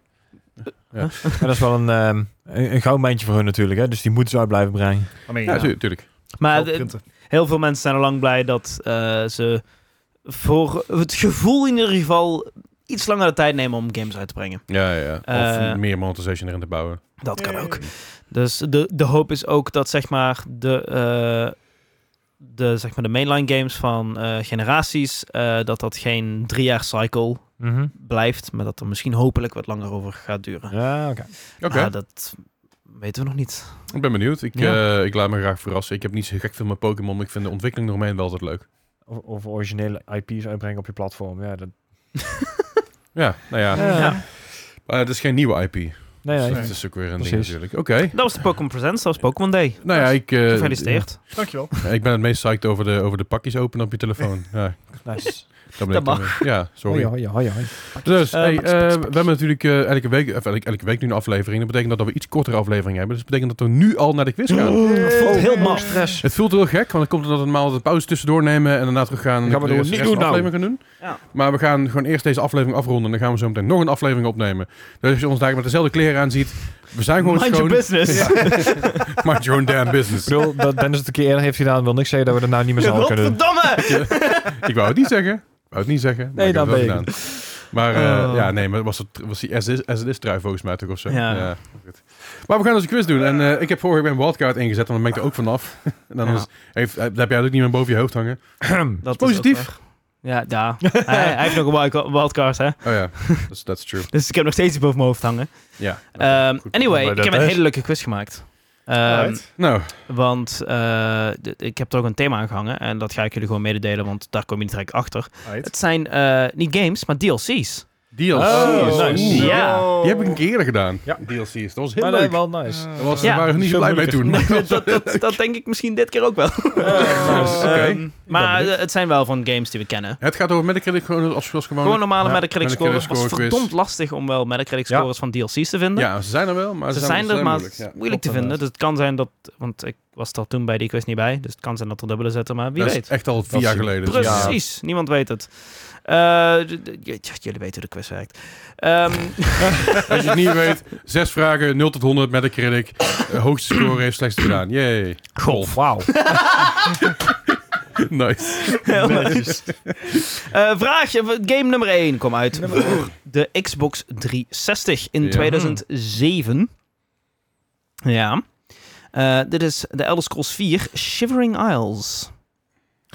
[SPEAKER 3] Ja, dat is wel een, ehm een, een goudmijntje voor hun natuurlijk, hè? Dus die moeten ze uit blijven brengen.
[SPEAKER 4] I mean,
[SPEAKER 2] Ja,
[SPEAKER 4] ja.
[SPEAKER 2] tu- tuurlijk.
[SPEAKER 1] Maar
[SPEAKER 4] Wel
[SPEAKER 1] de-
[SPEAKER 4] printen.
[SPEAKER 1] heel veel mensen zijn al lang blij dat eh, ze voor het gevoel in ieder geval iets langer de tijd nemen om games uit te brengen.
[SPEAKER 2] Ja, ja. Of
[SPEAKER 1] Eh.
[SPEAKER 2] meer monetization erin te bouwen.
[SPEAKER 1] Dat kan
[SPEAKER 4] Yay.
[SPEAKER 1] ook. Dus de, de hoop is ook dat zeg maar de, eh, de, zeg maar, de mainline games van eh, generaties, eh, dat dat geen drie jaar cycle blijft, maar dat er misschien hopelijk wat langer over gaat duren.
[SPEAKER 3] Ja, oké.
[SPEAKER 2] Oké,
[SPEAKER 1] Maar Ah, dat weten we nog niet. (laughs)
[SPEAKER 2] ik ben benieuwd. Ik,
[SPEAKER 3] Ja.
[SPEAKER 2] eh, ik laat me graag verrassen. Ik heb niet zo gek veel met Pokémon, maar ik vind de ontwikkeling eromheen wel altijd leuk.
[SPEAKER 3] Of, of originele IP's uitbrengen op je platform. Ja, dat...
[SPEAKER 2] Ja, nou ja.
[SPEAKER 3] Ja.
[SPEAKER 1] Ja.
[SPEAKER 2] Maar het is geen nieuwe IP.
[SPEAKER 3] Nee, nee.
[SPEAKER 2] Dat is ook weer een ding
[SPEAKER 3] Precies.
[SPEAKER 2] natuurlijk. Oké.
[SPEAKER 1] Dat was de Pokémon Presents, dat was Pokémon Day.
[SPEAKER 2] Nou ja, ik, eh,
[SPEAKER 1] Gefeliciteerd.
[SPEAKER 4] Dankjewel.
[SPEAKER 2] ik ben het meest psyched over de, over de pakjes openen op je telefoon. Ja,
[SPEAKER 3] Nice.
[SPEAKER 2] dat ben ik
[SPEAKER 1] mag.
[SPEAKER 2] dan weer. Ja, sorry.
[SPEAKER 3] Hoi, hoi, hoi, hoi.
[SPEAKER 2] Dus,
[SPEAKER 1] Eh,
[SPEAKER 2] hey,
[SPEAKER 1] pakjes,
[SPEAKER 2] eh,
[SPEAKER 1] pakjes,
[SPEAKER 2] we
[SPEAKER 1] pakjes.
[SPEAKER 2] hebben natuurlijk eh, elke, week, of elke, elke week nu een aflevering. Dat betekent dat we iets kortere aflevering hebben. Dus dat betekent dat we nu al naar de quiz
[SPEAKER 3] (gasps)
[SPEAKER 2] gaan.
[SPEAKER 1] dat voelt heel mal.
[SPEAKER 3] Stress.
[SPEAKER 2] Het voelt heel gek, want dan komt het dat we normaal de pauze tussendoor nemen en daarna terug gaan. en
[SPEAKER 3] gaan we
[SPEAKER 2] de
[SPEAKER 3] doen.
[SPEAKER 2] rest-
[SPEAKER 3] Niet
[SPEAKER 2] rest van de
[SPEAKER 3] doen nou.
[SPEAKER 2] aflevering gaan doen.
[SPEAKER 1] Ja.
[SPEAKER 2] Maar we gaan gewoon eerst deze aflevering afronden en dan gaan we zo meteen nog een aflevering opnemen. Dus als je ons daar met dezelfde kleren aan ziet, we zijn gewoon
[SPEAKER 1] Mind your
[SPEAKER 2] schoon.
[SPEAKER 1] business.
[SPEAKER 2] Mind your own damn
[SPEAKER 3] Ik
[SPEAKER 2] business.
[SPEAKER 3] bedoel, dat Dennis het een keer eerder heeft gedaan, wil niks zeggen dat we dat nou niet meer zouden kunnen doen.
[SPEAKER 2] (laughs)
[SPEAKER 1] Godverdomme!
[SPEAKER 2] ik wou het niet zeggen. Ik wou het niet zeggen. maar
[SPEAKER 3] Nee,
[SPEAKER 2] ik heb
[SPEAKER 3] dan
[SPEAKER 2] het wel
[SPEAKER 3] ben ik
[SPEAKER 2] gedaan. Maar eh, ja, nee, maar was, het, was die as it is- as it is trui volgens mij toch of zo.
[SPEAKER 1] Oh. Ja.
[SPEAKER 2] goed. Maar we gaan dus een quiz doen. En eh, ik heb vorige week een wildcard ingezet, want dan ben ik er ook vanaf. (laughs) en dan
[SPEAKER 1] Ja.
[SPEAKER 2] is, heeft, heb jij dat ook niet meer boven je hoofd hangen.
[SPEAKER 1] Dat
[SPEAKER 2] Positief.
[SPEAKER 1] ook waar. Ja,
[SPEAKER 2] (laughs)
[SPEAKER 1] ja. hij, hij heeft nog een wild- wildcard, hè?
[SPEAKER 2] Oh ja, (laughs) that's, that's true.
[SPEAKER 1] Dus ik heb nog steeds iets boven mijn hoofd hangen.
[SPEAKER 2] Ja.
[SPEAKER 1] Ehm,
[SPEAKER 2] goed.
[SPEAKER 1] anyway,
[SPEAKER 3] Maar
[SPEAKER 1] ik
[SPEAKER 3] dat
[SPEAKER 1] heb een
[SPEAKER 3] is-
[SPEAKER 1] hele leuke quiz gemaakt. Ehm,
[SPEAKER 4] Alright.
[SPEAKER 2] Nou,
[SPEAKER 1] want eh, d- ik heb er ook een thema aan gehangen. En dat ga ik jullie gewoon mededelen, want daar kom je niet direct achter.
[SPEAKER 4] Right.
[SPEAKER 1] Het zijn eh, niet games, maar DLC's.
[SPEAKER 2] DLC.
[SPEAKER 3] Oh, nice.
[SPEAKER 2] Oeh.
[SPEAKER 1] Ja.
[SPEAKER 2] Die heb ik een keer eerder gedaan.
[SPEAKER 3] Ja.
[SPEAKER 2] DLC's. Dat was heel
[SPEAKER 3] Maar nee,
[SPEAKER 2] leuk.
[SPEAKER 3] wel
[SPEAKER 4] Eh,
[SPEAKER 3] nice.
[SPEAKER 2] Dat was,
[SPEAKER 1] Ja.
[SPEAKER 2] Daar waren we niet zo blij mee toen.
[SPEAKER 1] (laughs) dat, dat, dat denk ik misschien dit keer ook
[SPEAKER 2] (laughs)
[SPEAKER 1] wel.
[SPEAKER 2] Oké.
[SPEAKER 1] Ehm, maar het zijn wel van games die we kennen.
[SPEAKER 2] Het gaat over Metacritic gewoon als, als gewoon...
[SPEAKER 1] Gewoon normale
[SPEAKER 2] Ja,
[SPEAKER 1] Metacritic scores. Het was
[SPEAKER 2] Metacritic score quiz.
[SPEAKER 1] verdomd lastig om wel Metacritic
[SPEAKER 3] Ja.
[SPEAKER 1] scores van DLC's te vinden.
[SPEAKER 2] Ja, ze zijn er wel, maar
[SPEAKER 1] ze zijn er, maar
[SPEAKER 2] moeilijk.
[SPEAKER 1] het is
[SPEAKER 2] Ja.
[SPEAKER 1] moeilijk te
[SPEAKER 3] klopt
[SPEAKER 1] vinden.
[SPEAKER 3] inderdaad.
[SPEAKER 1] Dus het kan zijn dat... Want ik was daar toen bij die quiz niet bij. Dus het kan zijn dat er dubbele zetten, maar wie
[SPEAKER 2] Dat
[SPEAKER 1] weet.
[SPEAKER 2] is echt al vier
[SPEAKER 3] is-
[SPEAKER 2] jaar geleden. dus ja.
[SPEAKER 1] Precies, niemand weet het. Eh, d- d- j- j- jullie weten hoe de quiz werkt. Ehm,
[SPEAKER 2] Als je het niet weet, zes vragen, 0 tot 100 Metacritic. Eh, hoogste score heeft slechts gedaan. Yay.
[SPEAKER 3] Golf. Wauw.
[SPEAKER 2] nice.
[SPEAKER 1] (laughs) heel nice. Eh, vraagje, v- game nummer 1 kwam uit voor de Xbox 360 in
[SPEAKER 2] Ja.
[SPEAKER 1] 2007. Ja. Eh, dit is de Elder Scrolls 4 Shivering Isles.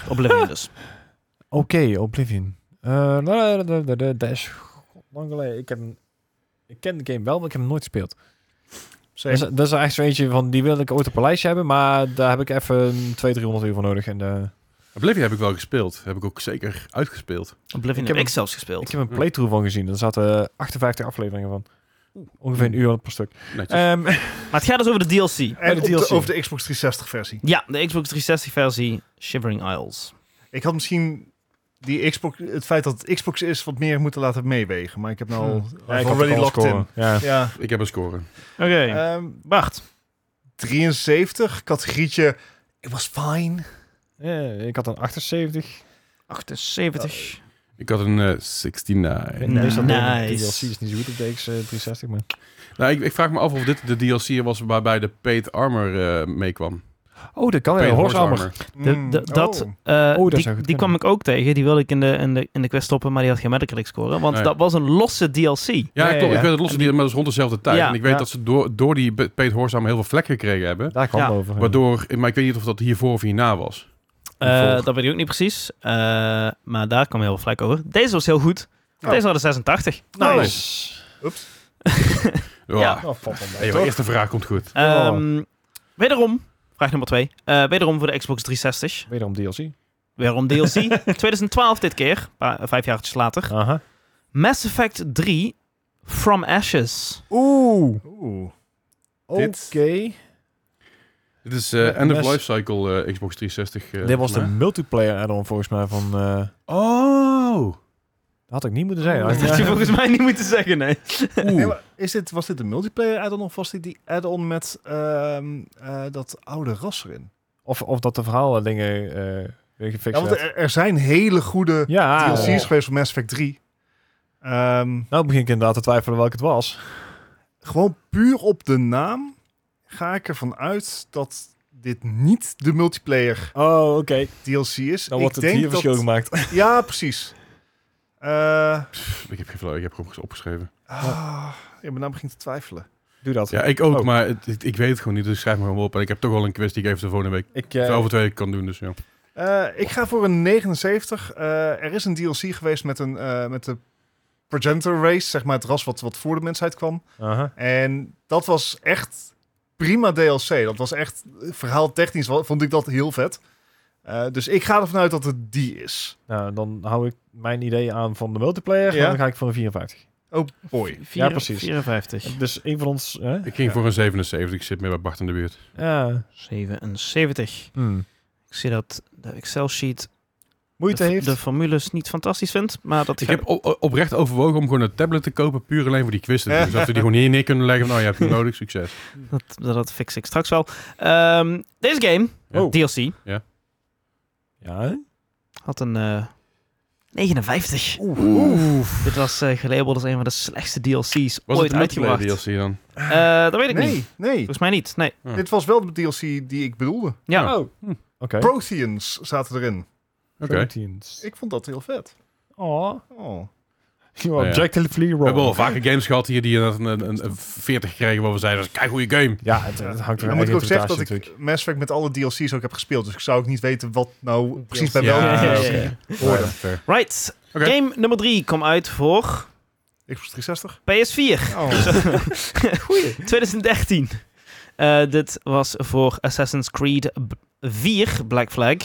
[SPEAKER 1] Oblivion dus.
[SPEAKER 3] Oké, Oblivion. Eh, la- la- la- la- la- Dat is god, lang geleden. Ik heb hem- Ik ken de game wel, maar ik heb hem nooit gespeeld. Dat is,
[SPEAKER 4] Same.
[SPEAKER 3] dat is echt zo'n eentje van, die wil ik ooit op een lijstje hebben, maar daar heb ik even 200, 300 uur voor nodig. En, eh,
[SPEAKER 2] Oblivion heb ik wel gespeeld. Heb ik ook zeker uitgespeeld.
[SPEAKER 1] Oblivion
[SPEAKER 3] Ik
[SPEAKER 1] heb
[SPEAKER 3] heb
[SPEAKER 1] ik
[SPEAKER 3] een-
[SPEAKER 1] zelfs gespeeld.
[SPEAKER 3] ik heb een playthrough van gezien, daar zaten 58 afleveringen van. Ongeveer een uur per stuk.
[SPEAKER 2] Netjes.
[SPEAKER 3] Ehm, (laughs)
[SPEAKER 1] Maar het gaat dus over de DLC.
[SPEAKER 4] En
[SPEAKER 3] de
[SPEAKER 4] op de-
[SPEAKER 3] DLC.
[SPEAKER 4] over de Xbox 360 versie.
[SPEAKER 1] Ja, de Xbox 360 versie Shivering Isles.
[SPEAKER 4] Ik had misschien die Xbox, het feit dat het Xbox is wat meer moeten laten meewegen. Maar ik heb nou al
[SPEAKER 3] ja, ik
[SPEAKER 4] I've
[SPEAKER 3] had
[SPEAKER 4] already
[SPEAKER 3] ook al
[SPEAKER 4] locked
[SPEAKER 3] scoren.
[SPEAKER 4] in.
[SPEAKER 3] Ja.
[SPEAKER 4] Ja.
[SPEAKER 2] ik heb een score.
[SPEAKER 1] Oké,
[SPEAKER 4] Ehm,
[SPEAKER 1] Bart.
[SPEAKER 4] 73, categorietje. It was fine.
[SPEAKER 3] Ja, ik had een 78.
[SPEAKER 1] 78.
[SPEAKER 2] Ik had een eh, 69.
[SPEAKER 3] Ik weet niet eens dat de- de
[SPEAKER 1] Nice.
[SPEAKER 3] DLC is niet zo goed op de X360, maar...
[SPEAKER 2] Nou, ik, ik vraag me af of dit de DLC was waarbij de Paid Armor eh, meekwam.
[SPEAKER 3] Oh, dat kan
[SPEAKER 2] Paid
[SPEAKER 3] wel. Horse Armor.
[SPEAKER 1] De- de-
[SPEAKER 4] Mm,
[SPEAKER 1] dat,
[SPEAKER 4] oh.
[SPEAKER 1] eh, die,
[SPEAKER 3] dat zou goed
[SPEAKER 1] die
[SPEAKER 3] kunnen.
[SPEAKER 1] kwam ik ook tegen. Die wilde ik in de, in de, in de quest stoppen, maar die had geen Metacritic scoren. Want
[SPEAKER 2] Nee.
[SPEAKER 1] dat was een losse DLC.
[SPEAKER 2] Ja,
[SPEAKER 3] Ja,
[SPEAKER 2] ik,
[SPEAKER 3] ja,
[SPEAKER 2] klopt.
[SPEAKER 3] ja.
[SPEAKER 2] ik weet het los, maar dat is rond dezelfde tijd.
[SPEAKER 1] Ja,
[SPEAKER 2] en ik weet
[SPEAKER 3] ja.
[SPEAKER 2] dat ze door, door die Be- Paid Horse Armor heel veel vlek gekregen hebben.
[SPEAKER 3] Daar kwam
[SPEAKER 1] Ja.
[SPEAKER 3] het over. ja.
[SPEAKER 2] Waardoor, maar ik weet niet of dat hiervoor of hierna was.
[SPEAKER 1] Eh,
[SPEAKER 2] Volg.
[SPEAKER 1] dat weet ik ook niet precies. Eh, maar daar kwam heel veel vlek over. Deze was heel goed.
[SPEAKER 4] Oh.
[SPEAKER 1] Deze hadden 86.
[SPEAKER 4] Nice.
[SPEAKER 2] Ja.
[SPEAKER 1] Ja.
[SPEAKER 3] Oh, valt wel mee,
[SPEAKER 2] Hey,
[SPEAKER 3] toch?
[SPEAKER 2] de eerste vraag komt goed.
[SPEAKER 1] Ehm, wederom, vraag nummer 2. wederom voor de Xbox 360.
[SPEAKER 3] Wederom DLC.
[SPEAKER 1] Wederom DLC. 2012 dit keer, een paar- eh, vijf jaartjes later.
[SPEAKER 3] Aha.
[SPEAKER 1] Mass Effect 3 From Ashes.
[SPEAKER 3] Oeh.
[SPEAKER 4] Oeh.
[SPEAKER 3] Oké.
[SPEAKER 4] Dit-
[SPEAKER 2] Dit is eh,
[SPEAKER 3] Ja,
[SPEAKER 2] end of
[SPEAKER 3] mes-
[SPEAKER 2] life cycle eh, Xbox 360. eh,
[SPEAKER 3] Dit was de
[SPEAKER 2] volgens
[SPEAKER 3] multiplayer add-on volgens mij van... eh, dat
[SPEAKER 2] mij. Oh!
[SPEAKER 3] had ik niet moeten zeggen.
[SPEAKER 1] Dat
[SPEAKER 3] Had
[SPEAKER 1] had
[SPEAKER 3] (laughs) ik-
[SPEAKER 1] je volgens mij niet moeten zeggen, nee.
[SPEAKER 4] Nee, maar is dit, was dit een multiplayer add-on of was dit die add-on met ehm, eh, dat oude ras erin?
[SPEAKER 3] Of, of dat de verhaal dingen eh weer
[SPEAKER 4] Ja,
[SPEAKER 3] gefixt
[SPEAKER 4] Nou,
[SPEAKER 3] werd.
[SPEAKER 4] want er, er zijn hele goede
[SPEAKER 3] Ja.
[SPEAKER 4] DLC's
[SPEAKER 3] eh,
[SPEAKER 4] geweest van Mass Effect 3. Ehm,
[SPEAKER 3] Nou begin ik inderdaad te twijfelen welke het was.
[SPEAKER 4] gewoon puur op de naam ga ik ervan uit dat dit niet de multiplayer
[SPEAKER 3] Oh, oké.
[SPEAKER 4] DLC is.
[SPEAKER 3] Dan
[SPEAKER 4] ik
[SPEAKER 3] wordt het hier
[SPEAKER 4] dat-
[SPEAKER 3] verschil gemaakt.
[SPEAKER 4] (laughs) Ja, precies. Eh,
[SPEAKER 2] Pff, ik heb geen flauw, ik heb gewoon eens opgeschreven.
[SPEAKER 4] ah, ja, mijn naam ging te twijfelen.
[SPEAKER 3] Doe dat.
[SPEAKER 2] Ja, ik ook,
[SPEAKER 3] Oh.
[SPEAKER 2] maar het- het- ik weet het gewoon niet, dus ik schrijf me gewoon op. En ik heb toch al een quiz die ik even de volgende week,
[SPEAKER 3] Ik, eh,
[SPEAKER 2] of over twee weken kan doen, dus ja.
[SPEAKER 4] Eh, ik ga voor een 79. Eh, er is een DLC geweest met, een, eh, met de Progenitor Race, zeg maar het ras wat, wat voor de mensheid kwam.
[SPEAKER 3] aha.
[SPEAKER 4] En dat was echt prima DLC. Dat was echt eh, verhaal technisch, vond ik dat heel vet. Eh, dus ik ga ervan uit dat het die is.
[SPEAKER 3] Nou, dan hou ik mijn idee aan van de multiplayer.
[SPEAKER 4] Ja.
[SPEAKER 3] En dan ga ik voor een 54.
[SPEAKER 4] Oh boy.
[SPEAKER 1] Vier-
[SPEAKER 3] precies.
[SPEAKER 1] 54.
[SPEAKER 3] Dus één van ons... Hè?
[SPEAKER 2] Ik ging
[SPEAKER 4] Ja.
[SPEAKER 2] voor een 77, ik zit meer bij Bart in de buurt.
[SPEAKER 3] Ja.
[SPEAKER 1] 77.
[SPEAKER 3] Hmm.
[SPEAKER 1] Ik zie dat de Excel-sheet
[SPEAKER 3] Moeite
[SPEAKER 1] de,
[SPEAKER 3] heeft.
[SPEAKER 1] de formules niet fantastisch vindt, maar dat
[SPEAKER 2] Ik
[SPEAKER 1] ga-
[SPEAKER 2] heb o- o- oprecht overwogen om gewoon een tablet te kopen, puur alleen voor die quiz te doen. Dus dat we die gewoon hier neer kunnen leggen, van, nou, je hebt hem nodig, succes.
[SPEAKER 1] dat, dat, dat fix ik straks wel. Ehm, deze game,
[SPEAKER 2] Ja.
[SPEAKER 1] oh. DLC,
[SPEAKER 3] Ja, hè?
[SPEAKER 1] had een eh, 59. Dit was eh, gelabeld als een van de slechtste DLC's
[SPEAKER 2] Was
[SPEAKER 1] ooit
[SPEAKER 2] het een multiplayer
[SPEAKER 1] uitgebracht.
[SPEAKER 2] DLC dan?
[SPEAKER 1] Eh, dat weet ik niet.
[SPEAKER 4] Nee, nee.
[SPEAKER 1] Volgens mij niet. Nee.
[SPEAKER 4] Dit was wel de DLC die ik bedoelde.
[SPEAKER 1] Ja.
[SPEAKER 2] Ja.
[SPEAKER 3] Oh. Hm. Oké.
[SPEAKER 4] Protheans zaten erin.
[SPEAKER 2] Oké.
[SPEAKER 3] Proteins.
[SPEAKER 4] Ik vond dat heel vet.
[SPEAKER 3] Oh.
[SPEAKER 4] Oh.
[SPEAKER 3] You are
[SPEAKER 2] Ja.
[SPEAKER 3] objectively
[SPEAKER 2] We hebben al
[SPEAKER 3] wrong.
[SPEAKER 2] vaker games gehad hier die inderdaad een, een, een 40 kregen waar we zeiden, dat is een goede game.
[SPEAKER 3] Ja, het, het eh, hangt er
[SPEAKER 4] Dan moet ik ook zeggen dat
[SPEAKER 3] natuurlijk.
[SPEAKER 4] ik Mass Effect met alle DLC's ook heb gespeeld. Dus ik zou ook niet weten wat nou precies bij
[SPEAKER 2] Ja,
[SPEAKER 1] (laughs)
[SPEAKER 4] welke
[SPEAKER 1] ja, ja,
[SPEAKER 4] DLC.
[SPEAKER 1] ja.
[SPEAKER 2] Ja, fair.
[SPEAKER 1] Right.
[SPEAKER 2] Oké.
[SPEAKER 1] Game nummer 3 komt uit voor
[SPEAKER 4] Xbox 360?
[SPEAKER 1] PS4.
[SPEAKER 4] (laughs) Oh.
[SPEAKER 1] 2013. Eh, dit was voor Assassin's Creed B- 4 Black Flag.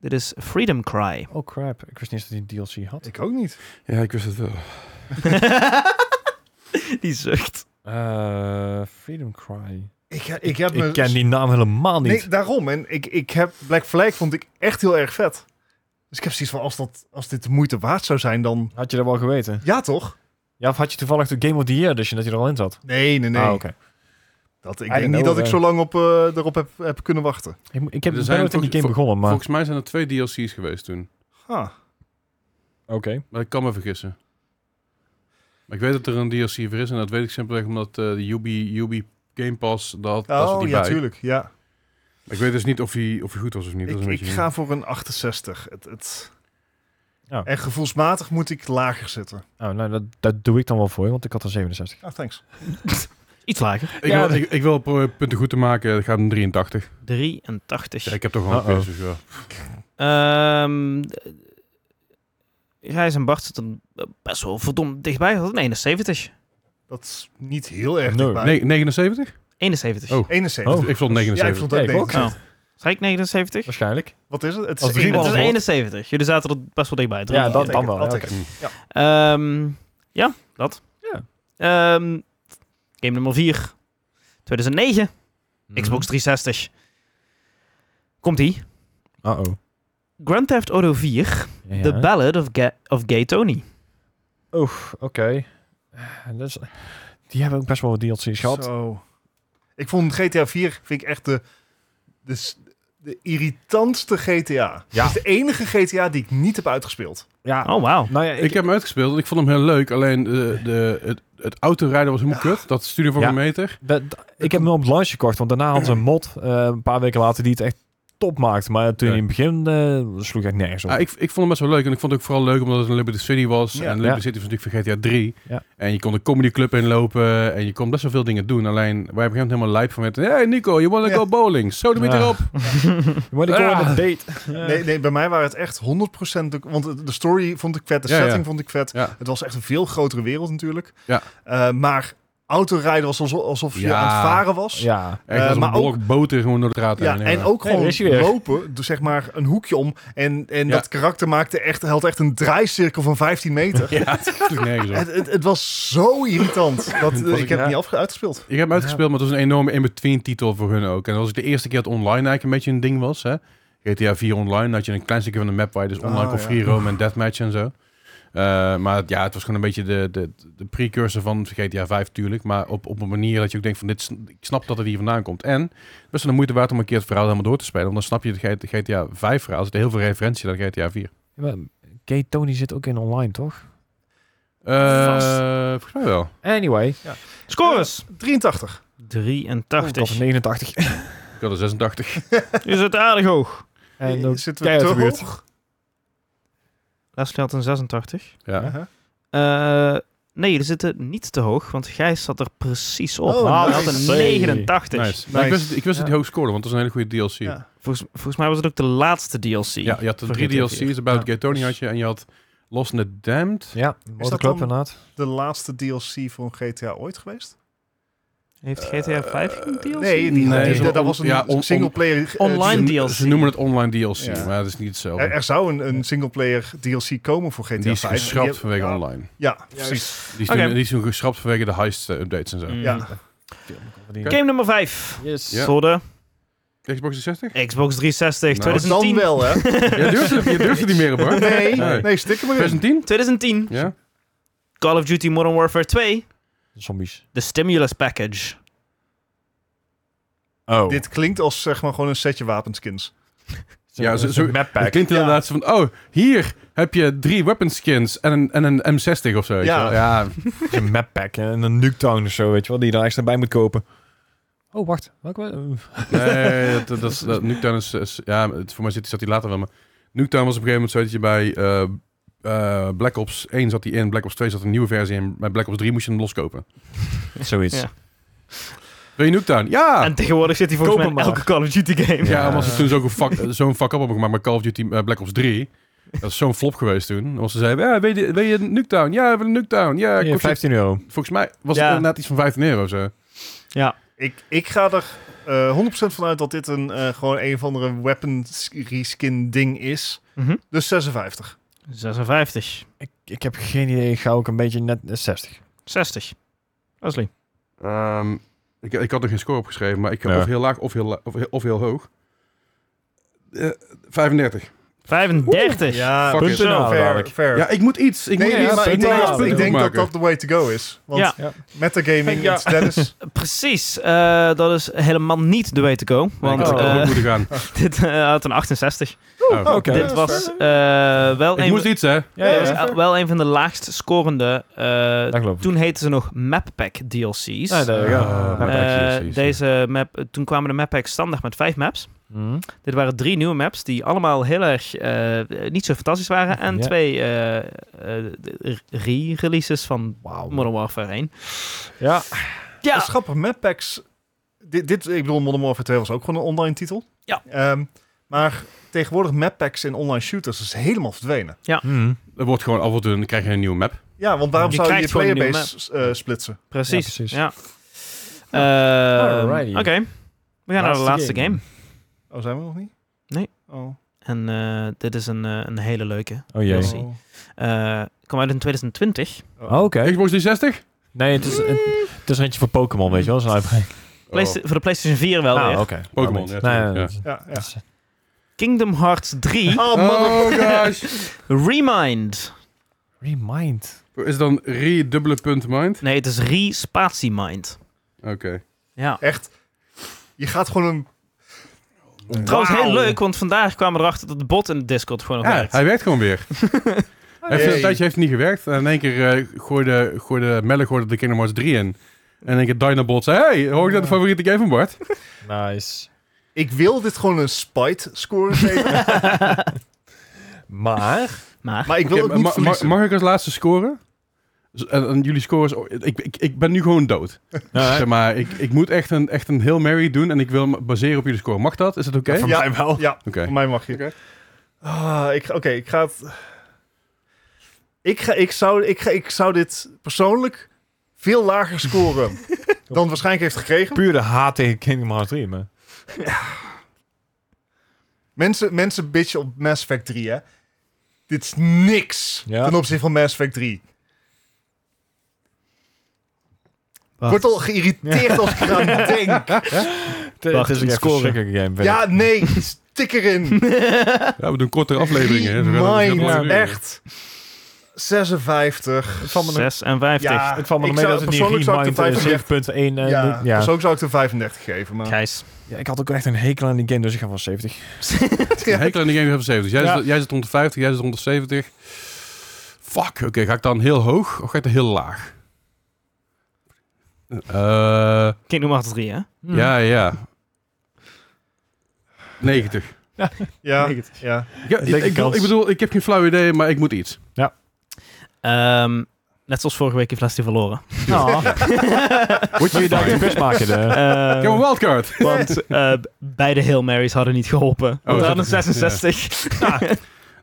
[SPEAKER 1] Dit is Freedom Cry. (laughs)
[SPEAKER 3] Oh crap, ik wist niet eens dat hij een DLC had.
[SPEAKER 4] ik ook niet.
[SPEAKER 2] Ja, ik wist het wel.
[SPEAKER 1] Die zucht.
[SPEAKER 3] Eh, Freedom Cry.
[SPEAKER 4] Ik, he- ik, heb me-
[SPEAKER 3] Ik ken die naam helemaal niet.
[SPEAKER 4] Nee, daarom. En ik, ik heb Black Flag vond ik echt heel erg vet. Dus ik heb zoiets van, als, dat, als dit de moeite waard zou zijn, dan...
[SPEAKER 3] Had je dat wel geweten?
[SPEAKER 4] Ja, toch?
[SPEAKER 3] Ja, of had je toevallig de Game of the Year edition dat je er al in zat?
[SPEAKER 4] Nee, nee, nee.
[SPEAKER 3] Ah, oké.
[SPEAKER 4] dat,
[SPEAKER 3] I
[SPEAKER 4] ik
[SPEAKER 3] don't
[SPEAKER 4] denk niet
[SPEAKER 3] know,
[SPEAKER 4] dat ik
[SPEAKER 3] eh.
[SPEAKER 4] zo lang op, eh erop heb, heb kunnen wachten.
[SPEAKER 3] Ik, mo- ik heb
[SPEAKER 2] Er
[SPEAKER 3] ik ben
[SPEAKER 2] zijn
[SPEAKER 3] nooit in die
[SPEAKER 2] volgens-
[SPEAKER 3] game begonnen, maar...
[SPEAKER 2] Volgens mij zijn er twee DLC's geweest toen.
[SPEAKER 4] Ah.
[SPEAKER 3] Oké.
[SPEAKER 2] Maar ik kan me vergissen. Maar ik weet dat er een DLC voor is en dat weet ik simpelweg omdat eh, de Ubi, Ubi Game Pass, dat was er
[SPEAKER 4] Oh,
[SPEAKER 2] niet
[SPEAKER 4] ja,
[SPEAKER 2] bij.
[SPEAKER 4] tuurlijk. Ja.
[SPEAKER 2] Maar Ik weet dus niet of hij of hij goed was of niet.
[SPEAKER 4] Ik,
[SPEAKER 2] dat is een
[SPEAKER 4] ik
[SPEAKER 2] beetje-
[SPEAKER 4] ga voor een 68. Het, het...
[SPEAKER 3] Ja.
[SPEAKER 4] En gevoelsmatig moet ik lager zitten.
[SPEAKER 3] Oh, nou, dat, dat doe ik dan wel voor je, want ik had er 67.
[SPEAKER 4] Ah, thanks.
[SPEAKER 1] Iets lager.
[SPEAKER 2] Ik, wil, ik, ik wil proberen punten goed te maken. Ik ga hem 83.
[SPEAKER 1] 83.
[SPEAKER 2] Ja, ik heb toch gewoon
[SPEAKER 3] Uh-oh.
[SPEAKER 2] een quiz, dus ja.
[SPEAKER 1] Ehm Gijs en Bart zitten best wel verdomd dichtbij. Dat is een 71.
[SPEAKER 4] Dat is niet heel erg
[SPEAKER 3] Nee.
[SPEAKER 4] dichtbij.
[SPEAKER 2] Nee, 79?
[SPEAKER 1] 71.
[SPEAKER 2] Oh.
[SPEAKER 4] 71.
[SPEAKER 3] Oh.
[SPEAKER 2] Ik vond
[SPEAKER 4] Ja, ik
[SPEAKER 2] 79.
[SPEAKER 4] vond dat
[SPEAKER 3] Ja, ik ook.
[SPEAKER 4] denk ik.
[SPEAKER 1] Oh. Zei ik 79?
[SPEAKER 3] Waarschijnlijk.
[SPEAKER 4] Wat is het? Het
[SPEAKER 3] Als
[SPEAKER 4] is,
[SPEAKER 3] drie
[SPEAKER 1] Het is
[SPEAKER 3] ballen
[SPEAKER 4] 71.
[SPEAKER 1] 71. Jullie zaten er best wel dichtbij. Drie.
[SPEAKER 3] Ja, dat
[SPEAKER 4] dat
[SPEAKER 3] dan
[SPEAKER 4] ik-
[SPEAKER 3] wel.
[SPEAKER 4] dat
[SPEAKER 3] ja,
[SPEAKER 4] ik-
[SPEAKER 3] oké.
[SPEAKER 1] Ehm, ja, dat.
[SPEAKER 3] Ja.
[SPEAKER 1] Ehm, game nummer 4. 2009. Mm.
[SPEAKER 3] Mhm.
[SPEAKER 1] Xbox 360. Komt ie.
[SPEAKER 3] Uh-oh.
[SPEAKER 1] Grand Theft Auto 4.
[SPEAKER 3] Ja.
[SPEAKER 1] The Ballad of, Ga of Gay Tony.
[SPEAKER 3] Oeh, oké. Eh, Dus, die hebben ook best wel wat DLC's gehad.
[SPEAKER 4] Zo. Ik vond GTA 4 vind ik echt de, de, s- de irritantste GTA.
[SPEAKER 3] Ja.
[SPEAKER 4] Het is de enige GTA die ik niet heb uitgespeeld.
[SPEAKER 3] Ja,
[SPEAKER 1] Oh, wauw.
[SPEAKER 3] nou ja,
[SPEAKER 2] Ik heb hem uitgespeeld en ik vond hem heel leuk. Alleen de, de, het, het autorijden was helemaal kut. Dat stuurde voor
[SPEAKER 3] Ja.
[SPEAKER 2] een meter.
[SPEAKER 3] Dat- dat- ik heb hem op launch gekocht, want daarna had ze een mod eh, een paar weken later die het echt top maakt. Maar toen
[SPEAKER 2] Ja.
[SPEAKER 3] in het begin eh, sloeg ik echt nergens op.
[SPEAKER 2] Ah, ik, ik vond hem best wel leuk. En ik vond het ook vooral leuk omdat het een Liberty City was.
[SPEAKER 4] Ja.
[SPEAKER 2] En Liberty
[SPEAKER 3] Ja.
[SPEAKER 2] City was natuurlijk van GTA 3.
[SPEAKER 3] Ja.
[SPEAKER 2] En je kon de comedy club inlopen. En je kon best wel veel dingen doen. Alleen wij hebben op een gegeven moment helemaal lijp van met... Hey Nico, you wanna
[SPEAKER 4] Ja.
[SPEAKER 2] go bowling? Zo de meter
[SPEAKER 3] Ja.
[SPEAKER 2] op.
[SPEAKER 3] Maar ik
[SPEAKER 2] Ah.
[SPEAKER 3] hoorde een date.
[SPEAKER 4] Nee, nee, bij mij waren het echt 100%. de- Want de- de story vond ik vet, de
[SPEAKER 2] Ja, ja.
[SPEAKER 4] setting vond ik vet.
[SPEAKER 2] Ja.
[SPEAKER 4] Het was echt een veel grotere wereld natuurlijk.
[SPEAKER 2] Ja.
[SPEAKER 4] Eh, maar autorijden was alsof, alsof je
[SPEAKER 2] Ja.
[SPEAKER 4] aan het varen was.
[SPEAKER 3] Ja.
[SPEAKER 2] Echt
[SPEAKER 4] Eh,
[SPEAKER 2] als
[SPEAKER 4] maar
[SPEAKER 2] een blok boter gewoon door de draad
[SPEAKER 4] Ja,
[SPEAKER 2] heen.
[SPEAKER 4] en ook
[SPEAKER 3] Nee, daar
[SPEAKER 4] gewoon
[SPEAKER 3] is hij weer.
[SPEAKER 4] lopen, dus zeg maar een hoekje om. En, en
[SPEAKER 2] Ja.
[SPEAKER 4] dat karakter maakte echt, had echt een draaicirkel van 15 meter.
[SPEAKER 2] (laughs) Ja, het sloeg nergens op.
[SPEAKER 4] Het, het, het was
[SPEAKER 2] (laughs)
[SPEAKER 4] zo irritant. Dat, eh,
[SPEAKER 2] Was
[SPEAKER 4] ik
[SPEAKER 2] ik-
[SPEAKER 4] heb
[SPEAKER 3] ja.
[SPEAKER 4] het niet afge- uitgespeeld.
[SPEAKER 2] Ik heb hem uitgespeeld, maar het was een enorme in-between titel voor hun ook. En dat was de eerste keer dat online eigenlijk een beetje een ding was. Hè? GTA 4 online, dan had je een klein stukje van de map waar je dus online
[SPEAKER 4] Ah,
[SPEAKER 2] kon
[SPEAKER 4] ja.
[SPEAKER 2] free roam en deathmatch en zo. Eh, maar ja, het was gewoon een beetje de, de, de precursor van GTA 5 natuurlijk. Maar op, op een manier dat je ook denkt van, dit, is- ik snap dat het hier vandaan komt. En het was een moeite waard om een keer het verhaal helemaal door te spelen. Want dan snap je het G- GTA 5 verhaal. Er zit heel veel referentie naar GTA 4.
[SPEAKER 3] Maar Gay Tony zit ook in online, toch?
[SPEAKER 2] Eh,
[SPEAKER 1] Vast.
[SPEAKER 2] volgens mij wel.
[SPEAKER 3] Anyway. Oh,
[SPEAKER 1] Scores.
[SPEAKER 4] 83.
[SPEAKER 3] Of
[SPEAKER 1] 83.
[SPEAKER 3] 89.
[SPEAKER 2] Ik had er 86.
[SPEAKER 1] Is het aardig hoog?
[SPEAKER 3] en ook
[SPEAKER 4] Eh, Zitten we
[SPEAKER 3] keihard
[SPEAKER 4] te
[SPEAKER 3] de buurt.
[SPEAKER 4] hoog?
[SPEAKER 1] Leslie had een 86.
[SPEAKER 2] Ja.
[SPEAKER 4] Aha.
[SPEAKER 1] Eh, nee, jullie zitten niet te hoog, want Gijs zat er precies op.
[SPEAKER 4] Oh,
[SPEAKER 1] Hij had
[SPEAKER 4] nice.
[SPEAKER 1] een 89.
[SPEAKER 2] Nice. Maar ik wist, ik wist dat
[SPEAKER 3] Ja.
[SPEAKER 2] hij hoog scoorde, want dat is een hele goede DLC.
[SPEAKER 4] Ja.
[SPEAKER 1] Volgens, volgens mij was het ook de laatste DLC.
[SPEAKER 2] Ja, je had de
[SPEAKER 1] voor
[SPEAKER 2] drie
[SPEAKER 1] GTA
[SPEAKER 2] DLC's. About
[SPEAKER 3] Ja.
[SPEAKER 2] Gay Tony had je. En je had Lost in the Damned.
[SPEAKER 3] Ja,
[SPEAKER 4] dat
[SPEAKER 3] Motorclub
[SPEAKER 4] dan-
[SPEAKER 3] inderdaad.
[SPEAKER 4] De laatste DLC voor een GTA ooit geweest?
[SPEAKER 1] Heeft GTA 5 een DLC?
[SPEAKER 4] Nee, die,
[SPEAKER 2] Eh, Nee,
[SPEAKER 4] die-
[SPEAKER 2] zo-
[SPEAKER 4] dat dat was een
[SPEAKER 2] ja, on- on-
[SPEAKER 4] singleplayer... eh,
[SPEAKER 1] online
[SPEAKER 4] die-
[SPEAKER 1] DLC.
[SPEAKER 2] Ze noemen het online DLC,
[SPEAKER 4] Ja.
[SPEAKER 2] maar dat is niet hetzelfde.
[SPEAKER 4] er, er zou een, een singleplayer DLC komen voor GTA 5.
[SPEAKER 2] die is geschrapt
[SPEAKER 4] Die-
[SPEAKER 2] vanwege
[SPEAKER 4] ja,
[SPEAKER 2] online.
[SPEAKER 4] Ja, precies.
[SPEAKER 2] Die is,
[SPEAKER 1] Oké.
[SPEAKER 2] toen, die is toen geschrapt vanwege de heist-updates en zo.
[SPEAKER 1] Mm.
[SPEAKER 4] Ja.
[SPEAKER 1] Game nummer 5.
[SPEAKER 3] Yes.
[SPEAKER 2] Ja.
[SPEAKER 1] Voor de (laughs)
[SPEAKER 2] Xbox 60?
[SPEAKER 1] Xbox 360
[SPEAKER 2] Nou.
[SPEAKER 4] Dus dan
[SPEAKER 1] 2010. (laughs)
[SPEAKER 4] wel, hè?
[SPEAKER 2] Ja, durfde, je durfde niet meer op
[SPEAKER 4] (laughs)
[SPEAKER 2] hoor.
[SPEAKER 4] Nee,
[SPEAKER 2] Nee.
[SPEAKER 4] nee, stik er maar in.
[SPEAKER 2] 2010?
[SPEAKER 1] 2010.
[SPEAKER 2] Ja.
[SPEAKER 1] Call of Duty Modern Warfare 2.
[SPEAKER 3] Zombies.
[SPEAKER 1] De Stimulus Package.
[SPEAKER 3] Oh.
[SPEAKER 4] Dit klinkt als zeg maar gewoon een setje wapenskins.
[SPEAKER 2] Ja, zo- zo-
[SPEAKER 3] map
[SPEAKER 2] Het klinkt inderdaad zo van, oh, hier heb je drie weapon skins en een, en een M60 of zo. weet je
[SPEAKER 4] Ja.
[SPEAKER 2] wel. ja.
[SPEAKER 3] een map pack en een nuketown of zo, weet je wel, die je dan extra bij moet kopen. Oh, wacht. Welke?
[SPEAKER 2] Nee, dat, dat, dat, is- dat, Nuketown is, is- Ja, het, voor mij zit, zat die later wel. Maar Nuketown was op een gegeven moment zo dat je bij eh, eh, Black Ops 1 zat die in, Black Ops 2 zat een nieuwe versie in. Bij Black Ops 3 moest je hem loskopen.
[SPEAKER 3] Zoiets. Eh,
[SPEAKER 1] Ja.
[SPEAKER 2] Wil je Nuketown? Ja!
[SPEAKER 1] En tegenwoordig zit hij volgens
[SPEAKER 3] Koop
[SPEAKER 1] mij
[SPEAKER 3] hem
[SPEAKER 1] in elke Call of Duty game.
[SPEAKER 2] Ah. Ja,
[SPEAKER 3] Ja.
[SPEAKER 2] omdat ze toen zo'n fuck, zo'n fuck-up hebben gemaakt met Call of Duty eh, Black Ops 3. Dat is zo'n flop geweest toen. Want ze zeiden, ja, wil je, wil je Nuketown? Ja, we willen Nuketown. Ja,
[SPEAKER 3] Ja,
[SPEAKER 2] kost je-
[SPEAKER 3] 15 euro.
[SPEAKER 2] volgens mij was
[SPEAKER 1] Ja.
[SPEAKER 2] het inderdaad iets van 15 euro. of Zo.
[SPEAKER 4] Ik, ik ga er eh 100% van uit dat dit een, eh, gewoon een of andere weapon reskin ding is.
[SPEAKER 1] Mhm.
[SPEAKER 4] Dus 56.
[SPEAKER 1] 56.
[SPEAKER 3] Ik, ik heb geen idee. Ik ga ook een beetje net eh, 60.
[SPEAKER 1] 60. Leslie.
[SPEAKER 2] Ehm, ik, ik had er geen score op geschreven, maar ik
[SPEAKER 3] Ja.
[SPEAKER 2] of heel laag of heel, la- of, heel- of heel hoog. Eh, 35.
[SPEAKER 1] 35.
[SPEAKER 4] Ja,
[SPEAKER 2] Fuck
[SPEAKER 1] it. Nou,
[SPEAKER 4] fair.
[SPEAKER 3] dadelijk.
[SPEAKER 4] fair.
[SPEAKER 2] Ja, ik moet iets. Ik
[SPEAKER 4] nee,
[SPEAKER 2] moet
[SPEAKER 4] nee,
[SPEAKER 2] iets.
[SPEAKER 4] maar ik
[SPEAKER 2] moet
[SPEAKER 4] denk,
[SPEAKER 2] iets
[SPEAKER 4] dat, ik
[SPEAKER 2] punten
[SPEAKER 4] denk dat
[SPEAKER 2] maken.
[SPEAKER 4] dat the way to go is. Want
[SPEAKER 1] Ja.
[SPEAKER 3] Ja.
[SPEAKER 4] metagaming,
[SPEAKER 2] Ja.
[SPEAKER 4] iets
[SPEAKER 1] (laughs)
[SPEAKER 4] Dennis.
[SPEAKER 1] Precies. Eh, dat is helemaal niet de way to go.
[SPEAKER 2] Ik
[SPEAKER 1] Want
[SPEAKER 2] had
[SPEAKER 3] Oh.
[SPEAKER 2] er ook
[SPEAKER 1] eh,
[SPEAKER 2] moeten gaan.
[SPEAKER 1] (laughs) dit eh, had een 68.
[SPEAKER 2] (laughs) Oh.
[SPEAKER 3] oh, oké. Ja,
[SPEAKER 1] dit
[SPEAKER 3] dat
[SPEAKER 1] was eh, wel,
[SPEAKER 2] Ik
[SPEAKER 1] een,
[SPEAKER 2] moest iets, hè?
[SPEAKER 3] Ja,
[SPEAKER 1] eh,
[SPEAKER 3] ja,
[SPEAKER 1] was,
[SPEAKER 3] ja.
[SPEAKER 1] eh, wel een van de laagst scorende. eh,
[SPEAKER 3] Dat geloof ik.
[SPEAKER 1] toen heette ze nog Map Pack DLC's.
[SPEAKER 3] Ja, daar ja.
[SPEAKER 2] Ah,
[SPEAKER 1] Eh,
[SPEAKER 2] map pack DLC's, ja.
[SPEAKER 1] deze map, toen kwamen de map packs standaard met vijf maps.
[SPEAKER 3] Mhm.
[SPEAKER 1] Dit waren drie nieuwe maps die allemaal heel erg eh, niet zo fantastisch waren. En
[SPEAKER 3] Ja.
[SPEAKER 1] twee eh, eh, de- re-releases van
[SPEAKER 3] Wauw.
[SPEAKER 1] Modern Warfare Dus 1.
[SPEAKER 3] Ja.
[SPEAKER 1] Ja,
[SPEAKER 4] Dat is grappig. Mad Packs. Dit, dit, ik bedoel, Modern Warfare 2 was ook gewoon een online titel.
[SPEAKER 1] Ja.
[SPEAKER 4] Ehm, maar tegenwoordig map packs in online shooters is helemaal verdwenen.
[SPEAKER 3] Mhm.
[SPEAKER 2] Er wordt gewoon af en toe, dan krijg je een nieuwe map.
[SPEAKER 4] Ja, want waarom
[SPEAKER 1] Je
[SPEAKER 4] zou je je
[SPEAKER 1] krijgt gewoon een nieuwe
[SPEAKER 4] playerbase eh, splitsen?
[SPEAKER 1] precies. Ja,
[SPEAKER 3] Ja, precies.
[SPEAKER 1] Eh,
[SPEAKER 3] Alrighty.
[SPEAKER 1] Oké, we gaan naar de
[SPEAKER 3] Laatste
[SPEAKER 1] laatste game.
[SPEAKER 3] game.
[SPEAKER 4] Oh, zijn we nog niet?
[SPEAKER 1] Nee.
[SPEAKER 4] Oh.
[SPEAKER 1] En eh, dit is een, eh, een hele leuke.
[SPEAKER 3] Oh jee.
[SPEAKER 1] Yes. Eh kwam uit in 2020.
[SPEAKER 4] Oh.
[SPEAKER 3] Oh, Oké.
[SPEAKER 2] Xbox 360?
[SPEAKER 3] Nee, het is, het, het is er eentje voor Pokémon, weet je wel. Zo'n uitbreiding.
[SPEAKER 1] Playsta- Voor de PlayStation 4 wel
[SPEAKER 3] Ah,
[SPEAKER 1] weer.
[SPEAKER 3] oké. Nou,
[SPEAKER 2] Pokémon, ja,
[SPEAKER 3] Nee, nee,
[SPEAKER 2] ja.
[SPEAKER 3] nee.
[SPEAKER 4] Ja, ja.
[SPEAKER 1] Kingdom Hearts 3
[SPEAKER 4] Oh, mother-
[SPEAKER 2] Oh,
[SPEAKER 4] (laughs)
[SPEAKER 2] gosh.
[SPEAKER 1] Remind.
[SPEAKER 3] Remind.
[SPEAKER 2] Is het dan re dubbele punt mind?
[SPEAKER 1] Nee, het is Re-Spatie Mind.
[SPEAKER 2] Oké.
[SPEAKER 1] Ja.
[SPEAKER 4] Echt. Je gaat gewoon een...
[SPEAKER 1] Trouwens, heel
[SPEAKER 4] Wauw.
[SPEAKER 1] leuk, want vandaag kwamen we erachter dat de bot in Discord gewoon nog
[SPEAKER 2] Ja,
[SPEAKER 1] werkt. (laughs)
[SPEAKER 2] Ah, hij werkt gewoon weer. Hij heeft
[SPEAKER 4] (laughs) Hey.
[SPEAKER 2] een tijdje heeft hij niet gewerkt. En in één keer eh, gooide, gooide Melle gooide de Kingdom Hearts 3 in. En in één keer Dinobot zei, hey, hoor ik dat de
[SPEAKER 4] Ja.
[SPEAKER 2] favoriete game van Bart?
[SPEAKER 3] Nice.
[SPEAKER 4] Ik wil dit gewoon een spite
[SPEAKER 1] (laughs)
[SPEAKER 4] score geven,
[SPEAKER 3] Maar...
[SPEAKER 1] Maar,
[SPEAKER 4] maar ik wil
[SPEAKER 2] Oké,
[SPEAKER 4] het niet
[SPEAKER 2] ma- ma-
[SPEAKER 4] verliezen.
[SPEAKER 2] mag ik als laatste scoren? Z- En, en jullie scores... oh, Ik, ik, ik ben nu gewoon dood.
[SPEAKER 3] Nou,
[SPEAKER 2] Zeg maar, ik, ik moet echt een, echt een heel Mary doen en ik wil me baseren op jullie score. Mag dat? Is dat oké?
[SPEAKER 3] Ja, voor
[SPEAKER 4] Ja.
[SPEAKER 3] mij wel.
[SPEAKER 4] Ja,
[SPEAKER 2] Oké.
[SPEAKER 4] voor mij mag je.
[SPEAKER 2] Oké.
[SPEAKER 4] Ah, ik, Oké, ik ga het... Ik, ga, ik, zou, ik, ga, ik zou dit persoonlijk veel lager scoren dan het waarschijnlijk heeft gekregen.
[SPEAKER 3] Puur de haat tegen Kingdom Hearts 3, man.
[SPEAKER 4] Mensen, mensen bitchen op Mass Effect 3, hè? Dit is niks
[SPEAKER 3] Ja.
[SPEAKER 4] ten opzichte van Mass Effect 3. Ik word al geïrriteerd als ik
[SPEAKER 3] (laughs)
[SPEAKER 4] eraan denk.
[SPEAKER 1] Wacht,
[SPEAKER 3] Het is
[SPEAKER 1] een
[SPEAKER 3] een
[SPEAKER 1] score.
[SPEAKER 3] verschrikkelijke game, vind ik.
[SPEAKER 4] Ja, nee,
[SPEAKER 3] (laughs)
[SPEAKER 4] stik erin.
[SPEAKER 2] Ja, we doen kortere afleveringen. hè. Ze gaan- ze gaan
[SPEAKER 4] Mind,
[SPEAKER 2] korter doen.
[SPEAKER 4] echt. 56.
[SPEAKER 3] Het valt me nog-
[SPEAKER 1] 56.
[SPEAKER 4] Ja.
[SPEAKER 3] Het valt me
[SPEAKER 4] Ik
[SPEAKER 3] nog mee
[SPEAKER 4] zou-
[SPEAKER 3] dat het niet
[SPEAKER 4] persoonlijk zou ik
[SPEAKER 3] Remind
[SPEAKER 4] de
[SPEAKER 3] is, 7.1.
[SPEAKER 4] 35
[SPEAKER 3] eh,
[SPEAKER 4] ja,
[SPEAKER 3] dit- ja.
[SPEAKER 4] dus ook zou ik er 35 geven. Maar...
[SPEAKER 1] Gijs.
[SPEAKER 3] Ja, ik had ook echt een hekel aan die game, dus ik ga van (laughs) 70.
[SPEAKER 2] Een hekel aan die game van 70. Jij,
[SPEAKER 3] Ja.
[SPEAKER 2] zit, jij zit rond de 50, jij zit rond de 70. Fuck, oké. ga ik dan heel hoog of ga ik dan heel laag? Eh,
[SPEAKER 1] Kingdom Hearts 3, hè?
[SPEAKER 3] Hmm.
[SPEAKER 2] Ja, ja. 90.
[SPEAKER 4] Ja,
[SPEAKER 2] Ja,
[SPEAKER 4] ja.
[SPEAKER 2] ik,
[SPEAKER 3] Dikke
[SPEAKER 2] ik, bedoel-
[SPEAKER 3] kans.
[SPEAKER 2] ik bedoel, ik heb geen flauw idee, maar ik moet iets.
[SPEAKER 1] Ehm, net zoals vorige week heeft Leslie
[SPEAKER 3] (laughs)
[SPEAKER 1] verloren.
[SPEAKER 3] Nou, moet je je daar geen best maken, hè?
[SPEAKER 2] Ik
[SPEAKER 1] Eh,
[SPEAKER 2] heb een wildcard. (laughs)
[SPEAKER 1] want eh, beide Hail Marys hadden niet geholpen. Want we
[SPEAKER 2] Oh, dat-
[SPEAKER 1] hadden 66.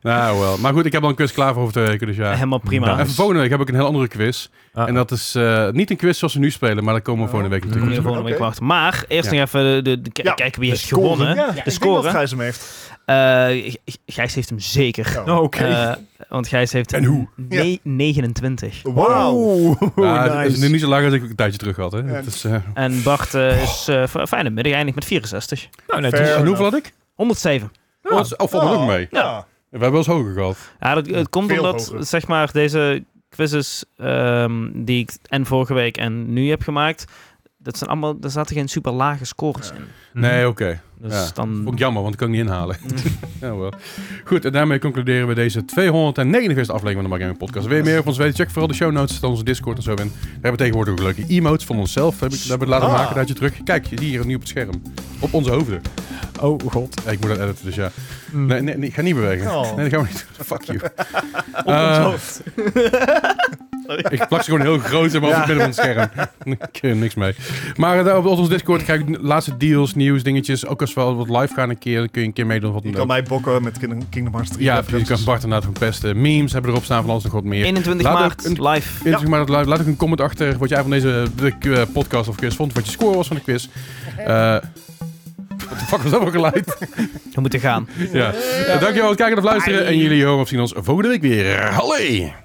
[SPEAKER 2] Nou, wel. Maar goed, ik heb al een quiz klaar voor over twee weken, dus (laughs) ja.
[SPEAKER 1] Helemaal prima.
[SPEAKER 3] Nou,
[SPEAKER 2] En
[SPEAKER 3] nice.
[SPEAKER 2] voor volgende week heb ik een heel andere quiz.
[SPEAKER 3] Ah.
[SPEAKER 2] En dat is eh, niet een quiz zoals we nu spelen, maar daar komen we volgende week
[SPEAKER 1] Dan
[SPEAKER 2] natuurlijk
[SPEAKER 1] kom
[SPEAKER 2] op
[SPEAKER 1] je
[SPEAKER 2] terug.
[SPEAKER 1] volgende week wachten. Maar eerst
[SPEAKER 2] Ja.
[SPEAKER 1] nog even de, de, de- k-
[SPEAKER 4] Ja,
[SPEAKER 1] kijken wie heeft
[SPEAKER 4] Scoren.
[SPEAKER 1] gewonnen.
[SPEAKER 4] Ja, ik denk
[SPEAKER 1] scoren.
[SPEAKER 4] dat Gijs hem heeft.
[SPEAKER 1] Eh, G- G- Gijs heeft hem zeker.
[SPEAKER 4] Ja.
[SPEAKER 3] (laughs) Oké.
[SPEAKER 1] Eh, want Gijs heeft
[SPEAKER 2] En hoe?
[SPEAKER 1] ne- 29.
[SPEAKER 4] Wauw.
[SPEAKER 2] Ja,
[SPEAKER 3] Wow,
[SPEAKER 2] Het is
[SPEAKER 3] (laughs) nice.
[SPEAKER 2] nu niet zo lang als ik een tijdje terug had, hè.
[SPEAKER 4] Ja.
[SPEAKER 2] Het is, eh,
[SPEAKER 1] En Bart eh, is eh, voor een fijne middag eindigt met 64.
[SPEAKER 3] Nou, net
[SPEAKER 4] Fair.
[SPEAKER 3] dus.
[SPEAKER 2] en hoeveel had ik?
[SPEAKER 1] 107.
[SPEAKER 2] Oh, dat is- oh, valt me ook mee.
[SPEAKER 4] Ja.
[SPEAKER 3] Nou.
[SPEAKER 2] We hebben wel eens hoger gehad.
[SPEAKER 1] Ja, dat, het komt
[SPEAKER 4] Veel
[SPEAKER 1] omdat,
[SPEAKER 4] hoger.
[SPEAKER 1] zeg maar, deze quizzes ehm, die ik en vorige week en nu heb gemaakt, dat zijn allemaal, daar zaten geen super lage scores in.
[SPEAKER 3] Mhm.
[SPEAKER 2] Nee, oké.
[SPEAKER 1] Dus
[SPEAKER 2] Ja. Vond
[SPEAKER 1] dan...
[SPEAKER 2] ik jammer, want ik kan ik niet inhalen. (laughs) ja, wel. Goed, en daarmee concluderen we deze 249 aflevering van de Margaming Podcast. Wil je meer van ons weten? Check vooral de show notes, dan onze Discord en zo. En we hebben tegenwoordig ook leuke emotes van onszelf. Heb ik, dat hebben we laten
[SPEAKER 4] Ah.
[SPEAKER 2] maken, dat je terug. Kijk, je ziet hier nu op het scherm. Op onze hoofden.
[SPEAKER 3] Oh god.
[SPEAKER 2] Ja, ik moet dat editen, dus ja.
[SPEAKER 3] Mm.
[SPEAKER 2] Nee, nee, nee, ik ga niet bewegen.
[SPEAKER 4] Oh.
[SPEAKER 2] Nee, dat gaan we niet doen. Fuck you. Eh, (laughs) ik plak ze gewoon heel groot in mijn midden van het scherm. (laughs) ik heb er niks mee. Maar eh, op ons Discord krijg ik laatste deals, nieuws, dingetjes. Ook als we wat live gaan een keer, dan kun je een keer meedoen. Wat
[SPEAKER 4] Je
[SPEAKER 2] dan ook.
[SPEAKER 4] kan mij bokken met Kin- Kingdom Hearts 3.
[SPEAKER 2] Ja, precies. Je kan Bart inderdaad ook pesten. Memes hebben erop staan van alles nog wat meer.
[SPEAKER 1] 21
[SPEAKER 2] Laat
[SPEAKER 1] maart,
[SPEAKER 2] ook
[SPEAKER 1] live.
[SPEAKER 2] Inzig maar dat live. Laat ook een comment achter wat jij van deze de, eh, podcast of quiz vond. Wat je score was van de quiz. Eh (laughs) wat de fuck was dat voor geluid?
[SPEAKER 1] We moeten gaan.
[SPEAKER 2] (laughs) ja. Eh, dankjewel voor het kijken of luisteren. En jullie horen of zien ons volgende week weer. Hallo!